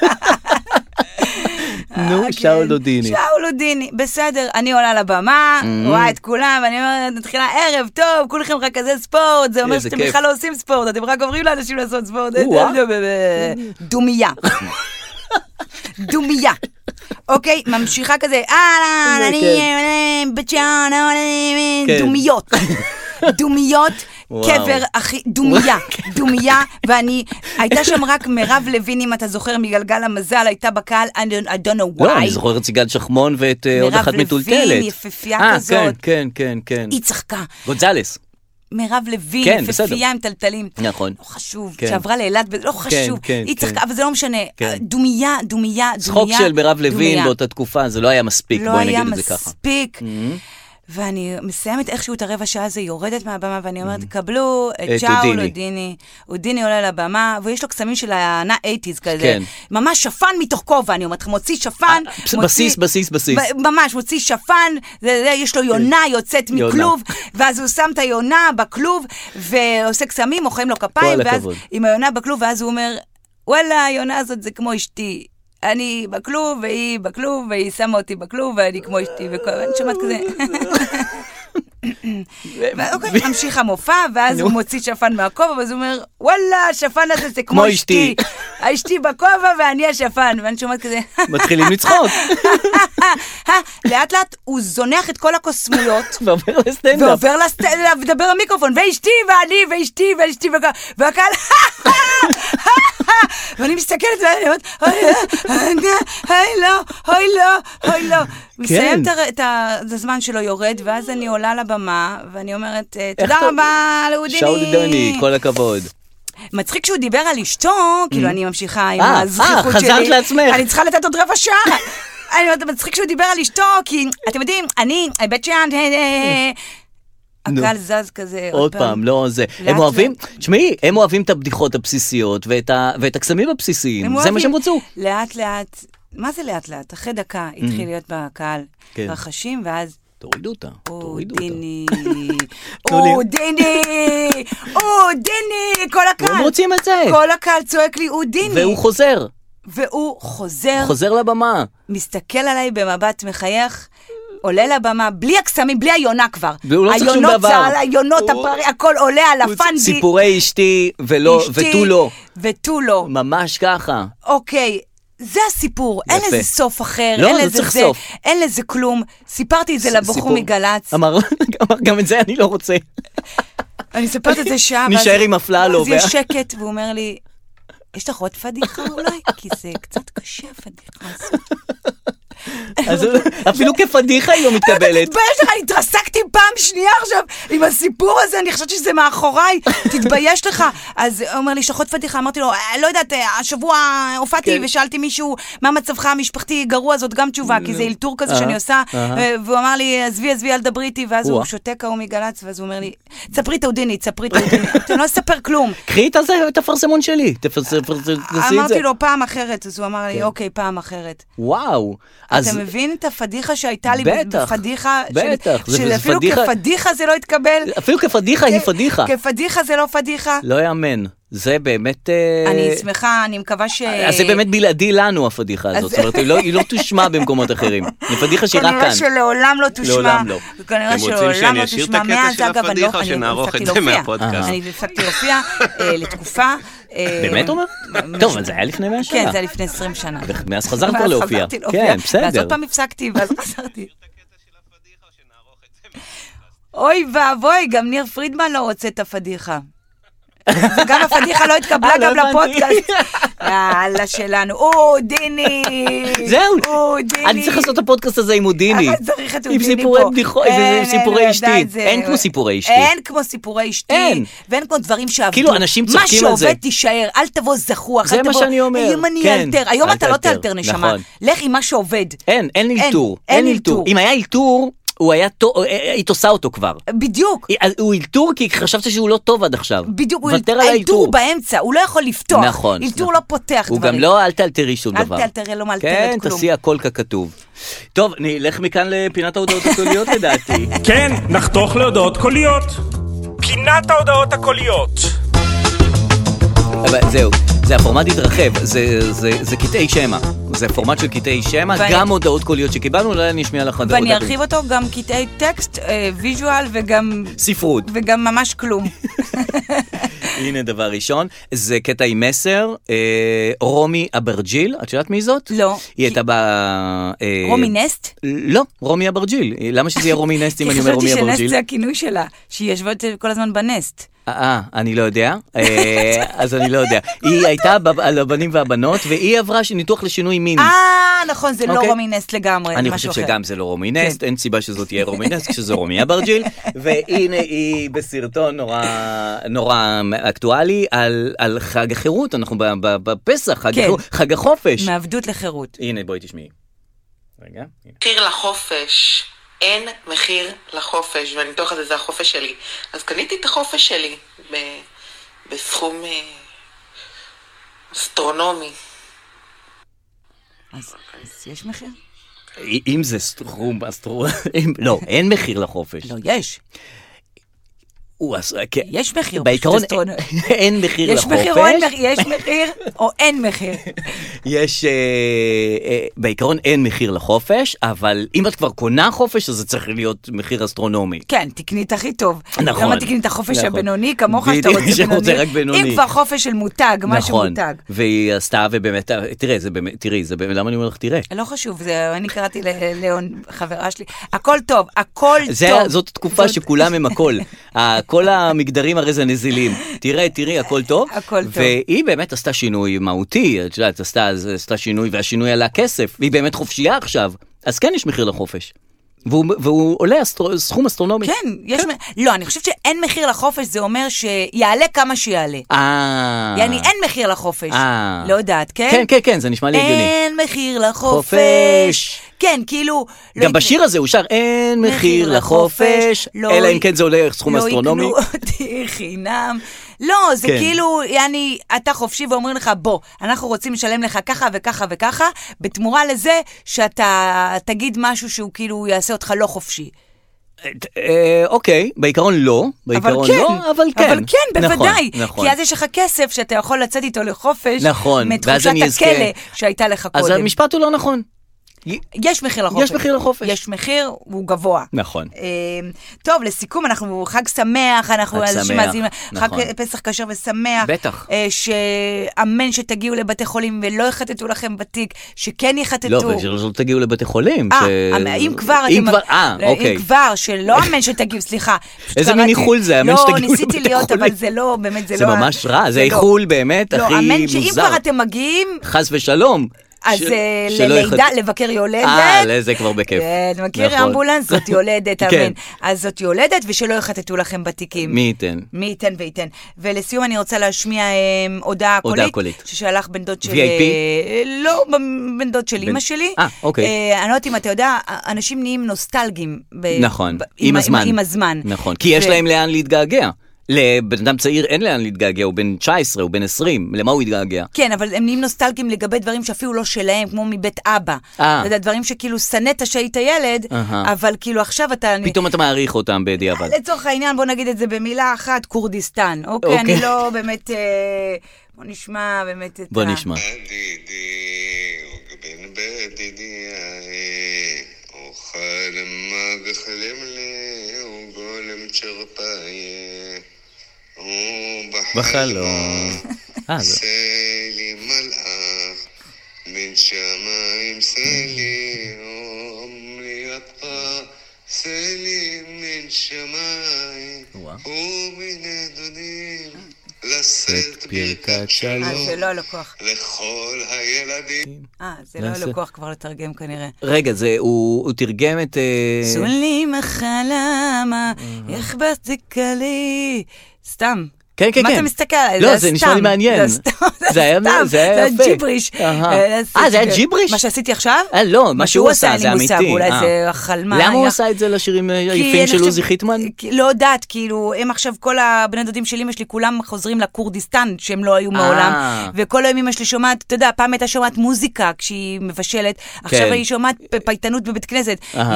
Speaker 2: נו,
Speaker 3: אה,
Speaker 2: שאול
Speaker 3: כן.
Speaker 2: הודיני.
Speaker 3: שאול הודיני, בסדר, אני עולה לבמה,
Speaker 2: Mm.
Speaker 3: רואה את כולם, אני אומרת, מתחילה ערב טוב, כולכם רכזי ספורט, זה אומר
Speaker 2: איזה
Speaker 3: שאתם
Speaker 2: כיף.
Speaker 3: בכלל לא עושים ספורט, אתם רק אומרים לאנשים לעשות ספורט.
Speaker 2: או-אה.
Speaker 3: דומייה. דומייה. אוקיי, ממשיכה כזה, אהלן, אני אה, בית שאן, אה,
Speaker 2: כן.
Speaker 3: דומיות. דומיות,
Speaker 2: וואו.
Speaker 3: קבר אחי, דומייה, דומייה, ואני, הייתה שם רק מירב לוין, אם אתה זוכר, מגלגל המזל, הייתה בקהל, I don't, I don't know why.
Speaker 2: לא, אני זוכר את סיגל שחמון ואת אה, עוד
Speaker 3: מירב
Speaker 2: אחת
Speaker 3: לוין,
Speaker 2: מטולטלת.
Speaker 3: יפהפייה
Speaker 2: אה,
Speaker 3: כזאת.
Speaker 2: כן, כן, כן, כן.
Speaker 3: היא צחקה.
Speaker 2: גונזלס.
Speaker 3: מירב לוין,
Speaker 2: כן, בסדר.
Speaker 3: יפהפייה עם טלטלים.
Speaker 2: נכון.
Speaker 3: לא חשוב,
Speaker 2: כן.
Speaker 3: שעברה לאילת, ב- לא חשוב.
Speaker 2: כן,
Speaker 3: היא
Speaker 2: כן.
Speaker 3: צחקה, אבל זה לא משנה.
Speaker 2: כן.
Speaker 3: דומייה, דומייה, דומייה.
Speaker 2: צחוק של מירב לוין
Speaker 3: דומייה.
Speaker 2: באותה תקופה, זה לא היה מספיק,
Speaker 3: לא
Speaker 2: בואי
Speaker 3: היה
Speaker 2: נגיד את זה ככה. Mm-hmm.
Speaker 3: מספיק. ואני מסיימת איכשהו את הרבע שעה הזה, יורדת מהבמה, ואני
Speaker 2: Mm-hmm.
Speaker 3: אומרת, קבלו את
Speaker 2: את
Speaker 3: צ'אול
Speaker 2: הודיני."
Speaker 3: הודיני. הודיני עולה לבמה, ויש לו קסמים של ה 80s כזה.
Speaker 2: כן.
Speaker 3: ממש שפן מתוך כובע, אני אומרת לך, מוציא שפן.
Speaker 2: בס-
Speaker 3: מוציא-
Speaker 2: בסיס, בסיס, בסיס. כן.
Speaker 3: ב- ממש, מוציא שפן, זה- זה, יש לו יונה יוצאת
Speaker 2: יונה.
Speaker 3: מכלוב, ואז הוא שם את היונה בכלוב, ועושה קסמים, מוחאים לו כפיים,
Speaker 2: כל
Speaker 3: ואז
Speaker 2: הכבוד.
Speaker 3: עם היונה בכלוב, ואז הוא אומר, וואלה, היונה הזאת זה כמו אשתי. אני בכלוב, והיא בכלוב, והיא שמה אותי בכלוב, ואני כמו אשתי, וכל- ואני שומעת כזה. ואוקיי, ממשיך המופע, ואז הוא מוציא שפן מהכובע, ואז הוא אומר, וואלה, השפן הזה זה כמו
Speaker 2: כמו
Speaker 3: אשתי.
Speaker 2: אשתי."
Speaker 3: אשתי בכובע ואני השפן, ואני שומעת כזה.
Speaker 2: מתחילים לצחוק,
Speaker 3: לאט לאט הוא זונח את כל הקוסמויות.
Speaker 2: ועובר לסטנדאפ.
Speaker 3: ועובר לסטנדאפ, מדבר למיקרופון, ואשתי ואני ואשתי ואשתי וכל- והקהל, ואני מסתכלת ואני אומרת, אוי לא, אוי לא, אוי לא, אוי לא. מסיים את הר- את ה- את הזמן שלו יורד, ואז אני עולה לבמה, ואני אומרת, אה, תודה
Speaker 2: אתה-
Speaker 3: רבה
Speaker 2: שאולי דוני,
Speaker 3: לאודיני.
Speaker 2: כל הכבוד.
Speaker 3: מצחיק שהוא דיבר על אשתו, כאילו אני ממשיכה עם
Speaker 2: Mm. אה,
Speaker 3: הזכיחות
Speaker 2: אה,
Speaker 3: שלי.
Speaker 2: חזרת לעצמך.
Speaker 3: אני צריכה לתת עוד רבע שעה. אני אומרת, מצחיק שהוא דיבר על אשתו, כי אתם יודעים, אני, בית שאן, אה, אה, אה.
Speaker 2: נו.
Speaker 3: הקהל זז כזה
Speaker 2: עוד פעם, לא זה.
Speaker 3: לאט
Speaker 2: הם אוהבים,
Speaker 3: לאט.
Speaker 2: תשמעי, הם אוהבים את הבדיחות הבסיסיות ואת ה- ואת הקסמים הבסיסיים, זה מה
Speaker 3: אוהבים.
Speaker 2: שהם רצו. Mm.
Speaker 3: לאט לאט, מה זה לאט לאט? אחרי דקה התחיל להיות בקהל
Speaker 2: כן.
Speaker 3: רחשים, ואז...
Speaker 2: תורידו אותה, תורידו אותה.
Speaker 3: אודיני,
Speaker 2: תנו לי.
Speaker 3: אודיני, אודיני, כל הקהל.
Speaker 2: הם רוצים את זה.
Speaker 3: כל הקהל צועק לי אודיני.
Speaker 2: לא והוא חוזר,
Speaker 3: והוא חוזר
Speaker 2: חוזר לבמה.
Speaker 3: מסתכל עליי במבט מחייך, עולה לבמה, בלי הקסמים, בלי היונה כבר.
Speaker 2: והוא לא צריך שום
Speaker 3: היונות
Speaker 2: דבר.
Speaker 3: צהלה, היונות
Speaker 2: הוא-
Speaker 3: הפרי, הכל עולה על הפנדי.
Speaker 2: סיפורי אשתי ולא,
Speaker 3: אשתי
Speaker 2: ותו לא.
Speaker 3: ותו לא.
Speaker 2: ממש ככה.
Speaker 3: אוקיי. זה הסיפור, אין
Speaker 2: יפה.
Speaker 3: לזה סוף אחר,
Speaker 2: לא,
Speaker 3: אין
Speaker 2: לא
Speaker 3: לזה
Speaker 2: צריך
Speaker 3: זה,
Speaker 2: סוף.
Speaker 3: אין לזה כלום. סיפרתי את זה
Speaker 2: ס-
Speaker 3: לבחור
Speaker 2: סיפור.
Speaker 3: מגל"צ,
Speaker 2: אמר, אמר, גם את זה אני לא רוצה.
Speaker 3: אני מספרת את זה שעה, ואז-
Speaker 2: נישאר עם לא אפללו,
Speaker 3: אז יש
Speaker 2: וה-
Speaker 3: שקט, והוא אומר לי, יש לך עוד פדיחה אולי? כי זה קצת קשה הפדיחה הזאת.
Speaker 2: אז אפילו כפדיחה היא לא מתקבלת.
Speaker 3: תתבייש לך, התרסקתי פעם שנייה עכשיו עם הסיפור הזה, אני חשבתי שזה מאחוריי, תתבייש לך. אז הוא אומר לי, שחות פדיחה, אמרתי לו, "אה, לא יודעת, אה, השבוע הופעתי
Speaker 2: כן.
Speaker 3: ושאלתי מישהו, מה מצבך המשפחתי גרוע, זאת גם תשובה, כי זה אלתור כזה
Speaker 2: אה,
Speaker 3: שאני עושה,
Speaker 2: אה.
Speaker 3: אה, והוא אמר לי, עזבי, עזבי, אל דברי איתי, ואז הוא
Speaker 2: וואה.
Speaker 3: שותק ההוא מגל"צ, ואז הוא אומר לי, ספרי תאודיני, ספרי תאודיני, אני לא אספר כלום.
Speaker 2: קחי את הזה, את הפרסמון שלי, תפרסם, תעשי את זה.
Speaker 3: אמרתי לו פעם אחרת, אז הוא אמר לי, אוקיי, פעם אחרת.
Speaker 2: וואו.
Speaker 3: אתה
Speaker 2: אז
Speaker 3: מבין את הפדיחה שהייתה לי?
Speaker 2: בטח,
Speaker 3: בפדיחה
Speaker 2: בטח, זה-
Speaker 3: של,
Speaker 2: זה
Speaker 3: שאפילו
Speaker 2: פדיחה-
Speaker 3: כפדיחה זה לא התקבל.
Speaker 2: אפילו כפדיחה היא פדיחה.
Speaker 3: כפדיחה זה לא פדיחה.
Speaker 2: לא יאמן. זה באמת... אה,
Speaker 3: אני שמחה, אני מקווה ש...
Speaker 2: אז זה באמת בלעדי לנו, הפדיחה הזאת.
Speaker 3: אז-
Speaker 2: זאת אומרת, היא לא- היא לא תושמע במקומות אחרים. היא פדיחה שהיא רק
Speaker 3: כנראה
Speaker 2: כאן.
Speaker 3: שלעולם לא תושמע.
Speaker 2: לעולם לא.
Speaker 3: כנראה
Speaker 4: אתם רוצים
Speaker 3: שלעולם
Speaker 4: שאני
Speaker 3: לא
Speaker 4: אשאיר את
Speaker 3: תושמע.
Speaker 4: הקטע
Speaker 3: מאז,
Speaker 4: של
Speaker 3: אגב, אני לא-
Speaker 4: הפדיחה
Speaker 3: אני
Speaker 4: שנערוך
Speaker 3: הפסקתי
Speaker 4: את זה
Speaker 3: להופיע.
Speaker 4: מהפודקאסט?
Speaker 3: אני הפסקתי להופיע אה, לתקופה. אה,
Speaker 2: באמת אומר? טוב, אבל זה היה לפני 100
Speaker 3: כן,
Speaker 2: שנה.
Speaker 3: זה היה לפני 20 שנה.
Speaker 2: מאז חזרת
Speaker 3: ואז
Speaker 2: להופיע.
Speaker 3: חזרתי
Speaker 2: כן,
Speaker 3: ואז
Speaker 2: בסדר.
Speaker 3: עוד פעם הפסקתי, ואז חזרתי. אוי ואבוי, גם ניר פרידמן לא רוצה את הפדיחה. וגם הפדיחה לא התקבלה
Speaker 2: אה, לא
Speaker 3: גם
Speaker 2: הבנתי.
Speaker 3: לפודקאסט. יאללה שלנו, הודיני.
Speaker 2: זהו.
Speaker 3: הודיני.
Speaker 2: אני צריך לעשות את הפודקאסט הזה עם הודיני.
Speaker 3: אבל צריך את
Speaker 2: עם
Speaker 3: הודיני
Speaker 2: סיפורי
Speaker 3: פה.
Speaker 2: בדיחות,
Speaker 3: אין,
Speaker 2: עם
Speaker 3: אין,
Speaker 2: סיפורי
Speaker 3: אני
Speaker 2: אשתי.
Speaker 3: יודעת, זה-
Speaker 2: אין כמו סיפורי אשתי.
Speaker 3: אין כמו סיפורי אשתי,
Speaker 2: אין.
Speaker 3: ואין כמו דברים שעבדו.
Speaker 2: כאילו, אנשים צוחקים על
Speaker 3: מה
Speaker 2: זה.
Speaker 3: שעובד תישאר, אל תבוא זחוח.
Speaker 2: זה
Speaker 3: אל
Speaker 2: מה
Speaker 3: תבוא,
Speaker 2: שאני אומר,
Speaker 3: היום אני
Speaker 2: כן.
Speaker 3: אלתר. היום
Speaker 2: אל
Speaker 3: אתה לא
Speaker 2: תאלתר,
Speaker 3: תאלתר, נשמה.
Speaker 2: נכון.
Speaker 3: לך עם מה שעובד.
Speaker 2: אין, אין אלתור.
Speaker 3: אין
Speaker 2: אין
Speaker 3: אלתור.
Speaker 2: אלתור. אם היה אלתור, הוא היה אה, טוב, היית עושה אותו כבר.
Speaker 3: בדיוק.
Speaker 2: היא- הוא אלתור כי חשבת שהוא לא טוב עד עכשיו.
Speaker 3: בדיוק, הוא-
Speaker 2: ותר על
Speaker 3: האלתור
Speaker 2: האלתור.
Speaker 3: הוא באמצע, הוא לא יכול לפתוח.
Speaker 2: נכון.
Speaker 3: אלתור
Speaker 2: נכון.
Speaker 3: לא פותח
Speaker 2: הוא
Speaker 3: דברים.
Speaker 2: גם לא, אל תאלתרי שום
Speaker 3: אל
Speaker 2: דבר.
Speaker 3: תאלתרי, לא מאלתרת
Speaker 2: כן,
Speaker 3: כלום.
Speaker 2: תעשי הכל ככתוב. טוב, נלך מכאן לפינת ההודעות הקוליות לדעתי.
Speaker 1: כן, נחתוך להודעות קוליות. פינת ההודעות הקוליות.
Speaker 2: אבל זהו, זה הפורמט התרחב, זה- זה זה קטעי שמע. זה פורמט של קטעי שמע,
Speaker 3: ואני-
Speaker 2: גם הודעות קוליות שקיבלנו, אולי אני אשמיע לך הודעות.
Speaker 3: ואני ארחיב אותו גם קטעי טקסט, אה, ויז'ואל וגם...
Speaker 2: ספרות.
Speaker 3: וגם ממש כלום.
Speaker 2: אה, הנה דבר ראשון, זה קטע עם מסר, אה, רומי אברג'יל, את יודעת מי זאת?
Speaker 3: לא.
Speaker 2: היא הייתה ב... אה,
Speaker 3: רומי נסט?
Speaker 2: לא, רומי אברג'יל. למה שזה יהיה רומי נסט אם אני
Speaker 3: כי
Speaker 2: אומר
Speaker 3: חשבתי
Speaker 2: רומי
Speaker 3: שנסט
Speaker 2: אברג'יל?
Speaker 3: זה הכינוי שלה, שהיא ישבה כל הזמן בנסט.
Speaker 2: אה, אני לא יודע, אה, אז אני לא יודע. היא הייתה ב- על הבנים והבנות, והיא עברה ניתוח לשינוי מין.
Speaker 3: אה, נכון, זה לא
Speaker 2: אוקיי.
Speaker 3: רומי נסט לגמרי,
Speaker 2: אני
Speaker 3: זה
Speaker 2: חושב
Speaker 3: משהו אחר. כן.
Speaker 2: שגם זה לא רומי נסט, אין סיבה שזאת תהיה רומי נסט כשזה רומי אברג'יל, והנה היא בסרטון נורא נורא אקטואלי על, על חג החירות, אנחנו ב- ב- בפסח, חג,
Speaker 3: כן.
Speaker 2: החירות, חג החופש.
Speaker 3: מעבדות לחירות.
Speaker 2: הנה בואי תשמעי. רגע, הנה.
Speaker 5: מחיר לחופש. אין מחיר לחופש, ואני תוכן זה החופש שלי. אז קניתי את החופש שלי ב- בסכום אה, אסטרונומי.
Speaker 3: אז אז יש מחיר?
Speaker 2: אם זה סטרום, אסטרו... אם- לא, אין מחיר לחופש.
Speaker 3: לא, יש.
Speaker 2: הוא עשה- כן.
Speaker 3: יש מחיר,
Speaker 2: בעיקרון
Speaker 3: פשוט אסטרונומי.
Speaker 2: אין מחיר
Speaker 3: יש
Speaker 2: לחופש.
Speaker 3: מחיר או אין מחיר? יש מחיר או אין מחיר?
Speaker 2: יש, אה, אה, בעיקרון אין מחיר לחופש, אבל אם את כבר קונה חופש, אז זה צריך להיות מחיר אסטרונומי.
Speaker 3: כן, תקני את הכי טוב.
Speaker 2: נכון.
Speaker 3: למה תקני את החופש
Speaker 2: נכון.
Speaker 3: הבינוני, כמוך שאתה
Speaker 2: בדיוק,
Speaker 3: רוצה
Speaker 2: שרוצה
Speaker 3: בינוני?
Speaker 2: רק בינוני.
Speaker 3: אם כבר חופש של מותג, משהו
Speaker 2: נכון,
Speaker 3: מותג.
Speaker 2: והיא עשתה ובאמת, תראה, זה באמת, תראי, זה באמת, למה אני אומר לך תראה?
Speaker 3: לא חשוב, זה, אני קראתי ללאון, חברה שלי. הכל טוב, הכל
Speaker 2: זה,
Speaker 3: טוב.
Speaker 2: זאת תקופה שכולם הם הכל, ה- כל המגדרים הרי זה נזילים. תראה, תראי, הכל טוב.
Speaker 3: הכל טוב.
Speaker 2: והיא באמת עשתה שינוי מהותי, את יודעת, עשתה, אז עשתה שינוי והשינוי עלה כסף, והיא באמת חופשייה עכשיו, אז כן יש מחיר לחופש. והוא, והוא עולה אסטר, סכום אסטרונומי.
Speaker 3: כן, יש... מ- לא, אני חושבת שאין מחיר לחופש, זה אומר שיעלה כמה שיעלה.
Speaker 2: אה...
Speaker 3: יעני, אין מחיר לחופש.
Speaker 2: אה.
Speaker 3: לא יודעת, כן?
Speaker 2: כן, כן, כן, זה נשמע לי הגיוני.
Speaker 3: אין מחיר לחופש.
Speaker 2: חופש.
Speaker 3: כן, כאילו...
Speaker 2: גם
Speaker 3: לא יקנה-
Speaker 2: בשיר הזה הוא שר אין מחיר לחופש,
Speaker 3: לא
Speaker 2: אלא אם
Speaker 3: י-
Speaker 2: כן זה עולה סכום אסטרונומי.
Speaker 3: לא יקנו אותי חינם. לא, זה
Speaker 2: כן.
Speaker 3: כאילו, יעני, אתה חופשי ואומרים לך, בוא, אנחנו רוצים לשלם לך ככה וככה וככה, בתמורה לזה שאתה תגיד משהו שהוא כאילו יעשה אותך לא חופשי.
Speaker 2: אה, אוקיי, בעיקרון לא, בעיקרון
Speaker 3: כן,
Speaker 2: לא, אבל כן.
Speaker 3: אבל כן,
Speaker 2: נכון,
Speaker 3: בוודאי.
Speaker 2: נכון.
Speaker 3: כי אז יש לך כסף שאתה יכול לצאת איתו לחופש,
Speaker 2: נכון,
Speaker 3: מתחושת
Speaker 2: ואז אני אזכה-
Speaker 3: הכלא שהייתה לך
Speaker 2: אז
Speaker 3: קודם.
Speaker 2: המשפט הוא לא נכון.
Speaker 3: יש מחיר לחופש.
Speaker 2: יש מחיר לחופש.
Speaker 3: יש מחיר, הוא גבוה.
Speaker 2: נכון.
Speaker 3: אמ, טוב, לסיכום, אנחנו חג שמח, אנחנו
Speaker 2: חג
Speaker 3: אנשים
Speaker 2: שמח,
Speaker 3: מאזינים, חג
Speaker 2: נכון.
Speaker 3: פסח כשר ושמח.
Speaker 2: בטח.
Speaker 3: אה, שאמן שתגיעו לבתי חולים ולא יחטטו לכם בתיק, שכן יחטטו.
Speaker 2: לא, אבל שלא תגיעו לבתי חולים.
Speaker 3: אה,
Speaker 2: ש-
Speaker 3: אמ- אם כבר,
Speaker 2: אם
Speaker 3: אתם-
Speaker 2: כבר, אה,
Speaker 3: לא,
Speaker 2: אוקיי.
Speaker 3: אם כבר, שלא אמן שתגיעו, סליחה. פשוט
Speaker 2: איזה מין
Speaker 3: קראתי.
Speaker 2: איחול זה, אמן
Speaker 3: לא,
Speaker 2: שתגיעו
Speaker 3: ניסיתי
Speaker 2: לבתי
Speaker 3: להיות, אבל
Speaker 2: חולים.
Speaker 3: זה לא, באמת, זה לא...
Speaker 2: זה ממש רע, זה
Speaker 3: לא.
Speaker 2: איחול באמת
Speaker 3: לא,
Speaker 2: הכי
Speaker 3: אמן שאם
Speaker 2: מוזר.
Speaker 3: כבר אתם מגיעים,
Speaker 2: חס ושלום.
Speaker 3: אז
Speaker 2: ש-
Speaker 3: אה,
Speaker 2: שלא
Speaker 3: ללידה,
Speaker 2: יחד-
Speaker 3: לבקר יולדת.
Speaker 2: אה, לא, זה כבר בכיף.
Speaker 3: כן, מכיר
Speaker 2: נכון.
Speaker 3: אמבולנס, זאת יולדת,
Speaker 2: כן.
Speaker 3: אמן. אז זאת יולדת, ושלא יחטטו לכם בתיקים.
Speaker 2: מי ייתן?
Speaker 3: מי ייתן וייתן. ולסיום אני רוצה להשמיע אה, הודעה קולית.
Speaker 2: קולית.
Speaker 3: ששלח בן דוד של...
Speaker 2: VIP?
Speaker 3: אה, לא, בן- בן דוד של
Speaker 2: בן-
Speaker 3: אימא שלי.
Speaker 2: אה, אוקיי.
Speaker 3: אה, אני לא יודעת אם אתה יודע, אנשים נהיים נוסטלגיים. ב-
Speaker 2: נכון,
Speaker 3: ב-
Speaker 2: עם הזמן.
Speaker 3: אה, עם הזמן.
Speaker 2: נכון, כי יש
Speaker 3: ו-
Speaker 2: להם לאן להתגעגע. לבן אדם צעיר אין לאן להתגעגע, הוא בן 19, הוא בן 20, למה הוא יתגעגע?
Speaker 3: כן, אבל הם נהיים נוסטלגיים לגבי דברים שאפילו לא שלהם, כמו מבית אבא.
Speaker 2: אה.
Speaker 3: אתה יודע, דברים שכאילו שנאת שהיית ילד,
Speaker 2: אהה.
Speaker 3: אבל כאילו עכשיו אתה...
Speaker 2: פתאום אתה מעריך אותם בדיעבד.
Speaker 3: לצורך העניין, בוא נגיד את זה במילה אחת, כורדיסטן, אוקיי?
Speaker 2: אוקיי.
Speaker 3: אני לא באמת... אה, בוא נשמע באמת את
Speaker 2: בוא
Speaker 3: ה-
Speaker 2: נשמע.
Speaker 4: عديدي وقبل بديدي عاي وخالم ما بخلم لي وقولم شغطاي
Speaker 2: בחלום. אה, זה-
Speaker 4: سالي ملأخ من شمايم سالي وعمري أبقى سالي من شمايم
Speaker 2: וואה.
Speaker 4: ومن أدنين لسيت
Speaker 2: ברכת
Speaker 4: بרכת
Speaker 2: שלום.
Speaker 3: אה, זה
Speaker 4: שלום
Speaker 3: לא הלקוח.
Speaker 4: לכל הילדים.
Speaker 3: אה, זה לא
Speaker 2: נעשה.
Speaker 3: הלקוח כבר לתרגם כנראה.
Speaker 2: רגע, זה, הוא הוא תרגם את... אה,
Speaker 3: סולי מחלמה, איך בתק לי? סתם.
Speaker 2: כן, כן,
Speaker 3: מה
Speaker 2: כן.
Speaker 3: אתה מסתכל עליי?
Speaker 2: לא,
Speaker 3: היה
Speaker 2: זה נשמע לי
Speaker 3: סתם.
Speaker 2: מעניין.
Speaker 3: זה סתם,
Speaker 2: זה היה-
Speaker 3: סתם,
Speaker 2: זה היה יפה.
Speaker 3: ג'יבריש.
Speaker 2: אהה.
Speaker 3: סתם.
Speaker 2: אה, זה היה ג'יבריש?
Speaker 3: מה שעשיתי עכשיו?
Speaker 2: אה, לא, מה שהוא עשה,
Speaker 3: אין לי
Speaker 2: זה
Speaker 3: מושג,
Speaker 2: אמיתי.
Speaker 3: אולי
Speaker 2: אה.
Speaker 3: זה החלמה.
Speaker 2: למה הוא
Speaker 3: היה-
Speaker 2: עשה את זה לשירים
Speaker 3: כי
Speaker 2: היפים
Speaker 3: אני
Speaker 2: של
Speaker 3: חושבת-
Speaker 2: עוזי חיטמן?
Speaker 3: כי- לא יודעת, כאילו, הם עכשיו, כל הבני דודים של אמא שלי, כולם חוזרים לכורדיסטן, שהם לא היו
Speaker 2: אה.
Speaker 3: מעולם. וכל היום אמא שלי שומעת, אתה יודע, פעם הייתה שומעת מוזיקה כשהיא מבשלת,
Speaker 2: כן.
Speaker 3: עכשיו היא שומעת פ- פייטנות בבית כנסת.
Speaker 2: אהה.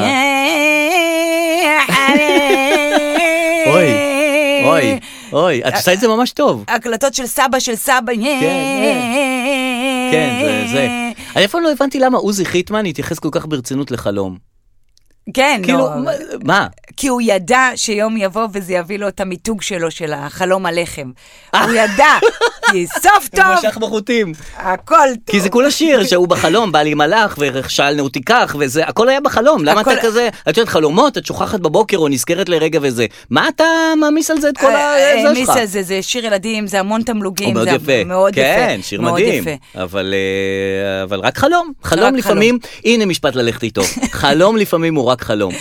Speaker 2: אוי,
Speaker 3: אה,
Speaker 2: אוי, אוי, את עושה את זה ממש טוב.
Speaker 3: הקלטות של סבא של סבא,
Speaker 2: כן, זה זה.
Speaker 3: אה.
Speaker 2: אני אף פעם לא הבנתי למה עוזי חיטמן התייחס כל כך ברצינות לחלום.
Speaker 3: כן,
Speaker 2: כאילו,
Speaker 3: לא,
Speaker 2: מה- מה?
Speaker 3: כי הוא ידע שיום יבוא וזה יביא לו את המיתוג שלו, של החלום הלחם. הוא ידע, כי סוף
Speaker 2: הוא
Speaker 3: טוב,
Speaker 2: משך בחוטים.
Speaker 3: הכל טוב.
Speaker 2: כי זה כולה שיר שהוא בחלום, בא לי מלאך ושאלנו אותי כך, וזה, הכל היה בחלום, למה אתה
Speaker 3: הכל-
Speaker 2: כזה, את יודעת, חלומות, את שוכחת בבוקר או נזכרת לרגע וזה, מה אתה מעמיס על זה את כל ה...
Speaker 3: אה,
Speaker 2: זה
Speaker 3: מיס
Speaker 2: שלך?
Speaker 3: הזה, זה שיר ילדים, זה המון
Speaker 2: הוא
Speaker 3: תמלוגים,
Speaker 2: מאוד
Speaker 3: זה
Speaker 2: יפה,
Speaker 3: מאוד יפה.
Speaker 2: כן, שיר
Speaker 3: מאוד
Speaker 2: מדהים,
Speaker 3: יפה.
Speaker 2: אבל, אה, אבל רק חלום, חלום
Speaker 3: חלום.
Speaker 2: לפעמים, הנה משפט ללכת איתו, חלום לפעמים הוא רק חלום,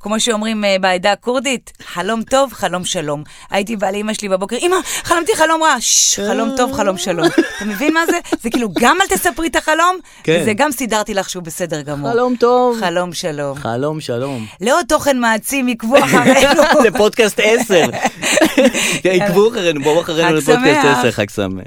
Speaker 3: כמו שאומרים אה, בעדה הכורדית, חלום טוב, חלום שלום. הייתי באה לאמא שלי בבוקר, אמא, חלמתי חלום רע, ששש, חלום טוב, חלום שלום. אתה מבין מה זה? זה כאילו, גם אל תספרי את החלום,
Speaker 2: כן.
Speaker 3: וזה גם סידרתי לך שהוא בסדר גמור.
Speaker 2: חלום טוב,
Speaker 3: חלום שלום.
Speaker 2: חלום שלום.
Speaker 3: לעוד תוכן מעצים עקבו אחרינו.
Speaker 2: לפודקאסט 10. עקבו אחרינו, בואו אחרינו
Speaker 3: חג
Speaker 2: לפודקאסט
Speaker 3: שמח.
Speaker 2: 10, חג שמח.